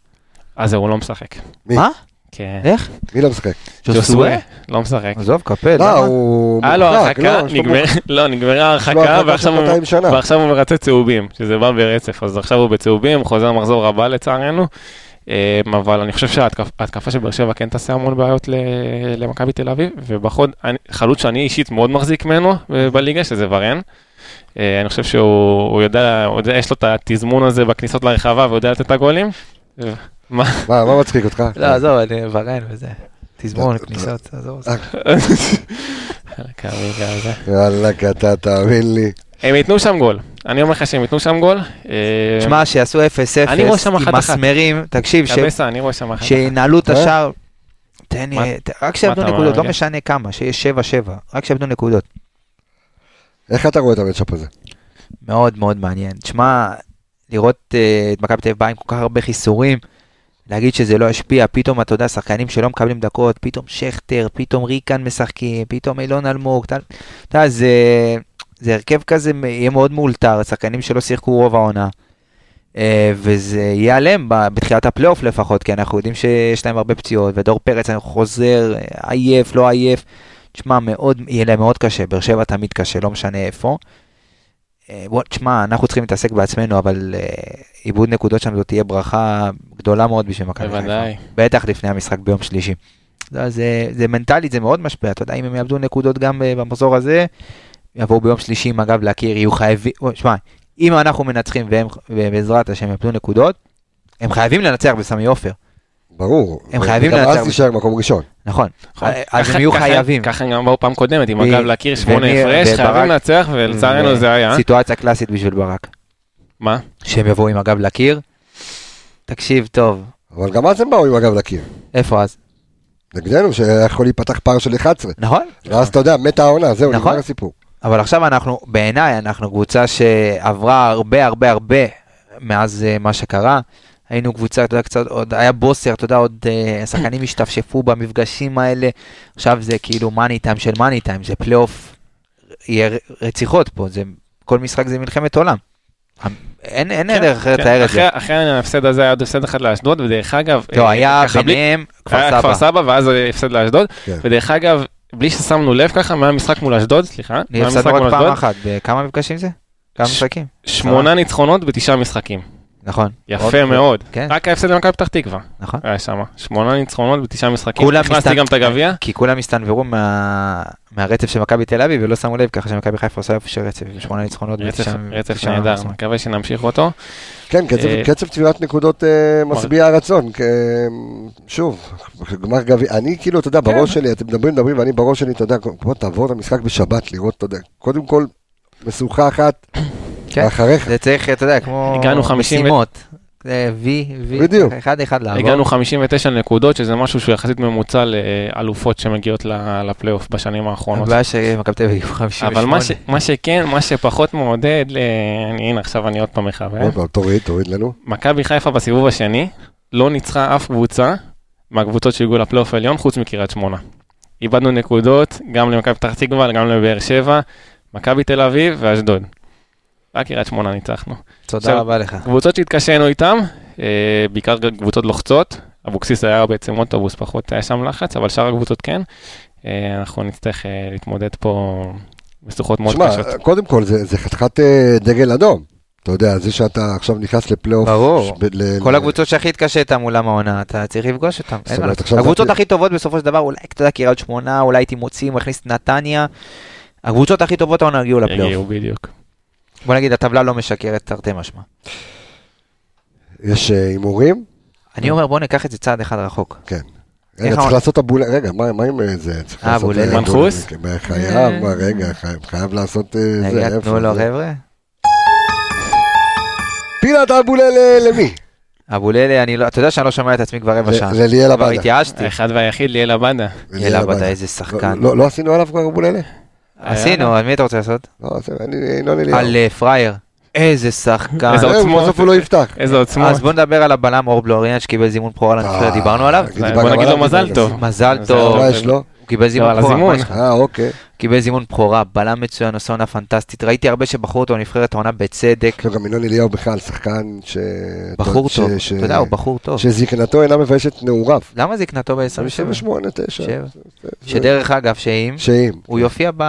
[SPEAKER 6] אז זהו, הוא לא משחק.
[SPEAKER 1] מי?
[SPEAKER 5] מה? אה?
[SPEAKER 6] כן.
[SPEAKER 5] איך?
[SPEAKER 1] מי לא משחק?
[SPEAKER 6] ג'וסואה? לא משחק.
[SPEAKER 5] עזוב, קפל,
[SPEAKER 1] אה,
[SPEAKER 5] למה?
[SPEAKER 1] הוא...
[SPEAKER 6] היה לו
[SPEAKER 1] מורחק,
[SPEAKER 6] הרחקה,
[SPEAKER 1] לא, יש לו
[SPEAKER 6] נגמר-
[SPEAKER 1] מורחק.
[SPEAKER 6] לא, נגמרה
[SPEAKER 1] לו הרחקה
[SPEAKER 6] הרחקה,
[SPEAKER 1] של
[SPEAKER 6] ועכשיו הוא-
[SPEAKER 1] 200 שנה.
[SPEAKER 6] ועכשיו הוא מרצה צהובים, שזה בא ברצף, אז עכשיו הוא בצהובים, חוזר מחזור הבא לצערנו, אה, אבל אני חושב שההתקפה של באר שבע כן תעשה המון בעיות ל- למכבי תל אביב, ובחוד, אני- חלוץ שאני אישית מאוד מחזיק ממנו אה, בליגה, שזה ורן. אה, אני חושב שהוא הוא יודע, הוא יודע, יש לו את התזמון הזה בכניסות לרחבה, והוא יודע לתת את הגולים. אה, מה?
[SPEAKER 1] מה, מה מצחיק אותך?
[SPEAKER 5] לא, עזוב, אני ורן וזה. תזמון,
[SPEAKER 6] לא,
[SPEAKER 5] כניסות, עזוב.
[SPEAKER 1] אה.
[SPEAKER 6] כרגע זה.
[SPEAKER 1] יאללה, קטע, תאמין לי.
[SPEAKER 6] הם ייתנו שם גול, אני אומר לך שהם ייתנו שם גול. אה,
[SPEAKER 5] תשמע, שיעשו 0-0
[SPEAKER 6] אני רואה שם
[SPEAKER 5] עם
[SPEAKER 6] אחת-אחת.
[SPEAKER 5] מסמרים, תקשיב, ש-
[SPEAKER 6] קבסה, אני רואה שם אחת.
[SPEAKER 5] שינעלו את
[SPEAKER 1] אה?
[SPEAKER 5] השער. תן לי,
[SPEAKER 6] מה-
[SPEAKER 5] ת- רק
[SPEAKER 6] מה
[SPEAKER 5] שיעבדו
[SPEAKER 6] אתה
[SPEAKER 5] נקודות, לא
[SPEAKER 6] מארגן?
[SPEAKER 5] משנה כמה, שיש 7-7, רק שיעבדו נקודות.
[SPEAKER 1] איך אתה רואה את המצ'אפ הזה?
[SPEAKER 5] מאוד מאוד מעניין. תשמע, לראות אה, את מכבי תל אביב באה עם כל כך הרבה חיסורים, להגיד שזה לא ישפיע, פתאום, אתה יודע, שחקנים שלא מקבלים דקות, פתאום שכטר, פתאום ריקן משחקים, פתאום אילון אלמוג, אתה אתה יודע, זה, זה הרכב כזה מ- יהיה מאוד מאולתר, שחקנים שלא שיחקו רוב העונה. אה, וזה יהיה עליהם ב- בתחילת הפלייאוף לפחות, כי אנחנו יודעים שיש להם הרבה פציעות, ודור פרץ אני חוזר, אה, עייף, לא עייף. תשמע, מאוד, יהיה להם מאוד קשה, באר שבע תמיד קשה, לא משנה איפה. אה, בוא, תשמע, אנחנו צריכים להתעסק בעצמנו, אבל אה, עיבוד נקודות שם זאת תהיה ברכה גדולה מאוד בשביל מכבי חיפה.
[SPEAKER 6] בוודאי.
[SPEAKER 5] בטח לפני המשחק ביום שלישי. לא, זה, זה מנטלית, זה מאוד משפיע, אתה יודע, אם הם יאבדו נקודות גם אה, במחזור הזה, יבואו ביום שלישי עם הגב לקיר, יהיו חייבים, אוי, שמע, אם אנחנו מנצחים והם, ובעזרת השם יאבדו נקודות, הם חייבים לנצח בסמי עופר,
[SPEAKER 1] ברור.
[SPEAKER 5] הם חייבים
[SPEAKER 1] וגם
[SPEAKER 5] לנצח.
[SPEAKER 1] אז תישאר מקום ראשון.
[SPEAKER 5] נכון.
[SPEAKER 6] נכון.
[SPEAKER 5] אה, אז
[SPEAKER 6] ככה-
[SPEAKER 5] הם יהיו
[SPEAKER 6] ככה-
[SPEAKER 5] חייבים.
[SPEAKER 6] ככה הם גם באו פעם קודמת, עם
[SPEAKER 5] ב-
[SPEAKER 6] הגב לקיר, שמונה
[SPEAKER 5] ומי-
[SPEAKER 6] הפרש,
[SPEAKER 5] וברק-
[SPEAKER 6] חייבים לנצח, ולצערנו זה היה.
[SPEAKER 5] אה, סיטואציה קלאסית בשביל ברק,
[SPEAKER 6] מה?
[SPEAKER 5] שהם יבואו עם הגב לקיר, תקשיב טוב,
[SPEAKER 1] אבל גם אז הם באו עם הגב לקיר.
[SPEAKER 5] איפה אז?
[SPEAKER 1] נגדנו, שיכול להיפתח פער של 11.
[SPEAKER 5] נכון?
[SPEAKER 1] ואז אתה יודע, מתה העונה, זהו,
[SPEAKER 5] נכון.
[SPEAKER 1] נגמר הסיפור.
[SPEAKER 5] אבל עכשיו אנחנו, בעיניי, אנחנו קבוצה שעברה הרבה הרבה הרבה מאז אה, מה שקרה. היינו קבוצה, אתה יודע, קצת, עוד היה בוסר, אתה יודע, עוד אה, שחקנים השתפשפו במפגשים האלה. עכשיו זה כאילו מאני טיים של מאני טיים, זה פלייאוף, יהיה ר- רציחות פה, זה, כל משחק זה מלחמת עולם. המ- אין, אין דרך אחרת
[SPEAKER 6] כן,
[SPEAKER 5] לתאר את
[SPEAKER 6] אחרי-
[SPEAKER 5] זה.
[SPEAKER 6] אחרי ההפסד הזה היה עוד הפסד אחד לאשדוד, ודרך אגב...
[SPEAKER 5] לא,
[SPEAKER 6] אה,
[SPEAKER 5] היה
[SPEAKER 6] ככה בלי-
[SPEAKER 5] ביניהם
[SPEAKER 6] היה
[SPEAKER 5] כפר
[SPEAKER 6] כפר
[SPEAKER 5] סבא.
[SPEAKER 6] סבא, ואז הפסד לאשדוד.
[SPEAKER 1] כן.
[SPEAKER 6] ודרך אגב, בלי ששמנו לב ככה, מהמשחק מול אשדוד, סליחה, מהמשחק
[SPEAKER 5] נפסדנו
[SPEAKER 6] מול
[SPEAKER 5] רק פעם
[SPEAKER 6] אשדוד,
[SPEAKER 5] אחת, בכמה מפגשים זה? כמה
[SPEAKER 6] ש-
[SPEAKER 5] משחקים?
[SPEAKER 6] שמונה ניצחונות בתשעה משחקים.
[SPEAKER 5] נכון.
[SPEAKER 6] יפה
[SPEAKER 5] עוד-
[SPEAKER 6] מאוד.
[SPEAKER 5] כן,
[SPEAKER 6] רק ההפסד למכבי פתח תקווה
[SPEAKER 5] נכון.
[SPEAKER 6] היה שם. שמונה ניצחונות בתשעה משחקים.
[SPEAKER 5] כולם כן.
[SPEAKER 6] הכנסתי
[SPEAKER 5] מסתכל-
[SPEAKER 6] גם את הגביע.
[SPEAKER 5] כי כולם הסתנוורו מה... מהרצף של מכבי תל אביב ולא שמו לב ככה שמכבי חיפה עושה איפה רצף עם שמונה ניצחונות
[SPEAKER 6] רצף-
[SPEAKER 5] ותשעה-
[SPEAKER 6] רצף
[SPEAKER 5] תשעה
[SPEAKER 6] נהדר,
[SPEAKER 5] מחזורים.
[SPEAKER 6] מקווה שנמשיך אותו.
[SPEAKER 1] כן, קצב-
[SPEAKER 6] אה,
[SPEAKER 1] קצב צבירת נקודות אה, משביע הרצון. כ- שוב, גמר גביע, אני כאילו, אתה יודע, בראש
[SPEAKER 5] כן.
[SPEAKER 1] שלי, אתם מדברים, מדברים, ואני בראש שלי, אתה יודע, כמו תעבור את המשחק בשבת, לראות, אתה יודע, קודם כל, משוכה אחת
[SPEAKER 5] כן.
[SPEAKER 1] אחריך.
[SPEAKER 5] זה צריך, אתה יודע, כמו
[SPEAKER 6] הגענו חמישים ו-
[SPEAKER 5] משימות. זה וי, וי,
[SPEAKER 1] בדיוק.
[SPEAKER 5] אחד אחד לעבור.
[SPEAKER 6] הגענו 59 נקודות, שזה משהו שהוא יחסית ממוצע לאלופות שמגיעות ל- לפלייאוף בשנים האחרונות.
[SPEAKER 5] הבעיה שמכבי תל אביב הגיעו 58.
[SPEAKER 6] אבל מה ש- מה שכן, מה שפחות מעודד, ל- אני- הנה עכשיו אני עוד פעם מכוון.
[SPEAKER 1] עוד פעם, תוריד, תוריד לנו.
[SPEAKER 6] מכבי חיפה בסיבוב השני לא ניצחה אף קבוצה מהקבוצות שהגיעו לפלייאוף העליון חוץ מקריית שמונה. איבדנו נקודות גם למכבי פתח תקווה, גם לבאר שבע, מכבי תל אביב ואשדוד. רק קריית שמונה ניצחנו.
[SPEAKER 5] תודה
[SPEAKER 6] עכשיו-
[SPEAKER 5] רבה לך.
[SPEAKER 6] קבוצות שהתקשינו איתן, אה, בעיקר גם קבוצות לוחצות, אבוקסיס היה בעצם אוטובוס, פחות היה שם לחץ, אבל שאר הקבוצות כן. אה, אנחנו נצטרך אה, להתמודד פה משוכות מאוד
[SPEAKER 1] שמע, אה,
[SPEAKER 6] קשות.
[SPEAKER 1] קודם כל, זה זה חתיכת אה, דגל אדום. אתה יודע, זה שאתה עכשיו נכנס לפלייאוף.
[SPEAKER 5] ברור.
[SPEAKER 1] ש- ב- ל-
[SPEAKER 5] כל
[SPEAKER 1] ל-
[SPEAKER 5] הקבוצות שהכי התקשית מולם העונה, אתה צריך לפגוש אותם. אין
[SPEAKER 1] זאת
[SPEAKER 5] מה
[SPEAKER 1] אומרת,
[SPEAKER 5] לעשות.
[SPEAKER 1] עכשיו זה
[SPEAKER 5] הקבוצות
[SPEAKER 1] אפילו-
[SPEAKER 5] הכי טובות בסופו של דבר, אולי, אתה יודע, קריית שמונה, אולי הייתי מוציא, מכניס את נתניה. הקבוצות הכי טובות העונה הגיעו לפלייאוף.
[SPEAKER 6] יגיעו בדיוק.
[SPEAKER 5] בוא נגיד, הטבלה לא משקרת, תרתי משמע.
[SPEAKER 1] יש אה, הימורים?
[SPEAKER 5] אני אומר, בוא ניקח את זה צעד אחד רחוק.
[SPEAKER 1] רגע,
[SPEAKER 5] איך
[SPEAKER 1] כן. צריך
[SPEAKER 5] העונה?
[SPEAKER 1] לעשות הבולה, רגע, מה מה עם אה, זה? צריך
[SPEAKER 5] אה,
[SPEAKER 1] לעשות,
[SPEAKER 5] בולה.
[SPEAKER 1] אה,
[SPEAKER 6] מנחוס?
[SPEAKER 1] בולה, כן, חייב, מה, רגע, חייב- חייב לעשות אה, זה.
[SPEAKER 5] רגע,
[SPEAKER 1] איפה
[SPEAKER 5] תנו לו,
[SPEAKER 1] זה?
[SPEAKER 5] חבר'ה.
[SPEAKER 1] פינת אבולה למי?
[SPEAKER 5] אבוללה, אני לא, אתה יודע שאני לא שומע את עצמי כבר רבע
[SPEAKER 1] ל-
[SPEAKER 5] שעה.
[SPEAKER 1] לליאל
[SPEAKER 5] כבר
[SPEAKER 1] עבדה.
[SPEAKER 5] התייאשתי.
[SPEAKER 6] האחד והיחיד ליאל
[SPEAKER 1] אה,
[SPEAKER 6] עבדה.
[SPEAKER 5] אלה עבדה, איזה שחקן.
[SPEAKER 1] לא- לא לא עשינו עליו כבר אבוללה?
[SPEAKER 5] עשינו, על מי אתה רוצה לעשות?
[SPEAKER 1] לא, זה- אני ינון אליהו.
[SPEAKER 5] על אה, פרייר. איזה שחקן.
[SPEAKER 6] איזה
[SPEAKER 1] זהו,
[SPEAKER 6] עוצמות.
[SPEAKER 1] בסוף הוא לא יפתח.
[SPEAKER 6] איזה עוצמות.
[SPEAKER 5] אז בוא נדבר על הבלם אור בלוריאן שקיבל זימון בכורה לנבחרת, דיברנו עליו.
[SPEAKER 1] אה,
[SPEAKER 6] בוא נגיד לו מזל טוב.
[SPEAKER 5] מזל
[SPEAKER 6] זה
[SPEAKER 5] טוב.
[SPEAKER 1] מה לא יש לו?
[SPEAKER 5] הוא קיבל
[SPEAKER 6] לא, על
[SPEAKER 5] זימון בכורה.
[SPEAKER 6] הזימון.
[SPEAKER 5] מה יש לך?
[SPEAKER 1] אה, אוקיי.
[SPEAKER 5] קיבל זימון בכורה, בלם מצוין, עושה עונה פנטסטית. ראיתי הרבה שבחרו אותו לנבחרת העונה בצדק.
[SPEAKER 1] יש לו לא, גם ינון אליהו בכלל, שחקן ש...
[SPEAKER 5] בחור
[SPEAKER 1] ש-
[SPEAKER 5] טוב.
[SPEAKER 1] ש-
[SPEAKER 5] אתה יודע, הוא בחור טוב.
[SPEAKER 1] שזקנתו אינה מביישת נעוריו.
[SPEAKER 5] למה זקנתו ב-27?
[SPEAKER 1] 28, 9.
[SPEAKER 5] שדרך אגב, שאם,
[SPEAKER 1] שאם.
[SPEAKER 5] הוא יופיע ב...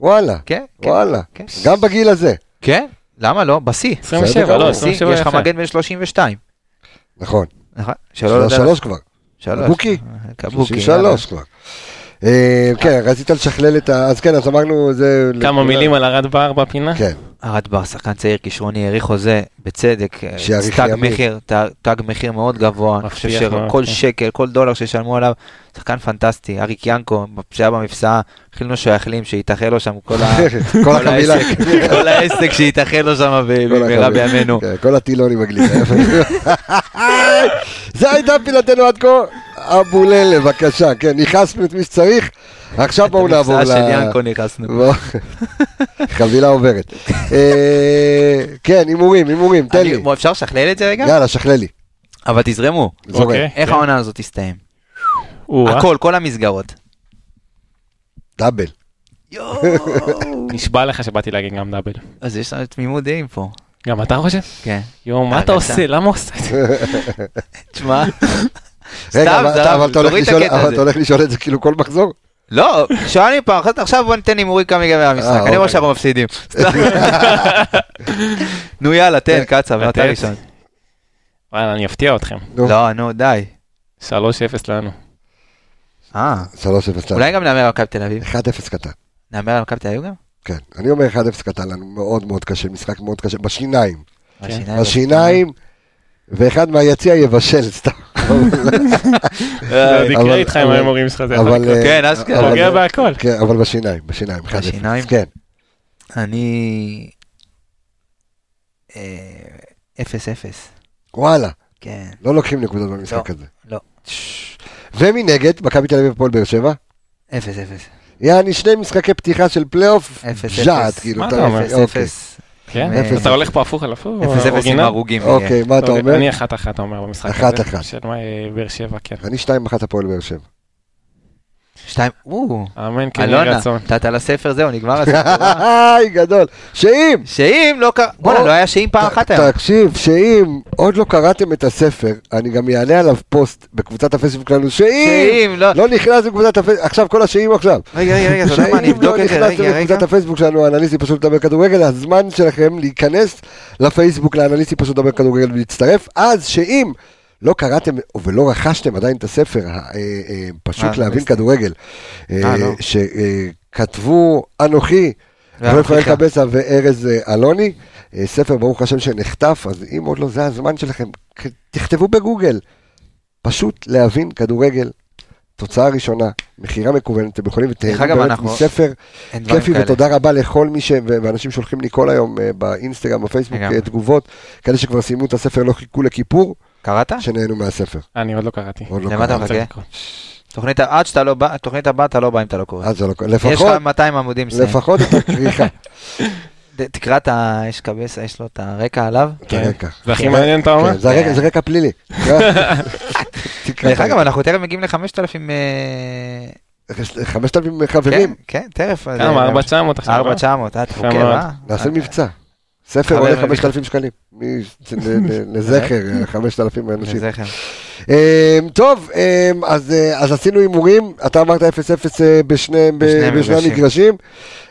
[SPEAKER 1] וואלה,
[SPEAKER 5] כן? כן,
[SPEAKER 1] וואלה.
[SPEAKER 5] כן.
[SPEAKER 1] גם בגיל הזה.
[SPEAKER 5] כן? למה לא? בשיא.
[SPEAKER 6] 27,
[SPEAKER 1] בסדר,
[SPEAKER 6] לא,
[SPEAKER 1] הוא
[SPEAKER 5] בשיא,
[SPEAKER 6] 27
[SPEAKER 5] יש לך
[SPEAKER 6] יפה.
[SPEAKER 5] מגן בן 32.
[SPEAKER 1] נכון.
[SPEAKER 5] נכון? שלא
[SPEAKER 1] שלוש
[SPEAKER 5] לדעת.
[SPEAKER 1] שלוש כבר.
[SPEAKER 5] שלוש.
[SPEAKER 1] בוקי.
[SPEAKER 5] בוקי. יאללה.
[SPEAKER 1] 33 כבר. אה, כן, רצית לשכלל את ה... אז כן, אז אמרנו זה...
[SPEAKER 6] כמה מילים על ארד בר בפינה?
[SPEAKER 1] כן.
[SPEAKER 5] ארד בר, שחקן צעיר, כישרוני, האריך חוזה, בצדק, אה,
[SPEAKER 1] שיאריך
[SPEAKER 5] תג
[SPEAKER 1] ימים.
[SPEAKER 5] מחיר, ת- תג מחיר מאוד גבוה, אני חושב
[SPEAKER 6] מבטיח מאוד,
[SPEAKER 5] שכל
[SPEAKER 6] כן.
[SPEAKER 5] שקל, כל דולר שישלמו עליו, שחקן פנטסטי, אריק ינקו, שהיה במפסעה, חילנו שייחלים, שיתאחל לו שם כל ה-
[SPEAKER 1] כל החבילה.
[SPEAKER 5] העסק, כל העסק שיתאחל לו שם ב-
[SPEAKER 1] כל
[SPEAKER 5] במהרה
[SPEAKER 1] החבילה.
[SPEAKER 5] בימינו.
[SPEAKER 1] כן, כל הטילונים הגלידה. זה הייתה פינתנו עד כה. אבוללה, בבקשה. כן, נכנסנו את מי שצריך. עכשיו בואו נעבור
[SPEAKER 5] למפסעה
[SPEAKER 1] ל-
[SPEAKER 5] של ינקו נכנסנו.
[SPEAKER 1] בוא. חבילה עוברת. אה, כן, הימורים, הימורים, תן
[SPEAKER 5] אני-
[SPEAKER 1] לי.
[SPEAKER 5] בוא, אפשר לשכלל את זה רגע?
[SPEAKER 1] יאללה, שכלל לי.
[SPEAKER 5] אבל תזרמו,
[SPEAKER 1] זורק.
[SPEAKER 6] אוקיי.
[SPEAKER 5] איך
[SPEAKER 6] כן.
[SPEAKER 5] העונה הזאת תסתיים?
[SPEAKER 6] או-אה.
[SPEAKER 5] הכל, כל המסגרות.
[SPEAKER 1] דאבל.
[SPEAKER 5] יואו.
[SPEAKER 6] נשבע לך שבאתי להגיד גם דאבל.
[SPEAKER 5] אז יש לנו תמימות דעים פה.
[SPEAKER 6] גם אתה חושב?
[SPEAKER 5] כן.
[SPEAKER 6] יואו,
[SPEAKER 5] אה,
[SPEAKER 6] מה אתה
[SPEAKER 5] גצה.
[SPEAKER 6] עושה? למה עושה את זה?
[SPEAKER 5] תשמע,
[SPEAKER 1] רגע,
[SPEAKER 5] סתם,
[SPEAKER 1] אבל אתה-
[SPEAKER 5] זהב,
[SPEAKER 1] אבל אתה הולך
[SPEAKER 5] תוריד את
[SPEAKER 1] לשאול-
[SPEAKER 5] הקטע
[SPEAKER 1] אבל
[SPEAKER 5] הזה.
[SPEAKER 1] אתה הולך לשאול את זה כאילו כל מחזור?
[SPEAKER 5] לא, שואלים פעם אחת, עכשיו בוא ניתן הימורי כמה ייגמר המשחק, אני רואה
[SPEAKER 1] אוקיי.
[SPEAKER 5] שאנחנו מפסידים. סתם. נו יאללה, תן, קצב, אתה
[SPEAKER 6] לתת?
[SPEAKER 5] ראשון.
[SPEAKER 6] וואלה, אני אפתיע אתכם.
[SPEAKER 1] נו.
[SPEAKER 5] לא, נו, די.
[SPEAKER 6] 3-0 לנו.
[SPEAKER 5] אה,
[SPEAKER 1] 3-0 לנו.
[SPEAKER 5] אולי גם נאמר על מכבי תל אביב?
[SPEAKER 1] 1-0 קטן.
[SPEAKER 5] נאמר על מכבי תל אביב גם?
[SPEAKER 1] כן. אני אומר 1-0 קטן לנו, מאוד מאוד קשה, משחק מאוד קשה. בשיניים. אה,
[SPEAKER 5] השיניים.
[SPEAKER 1] בשיניים. ואחד מהיציע יבשל סתם.
[SPEAKER 6] זה עוד
[SPEAKER 1] אבל-
[SPEAKER 6] יקרה איתך עם
[SPEAKER 1] אבל-
[SPEAKER 6] ההימורים שלך, זה יכול
[SPEAKER 1] אבל...
[SPEAKER 6] לקרות.
[SPEAKER 1] אה,
[SPEAKER 5] כן, אז כן.
[SPEAKER 1] אבל-
[SPEAKER 6] פוגע בהכל.
[SPEAKER 1] כן, אבל בשיניים, בשיניים. 1-0.
[SPEAKER 5] בשיניים?
[SPEAKER 1] כן.
[SPEAKER 5] אני... אה, אפס אפס.
[SPEAKER 1] וואלה.
[SPEAKER 5] כן.
[SPEAKER 1] לא לוקחים נקודות במשחק
[SPEAKER 5] לא,
[SPEAKER 1] הזה.
[SPEAKER 5] לא.
[SPEAKER 1] ומנגד, מכבי תל אביב הפועל באר שבע.
[SPEAKER 5] אפס אפס.
[SPEAKER 1] יעני שני משחקי פתיחה של פלייאוף,
[SPEAKER 5] אפס,
[SPEAKER 1] ז'אט,
[SPEAKER 5] אפס.
[SPEAKER 1] כאילו,
[SPEAKER 6] מה
[SPEAKER 1] אתה
[SPEAKER 6] אתה אומר?
[SPEAKER 5] אפס
[SPEAKER 1] אוקיי.
[SPEAKER 5] אפס.
[SPEAKER 6] כן?
[SPEAKER 5] אפס.
[SPEAKER 6] אתה הולך פה הפוך על הפוך?
[SPEAKER 5] אפס אפס עם
[SPEAKER 6] אורגינל?
[SPEAKER 5] הרוגים. יהיה.
[SPEAKER 1] אוקיי, מה אתה
[SPEAKER 6] אוקיי,
[SPEAKER 1] אומר?
[SPEAKER 6] אני אחת אחת אומר במשחק הזה.
[SPEAKER 1] אחת אחת.
[SPEAKER 6] של מה, אה, באר שבע, כן.
[SPEAKER 1] אני 2-1 הפועל באר שבע.
[SPEAKER 5] שתיים, או,
[SPEAKER 6] אמן, כן, יהי
[SPEAKER 5] אלונה,
[SPEAKER 6] רצון.
[SPEAKER 5] נתת לספר, זהו, נגמר הסיפור.
[SPEAKER 1] היי, גדול. שאם,
[SPEAKER 5] שאם לא קרה, בואנה,
[SPEAKER 1] או.
[SPEAKER 5] לא היה שאם פעם
[SPEAKER 1] ת-
[SPEAKER 5] אחת היום.
[SPEAKER 1] תקשיב, שאם עוד לא קראתם את הספר, אני גם אעלה עליו פוסט בקבוצת הפייסבוק שלנו, שאם
[SPEAKER 5] שאם, לא.
[SPEAKER 1] לא נכנס לקבוצת הפייסבוק, עכשיו כל השאים עכשיו.
[SPEAKER 5] רגע, רגע, רגע, אתה יודע מה, אני
[SPEAKER 1] שאם
[SPEAKER 5] אבדוק
[SPEAKER 1] לא
[SPEAKER 5] את זה,
[SPEAKER 1] נכנסתם
[SPEAKER 5] רגע, רגע.
[SPEAKER 1] לקבוצת הפייסבוק שלנו, האנליסטים פשוט לדבר כדורגל, הזמן שלכם להיכנס לפייסבוק לאנליסטים פשוט לדבר כדורגל ולהצטרף, אז שאם לא קראתם ולא רכשתם עדיין את הספר, אה, אה, פשוט
[SPEAKER 5] האנליסטים.
[SPEAKER 1] להבין כדורגל,
[SPEAKER 5] אה, לא.
[SPEAKER 1] שכתבו אנוכי,
[SPEAKER 5] ואנוכיך.
[SPEAKER 1] רפאל קבסה וארז אה, אלוני, אה, ספר ברוך השם שנחטף, אז אם עוד לא זה הזמן שלכם, כ- תכתבו בגוגל, פשוט להבין כדורגל. תוצאה ראשונה, מכירה מקוונת, אתם יכולים
[SPEAKER 5] דרך אגב,
[SPEAKER 1] ותהנו באמת
[SPEAKER 5] אנחנו-
[SPEAKER 1] מספר
[SPEAKER 5] אין דברים
[SPEAKER 1] כיפי
[SPEAKER 5] כאלה.
[SPEAKER 1] ותודה רבה לכל מי ש... ו- ואנשים שולחים לי כל היום אה, באינסטגרם, בפייסבוק,
[SPEAKER 5] לגמרי.
[SPEAKER 1] אה, תגובות, כאלה שכבר סיימו את הספר, לא חיכו לכיפור,
[SPEAKER 5] קראת?
[SPEAKER 1] שנהנו מהספר.
[SPEAKER 6] אני עוד לא קראתי.
[SPEAKER 1] עוד לא
[SPEAKER 5] למה אתה
[SPEAKER 1] קראתי.
[SPEAKER 5] מחכה?
[SPEAKER 6] צריך לקרוא.
[SPEAKER 5] תוכנית ה- עד שאתה לא בא, תוכנית הבאה אתה לא בא אם אתה לא קורא.
[SPEAKER 1] אז זה לא קורה.
[SPEAKER 5] יש
[SPEAKER 1] לפחות,
[SPEAKER 5] לך 200 עמודים מסיים.
[SPEAKER 1] לפחות את הכריכה,
[SPEAKER 5] ת- תקרא את ה... יש קבסה, יש לו את הרקע עליו.
[SPEAKER 1] את הרקע.
[SPEAKER 6] כן. זה הכי מעניין, אתה אומר?
[SPEAKER 1] כן, זה הרקע- זה רקע פלילי. תקרא.
[SPEAKER 5] אה. דרך אגב, אנחנו תכף מגיעים ל-5,000... אה,
[SPEAKER 1] 5,000
[SPEAKER 5] כן,
[SPEAKER 1] חברים,
[SPEAKER 5] כן, תכף. אז-
[SPEAKER 6] כמה? 4,900 עכשיו. לא?
[SPEAKER 5] 4,900, אה, אתה
[SPEAKER 6] יפה
[SPEAKER 5] חוקר,
[SPEAKER 6] מאוד.
[SPEAKER 5] אה?
[SPEAKER 1] נעשה
[SPEAKER 5] אה,
[SPEAKER 1] מבצע. ספר
[SPEAKER 5] חבר
[SPEAKER 1] עולה
[SPEAKER 5] מביא.
[SPEAKER 1] 5,000 שקלים, מי- ל- ל- לזכר אה, 5,000 אנשים.
[SPEAKER 5] לזכר.
[SPEAKER 1] אמ, טוב, אמ, אז אה, אז עשינו הימורים, אתה אמרת 0-0 אה, בשני- ב-
[SPEAKER 5] בשני
[SPEAKER 1] בשני
[SPEAKER 5] המגרשים.
[SPEAKER 1] המגרשים,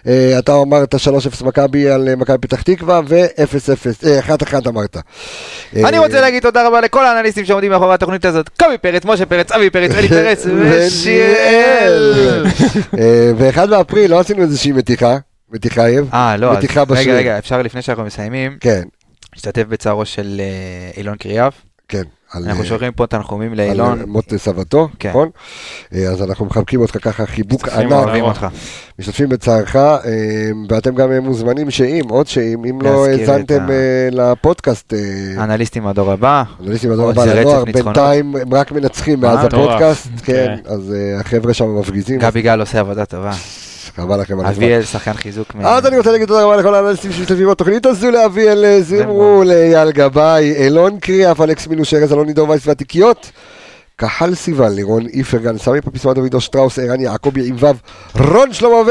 [SPEAKER 1] אה, אתה אמרת 3-0 מכבי על אה, מכבי פתח תקווה, ו-0-0, 1-1 אה, אמרת.
[SPEAKER 5] אני
[SPEAKER 1] אה,
[SPEAKER 5] רוצה להגיד תודה רבה לכל האנליסטים שעומדים מאחורי התוכנית הזאת. קובי פרץ, משה פרץ, אבי פרץ, אלי פרץ ושיראל.
[SPEAKER 1] אה, ואחד באפריל לא עשינו איזושהי מתיחה, מתיחה אייב.
[SPEAKER 5] אה, לא, אז
[SPEAKER 1] מתיחה
[SPEAKER 5] רגע,
[SPEAKER 1] בשריר.
[SPEAKER 5] רגע, אפשר לפני שאנחנו מסיימים,
[SPEAKER 1] כן,
[SPEAKER 5] להשתתף בצערו של אה, אילון קריאב.
[SPEAKER 1] כן. על,
[SPEAKER 5] אנחנו
[SPEAKER 1] אה,
[SPEAKER 5] שולחים פה תנחומים
[SPEAKER 1] על
[SPEAKER 5] לאילון.
[SPEAKER 1] מות סבתו,
[SPEAKER 5] כן.
[SPEAKER 1] נכון? אה, אז אנחנו מחבקים אותך ככה חיבוק
[SPEAKER 6] משתתפים
[SPEAKER 1] ענק,
[SPEAKER 5] אוהבים אותך.
[SPEAKER 1] משתתפים בצערך, אה, ואתם גם אה, מוזמנים שאם, עוד שאם, אם לא
[SPEAKER 5] להזכיר את
[SPEAKER 1] האזנתם
[SPEAKER 5] ה-
[SPEAKER 1] אה, לפודקאסט, אה,
[SPEAKER 5] אנליסטים הדור הבא.
[SPEAKER 1] אנליסטים הדור
[SPEAKER 5] זה
[SPEAKER 1] הבא
[SPEAKER 5] רצף
[SPEAKER 1] לנוער,
[SPEAKER 5] ניצחונות.
[SPEAKER 1] בינתיים הם רק מנצחים מאז
[SPEAKER 5] אה,
[SPEAKER 6] מטורף.
[SPEAKER 1] הפודקאסט, כן,
[SPEAKER 6] כן.
[SPEAKER 1] אז אה, החבר'ה שם מפגיזים,
[SPEAKER 5] גבי גל עושה עבודה טובה.
[SPEAKER 1] חבל לכם על הזמן.
[SPEAKER 5] אביאל, שחקן חיזוק. מ-
[SPEAKER 1] אה, אז אני רוצה להגיד תודה רבה לכל האנליסטים שמשתתפים בתוכנית הזו, לאביאל אה, זמרו, לאייל גבאי, אלון קריאף, אלכס מילוש ארז, אלון לידור וייס והתיקיות. קהל סיוון, לירון איפרגן, סמי פפיסמדו ועידו שטראוס, ערן יעקב יעיבב, רון שלמה ו...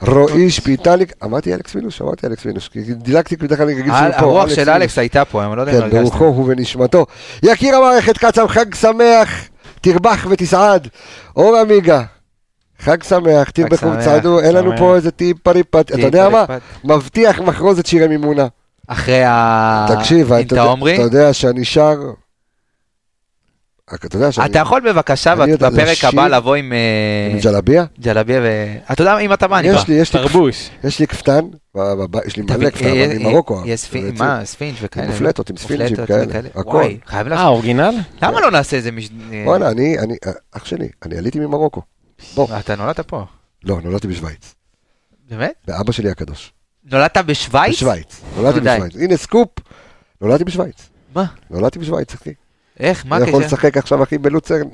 [SPEAKER 1] רועי שפיטליק, אמרתי אלכס מילוש, אמרתי אלכס מילוש, כי דילגתי בדרך כלל אני רגיל שהוא
[SPEAKER 5] ה-
[SPEAKER 1] פה.
[SPEAKER 5] אה, הרוח של
[SPEAKER 1] מילוש.
[SPEAKER 5] אלכס הייתה פה, אני לא יודע אם
[SPEAKER 1] כן,
[SPEAKER 5] הרגשתם.
[SPEAKER 1] ברוחו ובנשמתו. יקיר המערכת קצב, חג שמח, תרבח ותסעד. אור עמיגה, חג שמח, תרבחו
[SPEAKER 5] שמח,
[SPEAKER 1] ותסעדו, אין לנו
[SPEAKER 6] שמח.
[SPEAKER 1] פה איזה טיפריפט,
[SPEAKER 5] כן,
[SPEAKER 1] אתה יודע מה?
[SPEAKER 5] טיפ-טיפ.
[SPEAKER 1] מבטיח מחרוזת שירי מימונה.
[SPEAKER 5] אחרי ה...
[SPEAKER 1] תקשיב,
[SPEAKER 5] עם
[SPEAKER 1] אתה
[SPEAKER 5] את
[SPEAKER 1] יודע-
[SPEAKER 5] העומרי?
[SPEAKER 1] אתה יודע שאני שר... אתה יודע שאני...
[SPEAKER 5] אתה יכול בבקשה
[SPEAKER 1] אני יודע
[SPEAKER 5] בפרק
[SPEAKER 1] לשיר.
[SPEAKER 5] הבא לבוא עם אה,
[SPEAKER 1] עם ג'לביה?
[SPEAKER 5] ג'לביה ו... אתה יודע מה, אם אתה בא, אני בא.
[SPEAKER 1] יש לי, יש לי,
[SPEAKER 6] תרבוש.
[SPEAKER 1] יש לי קפטן, בבית- יש לי מלא
[SPEAKER 5] תביא-
[SPEAKER 1] קפטן,
[SPEAKER 5] אה,
[SPEAKER 1] אבל
[SPEAKER 5] אה,
[SPEAKER 1] ממרוקו.
[SPEAKER 5] יש
[SPEAKER 1] אבל
[SPEAKER 5] ספינג',
[SPEAKER 1] זה-
[SPEAKER 5] מה, ספינג' וכאלה.
[SPEAKER 1] עם מופלטות, עם ספינג'ים
[SPEAKER 5] מופלטות
[SPEAKER 1] כאלה,
[SPEAKER 5] וכאלה.
[SPEAKER 1] הכל.
[SPEAKER 5] וואי, חייב
[SPEAKER 6] אה,
[SPEAKER 5] לעשות.
[SPEAKER 6] אורגינל?
[SPEAKER 5] למה לא נעשה איזה מש...
[SPEAKER 1] וואלה, אני, אני, אח שלי, אני עליתי ממרוקו. בוא.
[SPEAKER 5] אתה נולדת פה.
[SPEAKER 1] לא, נולדתי בשוויץ.
[SPEAKER 5] באמת?
[SPEAKER 1] ואבא שלי הקדוש.
[SPEAKER 5] נולדת בשוויץ?
[SPEAKER 1] בשוויץ. נולדתי
[SPEAKER 5] נו, די.
[SPEAKER 1] בשוויץ. הנה סקופ, נולדתי בשוויץ.
[SPEAKER 5] מה?
[SPEAKER 1] נולדתי בשוויץ, אחי.
[SPEAKER 5] איך? מה
[SPEAKER 1] אני יכול
[SPEAKER 5] הקשר?
[SPEAKER 1] לשחק עכשיו, אחי, בלוצרן,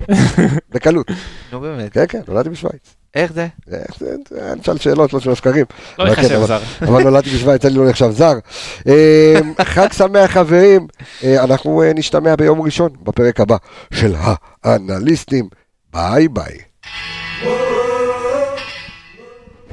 [SPEAKER 1] בקלות.
[SPEAKER 5] נו באמת.
[SPEAKER 1] כן, כן, נולדתי בשוויץ.
[SPEAKER 5] איך זה?
[SPEAKER 1] איך זה- זה- אני אשאל שאלות, לא של שקרים.
[SPEAKER 6] לא
[SPEAKER 1] אבל כן,
[SPEAKER 6] ייחשב
[SPEAKER 1] אבל-
[SPEAKER 6] זר.
[SPEAKER 1] אבל נולדתי בשוויץ, אני לא נחשב זר. אה, חג שמח, חברים. אה, אנחנו אה, נשתמע ביום ראשון, בפרק הבא של האנליסטים. ביי ביי.